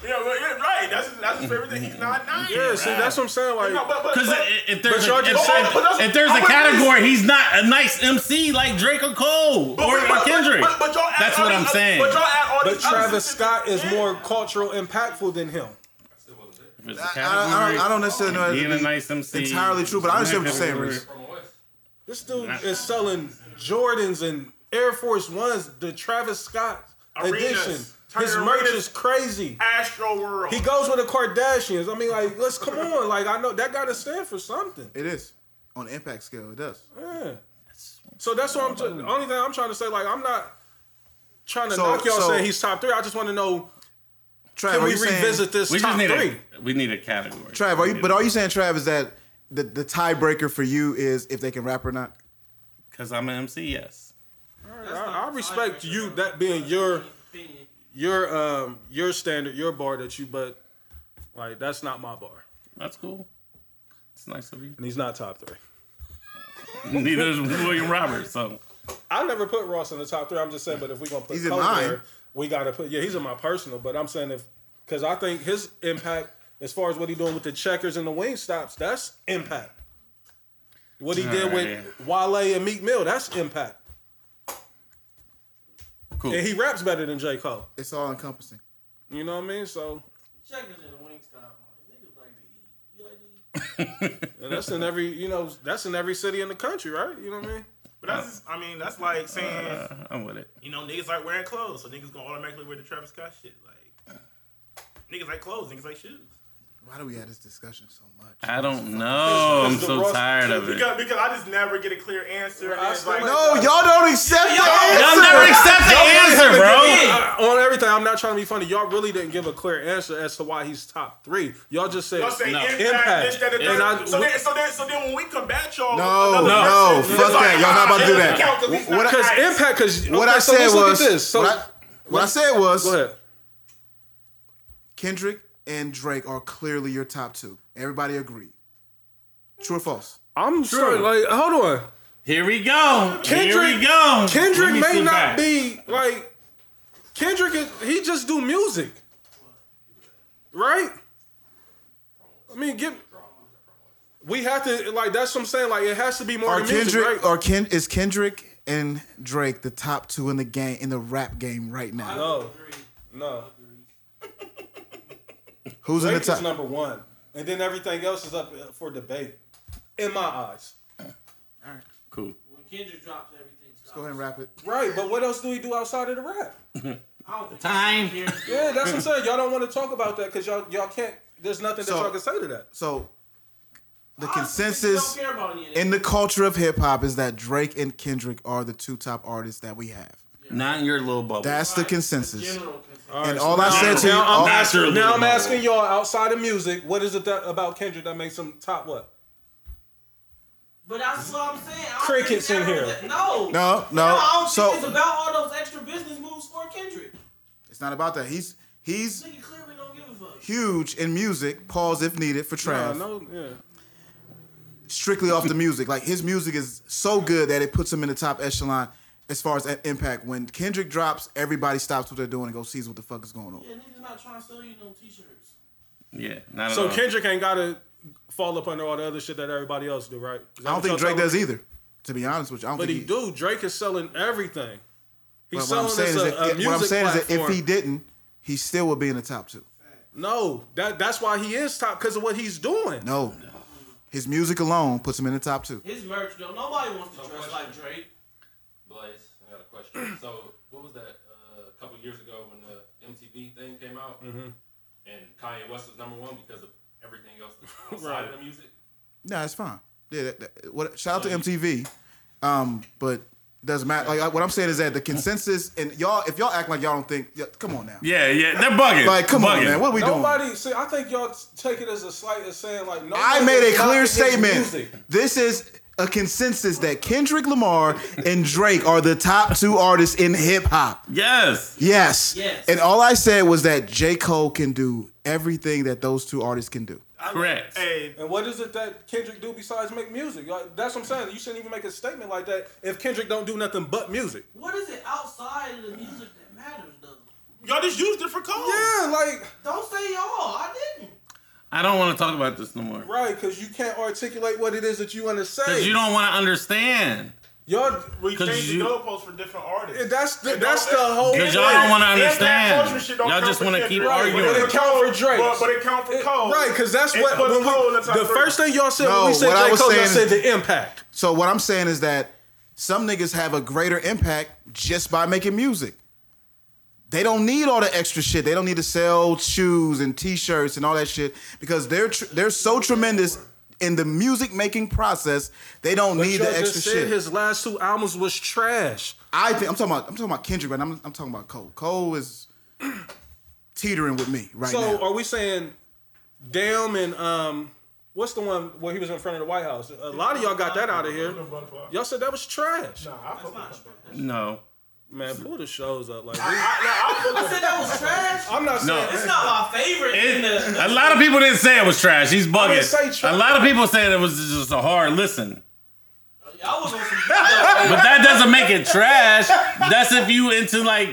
Yeah, well, yeah, right. That's his, that's his favorite thing. He's not nice. yeah, see, that's what I'm saying. Like, No, but- but- Because but- if there's y'all a, if, just said- if- but that's- if there's I a wouldn't really- category, he's not a nice MC like Drake or Cole but- or, but- or but- Kendrick. but- but y'all add That's all what these I'm other- saying. But y'all add all but these other Travis specific- Scott is Yeah. more cultural impactful than him. If it's a I, I, I, category, don't, I don't necessarily know. that being to a be nice MC, entirely true, but I understand what you're saying, category. Reese. Kanye West. This dude is selling Jordans and Air Force Ones, the Travis Scott Arenas. edition. Turn His merch arenas. is crazy. Astro World. He goes with the Kardashians. I mean, like, let's come on. Like, I know that got to stand for something. It is on the impact scale. It does. Yeah. So that's what I'm. T- only thing I'm trying to say, like, I'm not trying to So- knock y'all so- saying he's top three. I just want to know Trav, can are we you saying- revisit this We just top need three? a we need a category. Trav, are you, but are you saying, Trav, is that the, the tiebreaker for you is if they can rap or not? Because I'm an MC, yes. I, I respect you that being your Opinion. your um your standard, your bar that you. But like, that's not my bar, That's cool. It's nice of you. and he's not top three. Neither is William Roberts. So I never put Ross in the top three. I'm just saying, but if we're gonna put He's in Cole mine. there, we gotta put. Yeah, he's in my personal, but I'm saying if because I think his impact as far as what he doing with the checkers and the wing stops, that's impact. What he did with Wale and Meek Mill, that's impact. cool. And he raps better than J Cole. It's all encompassing. You know what I mean? So Checkers in the wing stop. Niggas like to eat. You like to eat? and that's in every you know that's in every city in the country, right? You know what I mean? but that's just, I mean that's like saying I'm with it. you know niggas like wearing clothes, so niggas gonna automatically wear the Travis Scott shit. Like Niggas like clothes. Niggas like shoes. Why do we have this discussion so much? I don't know. I'm so tired of it. Because, because I just never get a clear answer. and it's like, No, y'all don't accept the Y'all answer. never accept the answer, bro. I- on everything, I'm not trying to be funny. Y'all really didn't give a clear answer as to why he's top three. Y'all just said Y'all say No. impact. Impact. This, that, and And that. I- so, then, so, then, so then when we combat y'all, No, another no, person, fuck it's like, that. Y'all not about to do ah, it that. doesn't count 'cause he's What not I- because nice. impact. Because What I so said let's was. look at this. So what, I, what I said was. go ahead. Kendrick and Drake are clearly your top two. Everybody agreed. True or false? I'm sure. Like, hold on. Here we go. Here Kendrick- we go. Kendrick Let me may sit not back. be like Kendrick is he just do music. Right? I mean give we have to like that's what I'm saying. Like it has to be more Are than music, Kendrick right? or Ken is Kendrick and Drake the top two in the game in the rap game right now? no. No. Who's in the Drake is top? number one, and then everything else is up uh, for debate. In my eyes, Cool. When Kendrick drops everything, stops. Go ahead and rap it. right? But what else do we do outside of the rap? I don't think Time. Kendrick cares. Yeah, that's what I'm saying. Y'all don't want to talk about that because y'all y'all can't. There's nothing that So- y'all can say to that. So the Honestly, consensus don't care about any of that. in the culture of hip hop is that Drake and Kendrick are the two top artists that we have. Not in your little bubble. That's the consensus. General consensus. And all I said to you, oh, now I'm all- Not your Now little I'm bubble. asking Y'all outside of music, what is it that, about Kendrick that makes him top what? But that's what I'm saying. I don't Crickets think in here. everything- No. no, I no. don't So think it's about all those extra business moves for Kendrick. it's not about that. He's he's Nigga clearly don't give a fuck. huge in music. Pause if needed for Trav. no, yeah. strictly off the music. Like his music is so good that it puts him in the top echelon as far as a- impact. When Kendrick drops, everybody stops what they're doing and go sees what the fuck is going on. Yeah, niggas not trying to sell you no t-shirts. Yeah. Not So Uh, at all. Kendrick ain't gotta fall up under all the other shit that everybody else do, right? Is that I don't what think y'all Drake talking- does either. To be honest with you, I don't But think he do. Drake is selling everything. He's But what selling I'm saying is, us a, if, a music what I'm saying platform. is that if he didn't, he still would be in the top two. No, that that's why he is top because of what he's doing. No, his music alone puts him in the top two. His merch though, nobody wants to dress like Drake. Blaze, I got a question. So, what was that? Uh, a couple years ago when the MTV thing came out, and Kanye West was number one because of everything else that's outside of the music. No, it's fine. Yeah, that, that- what, shout out to MTV, um, but doesn't matter. Like I- what I'm saying is that the consensus and y'all, if y'all act like y'all don't think, yeah, come on now. Yeah, yeah. They're bugging. Like come on, Bugging. man. What are we doing? Nobody, see, I think y'all take it as a slight as saying like, no. I made a clear statement. Music. This is a consensus that Kendrick Lamar and Drake are the top two artists in hip hop. Yes. Yes. Yes. And all I said was that J. Cole can do everything that those two artists can do. Correct. Hey, And what is it that Kendrick do besides make music? Y'all- That's what I'm saying. You shouldn't even make a statement like that if Kendrick don't do nothing but music. What is it outside of the music that matters though? y'all just used it for Oh. cold. Yeah, like Don't say y'all. I didn't. I don't want to talk about this no more. right, because you can't articulate what it is that you want to say. Because you don't want to understand. y'all, We changed you- the goalposts for different artists. that's the, And that's the don't- whole. Because y'all Right. don't want to And that understand. culture shit don't Y'all come just from want to Kendrick. keep Right, arguing. But it count for Drake. But, Drake's. but it count for Cole. Right, because that's It what puts when we- Cole in the top the three. first thing y'all said No, when we said what I J. was Cole, y'all saying said is- the impact. So what I'm saying is that some niggas have a greater impact just by making music. They don't need all the extra shit. They don't need to sell shoes and t-shirts and all that shit because they're tr- they're so tremendous in the music making process. They don't need Y'all the extra just said shit. his last two albums was trash. I think I'm talking about I'm talking about Kendrick, but I'm I'm talking about Cole. Cole is teetering with me right So uh, now. are we saying damn and um what's the one where he was in front of the White House? A lot of y'all got that out of here. Y'all said that was trash. Nah, I fuck with Cole. No. Man, pull the shows up like we- I said that was trash. I'm not saying No. It's not my favorite. in the, A lot of people didn't say it was trash. He's bugging. say trash. A lot of people said it was just a hard listen. I was on some. Though, But that doesn't make it trash. That's if you into like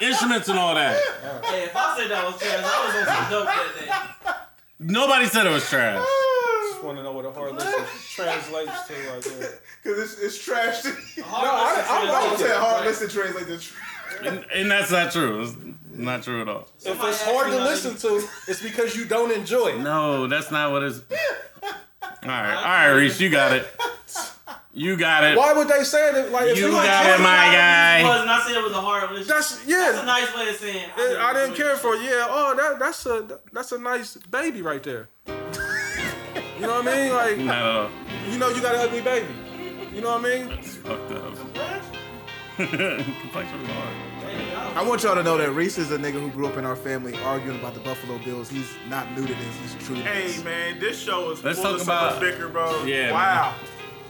instruments and all that. hey, if I said that was trash, I was on some dope that day. Nobody said it was trash. just want to know what a hard listen translates to. Like, that. Because it's, it's trash. no, I, like it. listen translate this. And, and that's not true. It's not true at all. if it's hard to listen to, it's because you don't enjoy it. No, that's not what it's. All right, all right, Reese, you got it. You got it. Why would they say that? Like, if You you got like, it, my guy. Was, and I said it was a hard listen. That's That's a yeah. nice way of saying. I didn't enjoy it. care for it. yeah. Oh, that that's a that's a nice baby right there. you know what I mean? Like, Not at all. you know, you got an ugly baby. You know what I mean? It's fucked up. Complexion was hard. I want y'all to know that Reese is a nigga who grew up in our family arguing about the Buffalo Bills. He's not new to this. He's true to this. Hey man, this show is Let's full talk of about- so much bicker, bro. Yeah, Wow.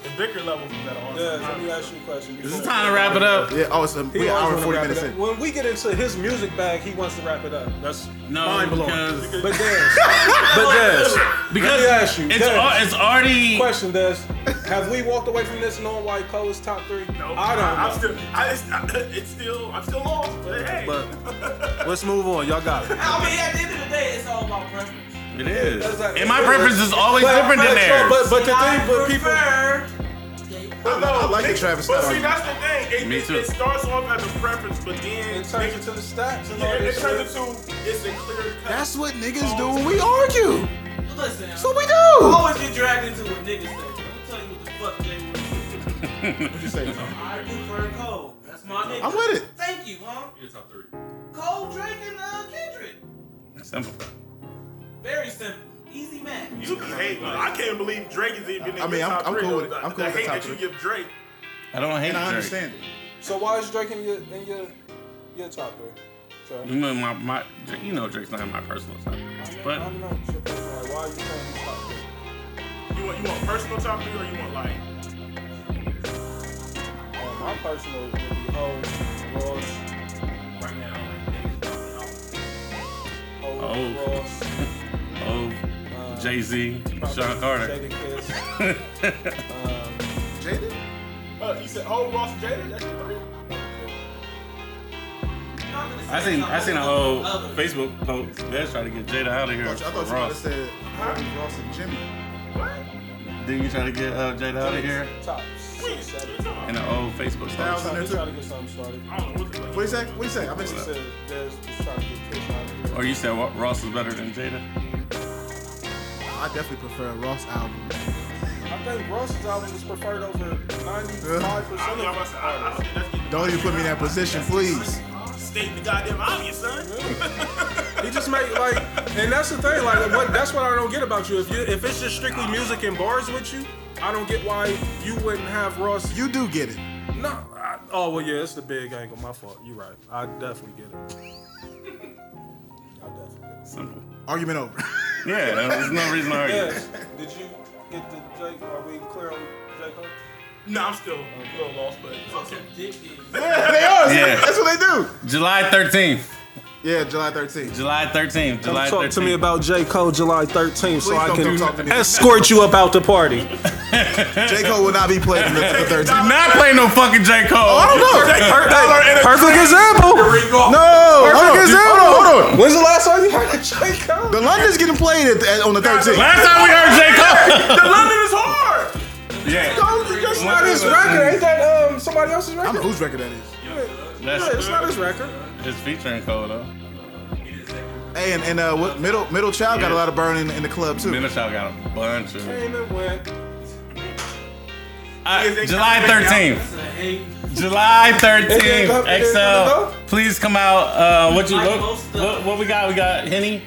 The bicker levels is at Yeah. an all-time Let high. me ask you a question. This is time to wrap it up. Yeah, oh, it's a He we always hour and wanna 40 wrap it minutes up. in. When we get into his music bag, he wants to wrap it up. That's No, mind blowing. because But Dez, but Dez, because me ask you, it's Dez. al- it's already question Dez, have we walked away from this knowing why Cole is top three? No, I don't. I'm know. still. I just. it's still. I'm still lost. But hey. But let's move on. Y'all got it. I mean, at the end of the day, it's all about preference. it is. That's like- And my preference is always But- different but- than theirs. But but the I thing, but people. prefer But no, I like the niggas- Travis But Scott see, that's the thing. It, Me it- too. It starts off as a preference, but then It turns niggas- into the stats and yeah, all it this shit. turns into it's a clear cut. That's what niggas do when we argue. Listen, So we I do. always get dragged into what niggas say. I'm telling you what the fuck they I prefer Cole. That's my nigga. I'm with it. Thank you, huh? You're top three. Cole, Drake, and uh, Kendrick. Simple. Very simple. Easy math. You be hating. I can't believe Drake is even in I mean, your I'm- top I'm three, cool though. with it. The- I'm cool the with the hate top that three. you give Drake. I don't hate And I Drake. understand it. So why is Drake in your in your your top three? Trav? You know, my, my, you know Drake's not my personal top. I But don't know. Like, Why are you saying he's top three? You want you want personal top three or you want like? Um, my personal would be Ho, Ross, Right now, like, niggas dropping Ho, Oh. Ross, oh, uh, Jay Z, probably Sean Carter. Jada Kiss. um, Jada? Uh, you said oh Ross and Jada. That's your three. I seen I seen a whole Facebook post. They're trying to get Jada out of here. I thought for you might have Ross. said Ross and Jimmy. Then you try to get uh, Jada out of here top six, seven. in an old Facebook post. Thousand. Trying to trying to get something started. I don't know what the fuck. What do you say? What do you say? I'm He interested. said Dez was trying to get Kiss out of here. Or you said what, Ross is better than Jada. I definitely prefer a Ross album. I think Ross's album is preferred over 95 I don't percent know. of I, said, I, I don't think that's getting. Don't even put me in that position, please. State the goddamn obvious, son. He just made like, and that's the thing. Like, what, that's what I don't get about you. If you, if it's just strictly music and bars with you, I don't get why you wouldn't have Ross. You do get it. No. I, oh well, yeah, it's the big angle. My fault. You're right. I definitely get it. I definitely get it. Simple. Argument over. Yeah, there's no reason to argue. Yes. Did you get the Jake? Are we clear on Jake? Ho? No, I'm still a little lost, but it's okay. they are. Yeah. That's what they do. July 13th. Yeah, July 13th. July 13th. Come July talk 13th. to me about J. Cole July 13th so Please I don't can come talk to me. escort you up out the party. J. Cole will not be playing the, the 13th. Not play no fucking J. Cole. Oh, Hey, perfect example. No, hold on, Perfect example. hold on, hold on. When's the last time you heard of J. Cole? The London's getting played at, at, on the 13th. Last time we heard J. Cole. The London is hard. yeah. That's not his record. Ain't that um somebody else's I don't record? know whose record that is. Yeah, it's That's, not his record. it's featuring Cole, though. Hey, and, and uh, what, middle middle child got a lot of burning in the club too. Minna Shaw got a bunch of. Came and went. Uh, they July come back 13th. July They come- they 13th. come XL. Please come out. Uh, what you Like what, most of- what, what we got? We got Henny.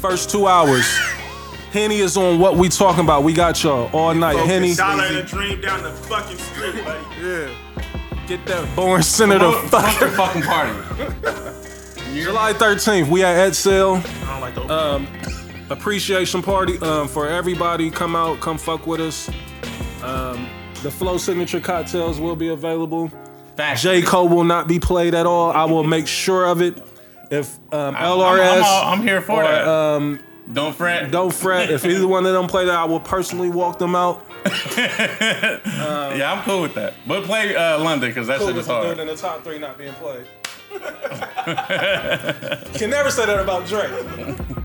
First two hours. Henny is on what we talking about. We got y'all all night. Focus. Henny, Dollar and a dream down the fucking street, buddy. get that born center the Fuck fuck. the fucking party. July 13th, we at Edsel. I don't like those. appreciation party um, for everybody. Come out, come fuck with us. Um, the Flow Signature cocktails will be available. Fact. J. Cole will not be played at all. I will make sure of it. If um, I'm- LRS, I'm, all- I'm here for or, that. Um, don't fret. don't fret. If either one of them play that, I will personally walk them out. yeah, I'm cool with that. But play uh, London because that shit is hard. in the top three not being played. Can never say that about Drake.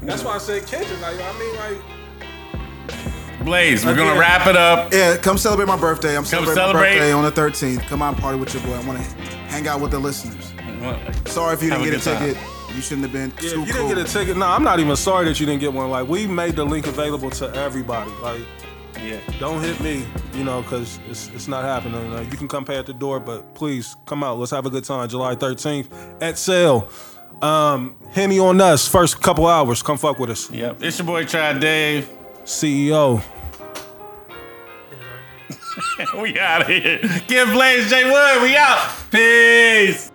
That's why I said Kendrick. Like, I mean, like, Blaze, we're gonna Again. wrap it up. Yeah, come celebrate my birthday. I'm celebrating celebrate. my birthday on the 13th. Come on, party with your boy. I want to hang out with the listeners. Sorry if you Have didn't a get a good time. ticket. You shouldn't have been Yeah, too if you cool. didn't get a ticket, no, I'm not even sorry that you didn't get one. Like we made the link available to everybody. Like Yeah. Don't hit me, you know, because it's, it's not happening. Like, you can come pay at the door, but please come out. Let's have a good time. July 13th at sale. Um, Henny on us, first couple hours. Come fuck with us. E Yep. It's your boy Chad Dave. CEO. we out of here. Give Blaze J Wood. We out. Peace.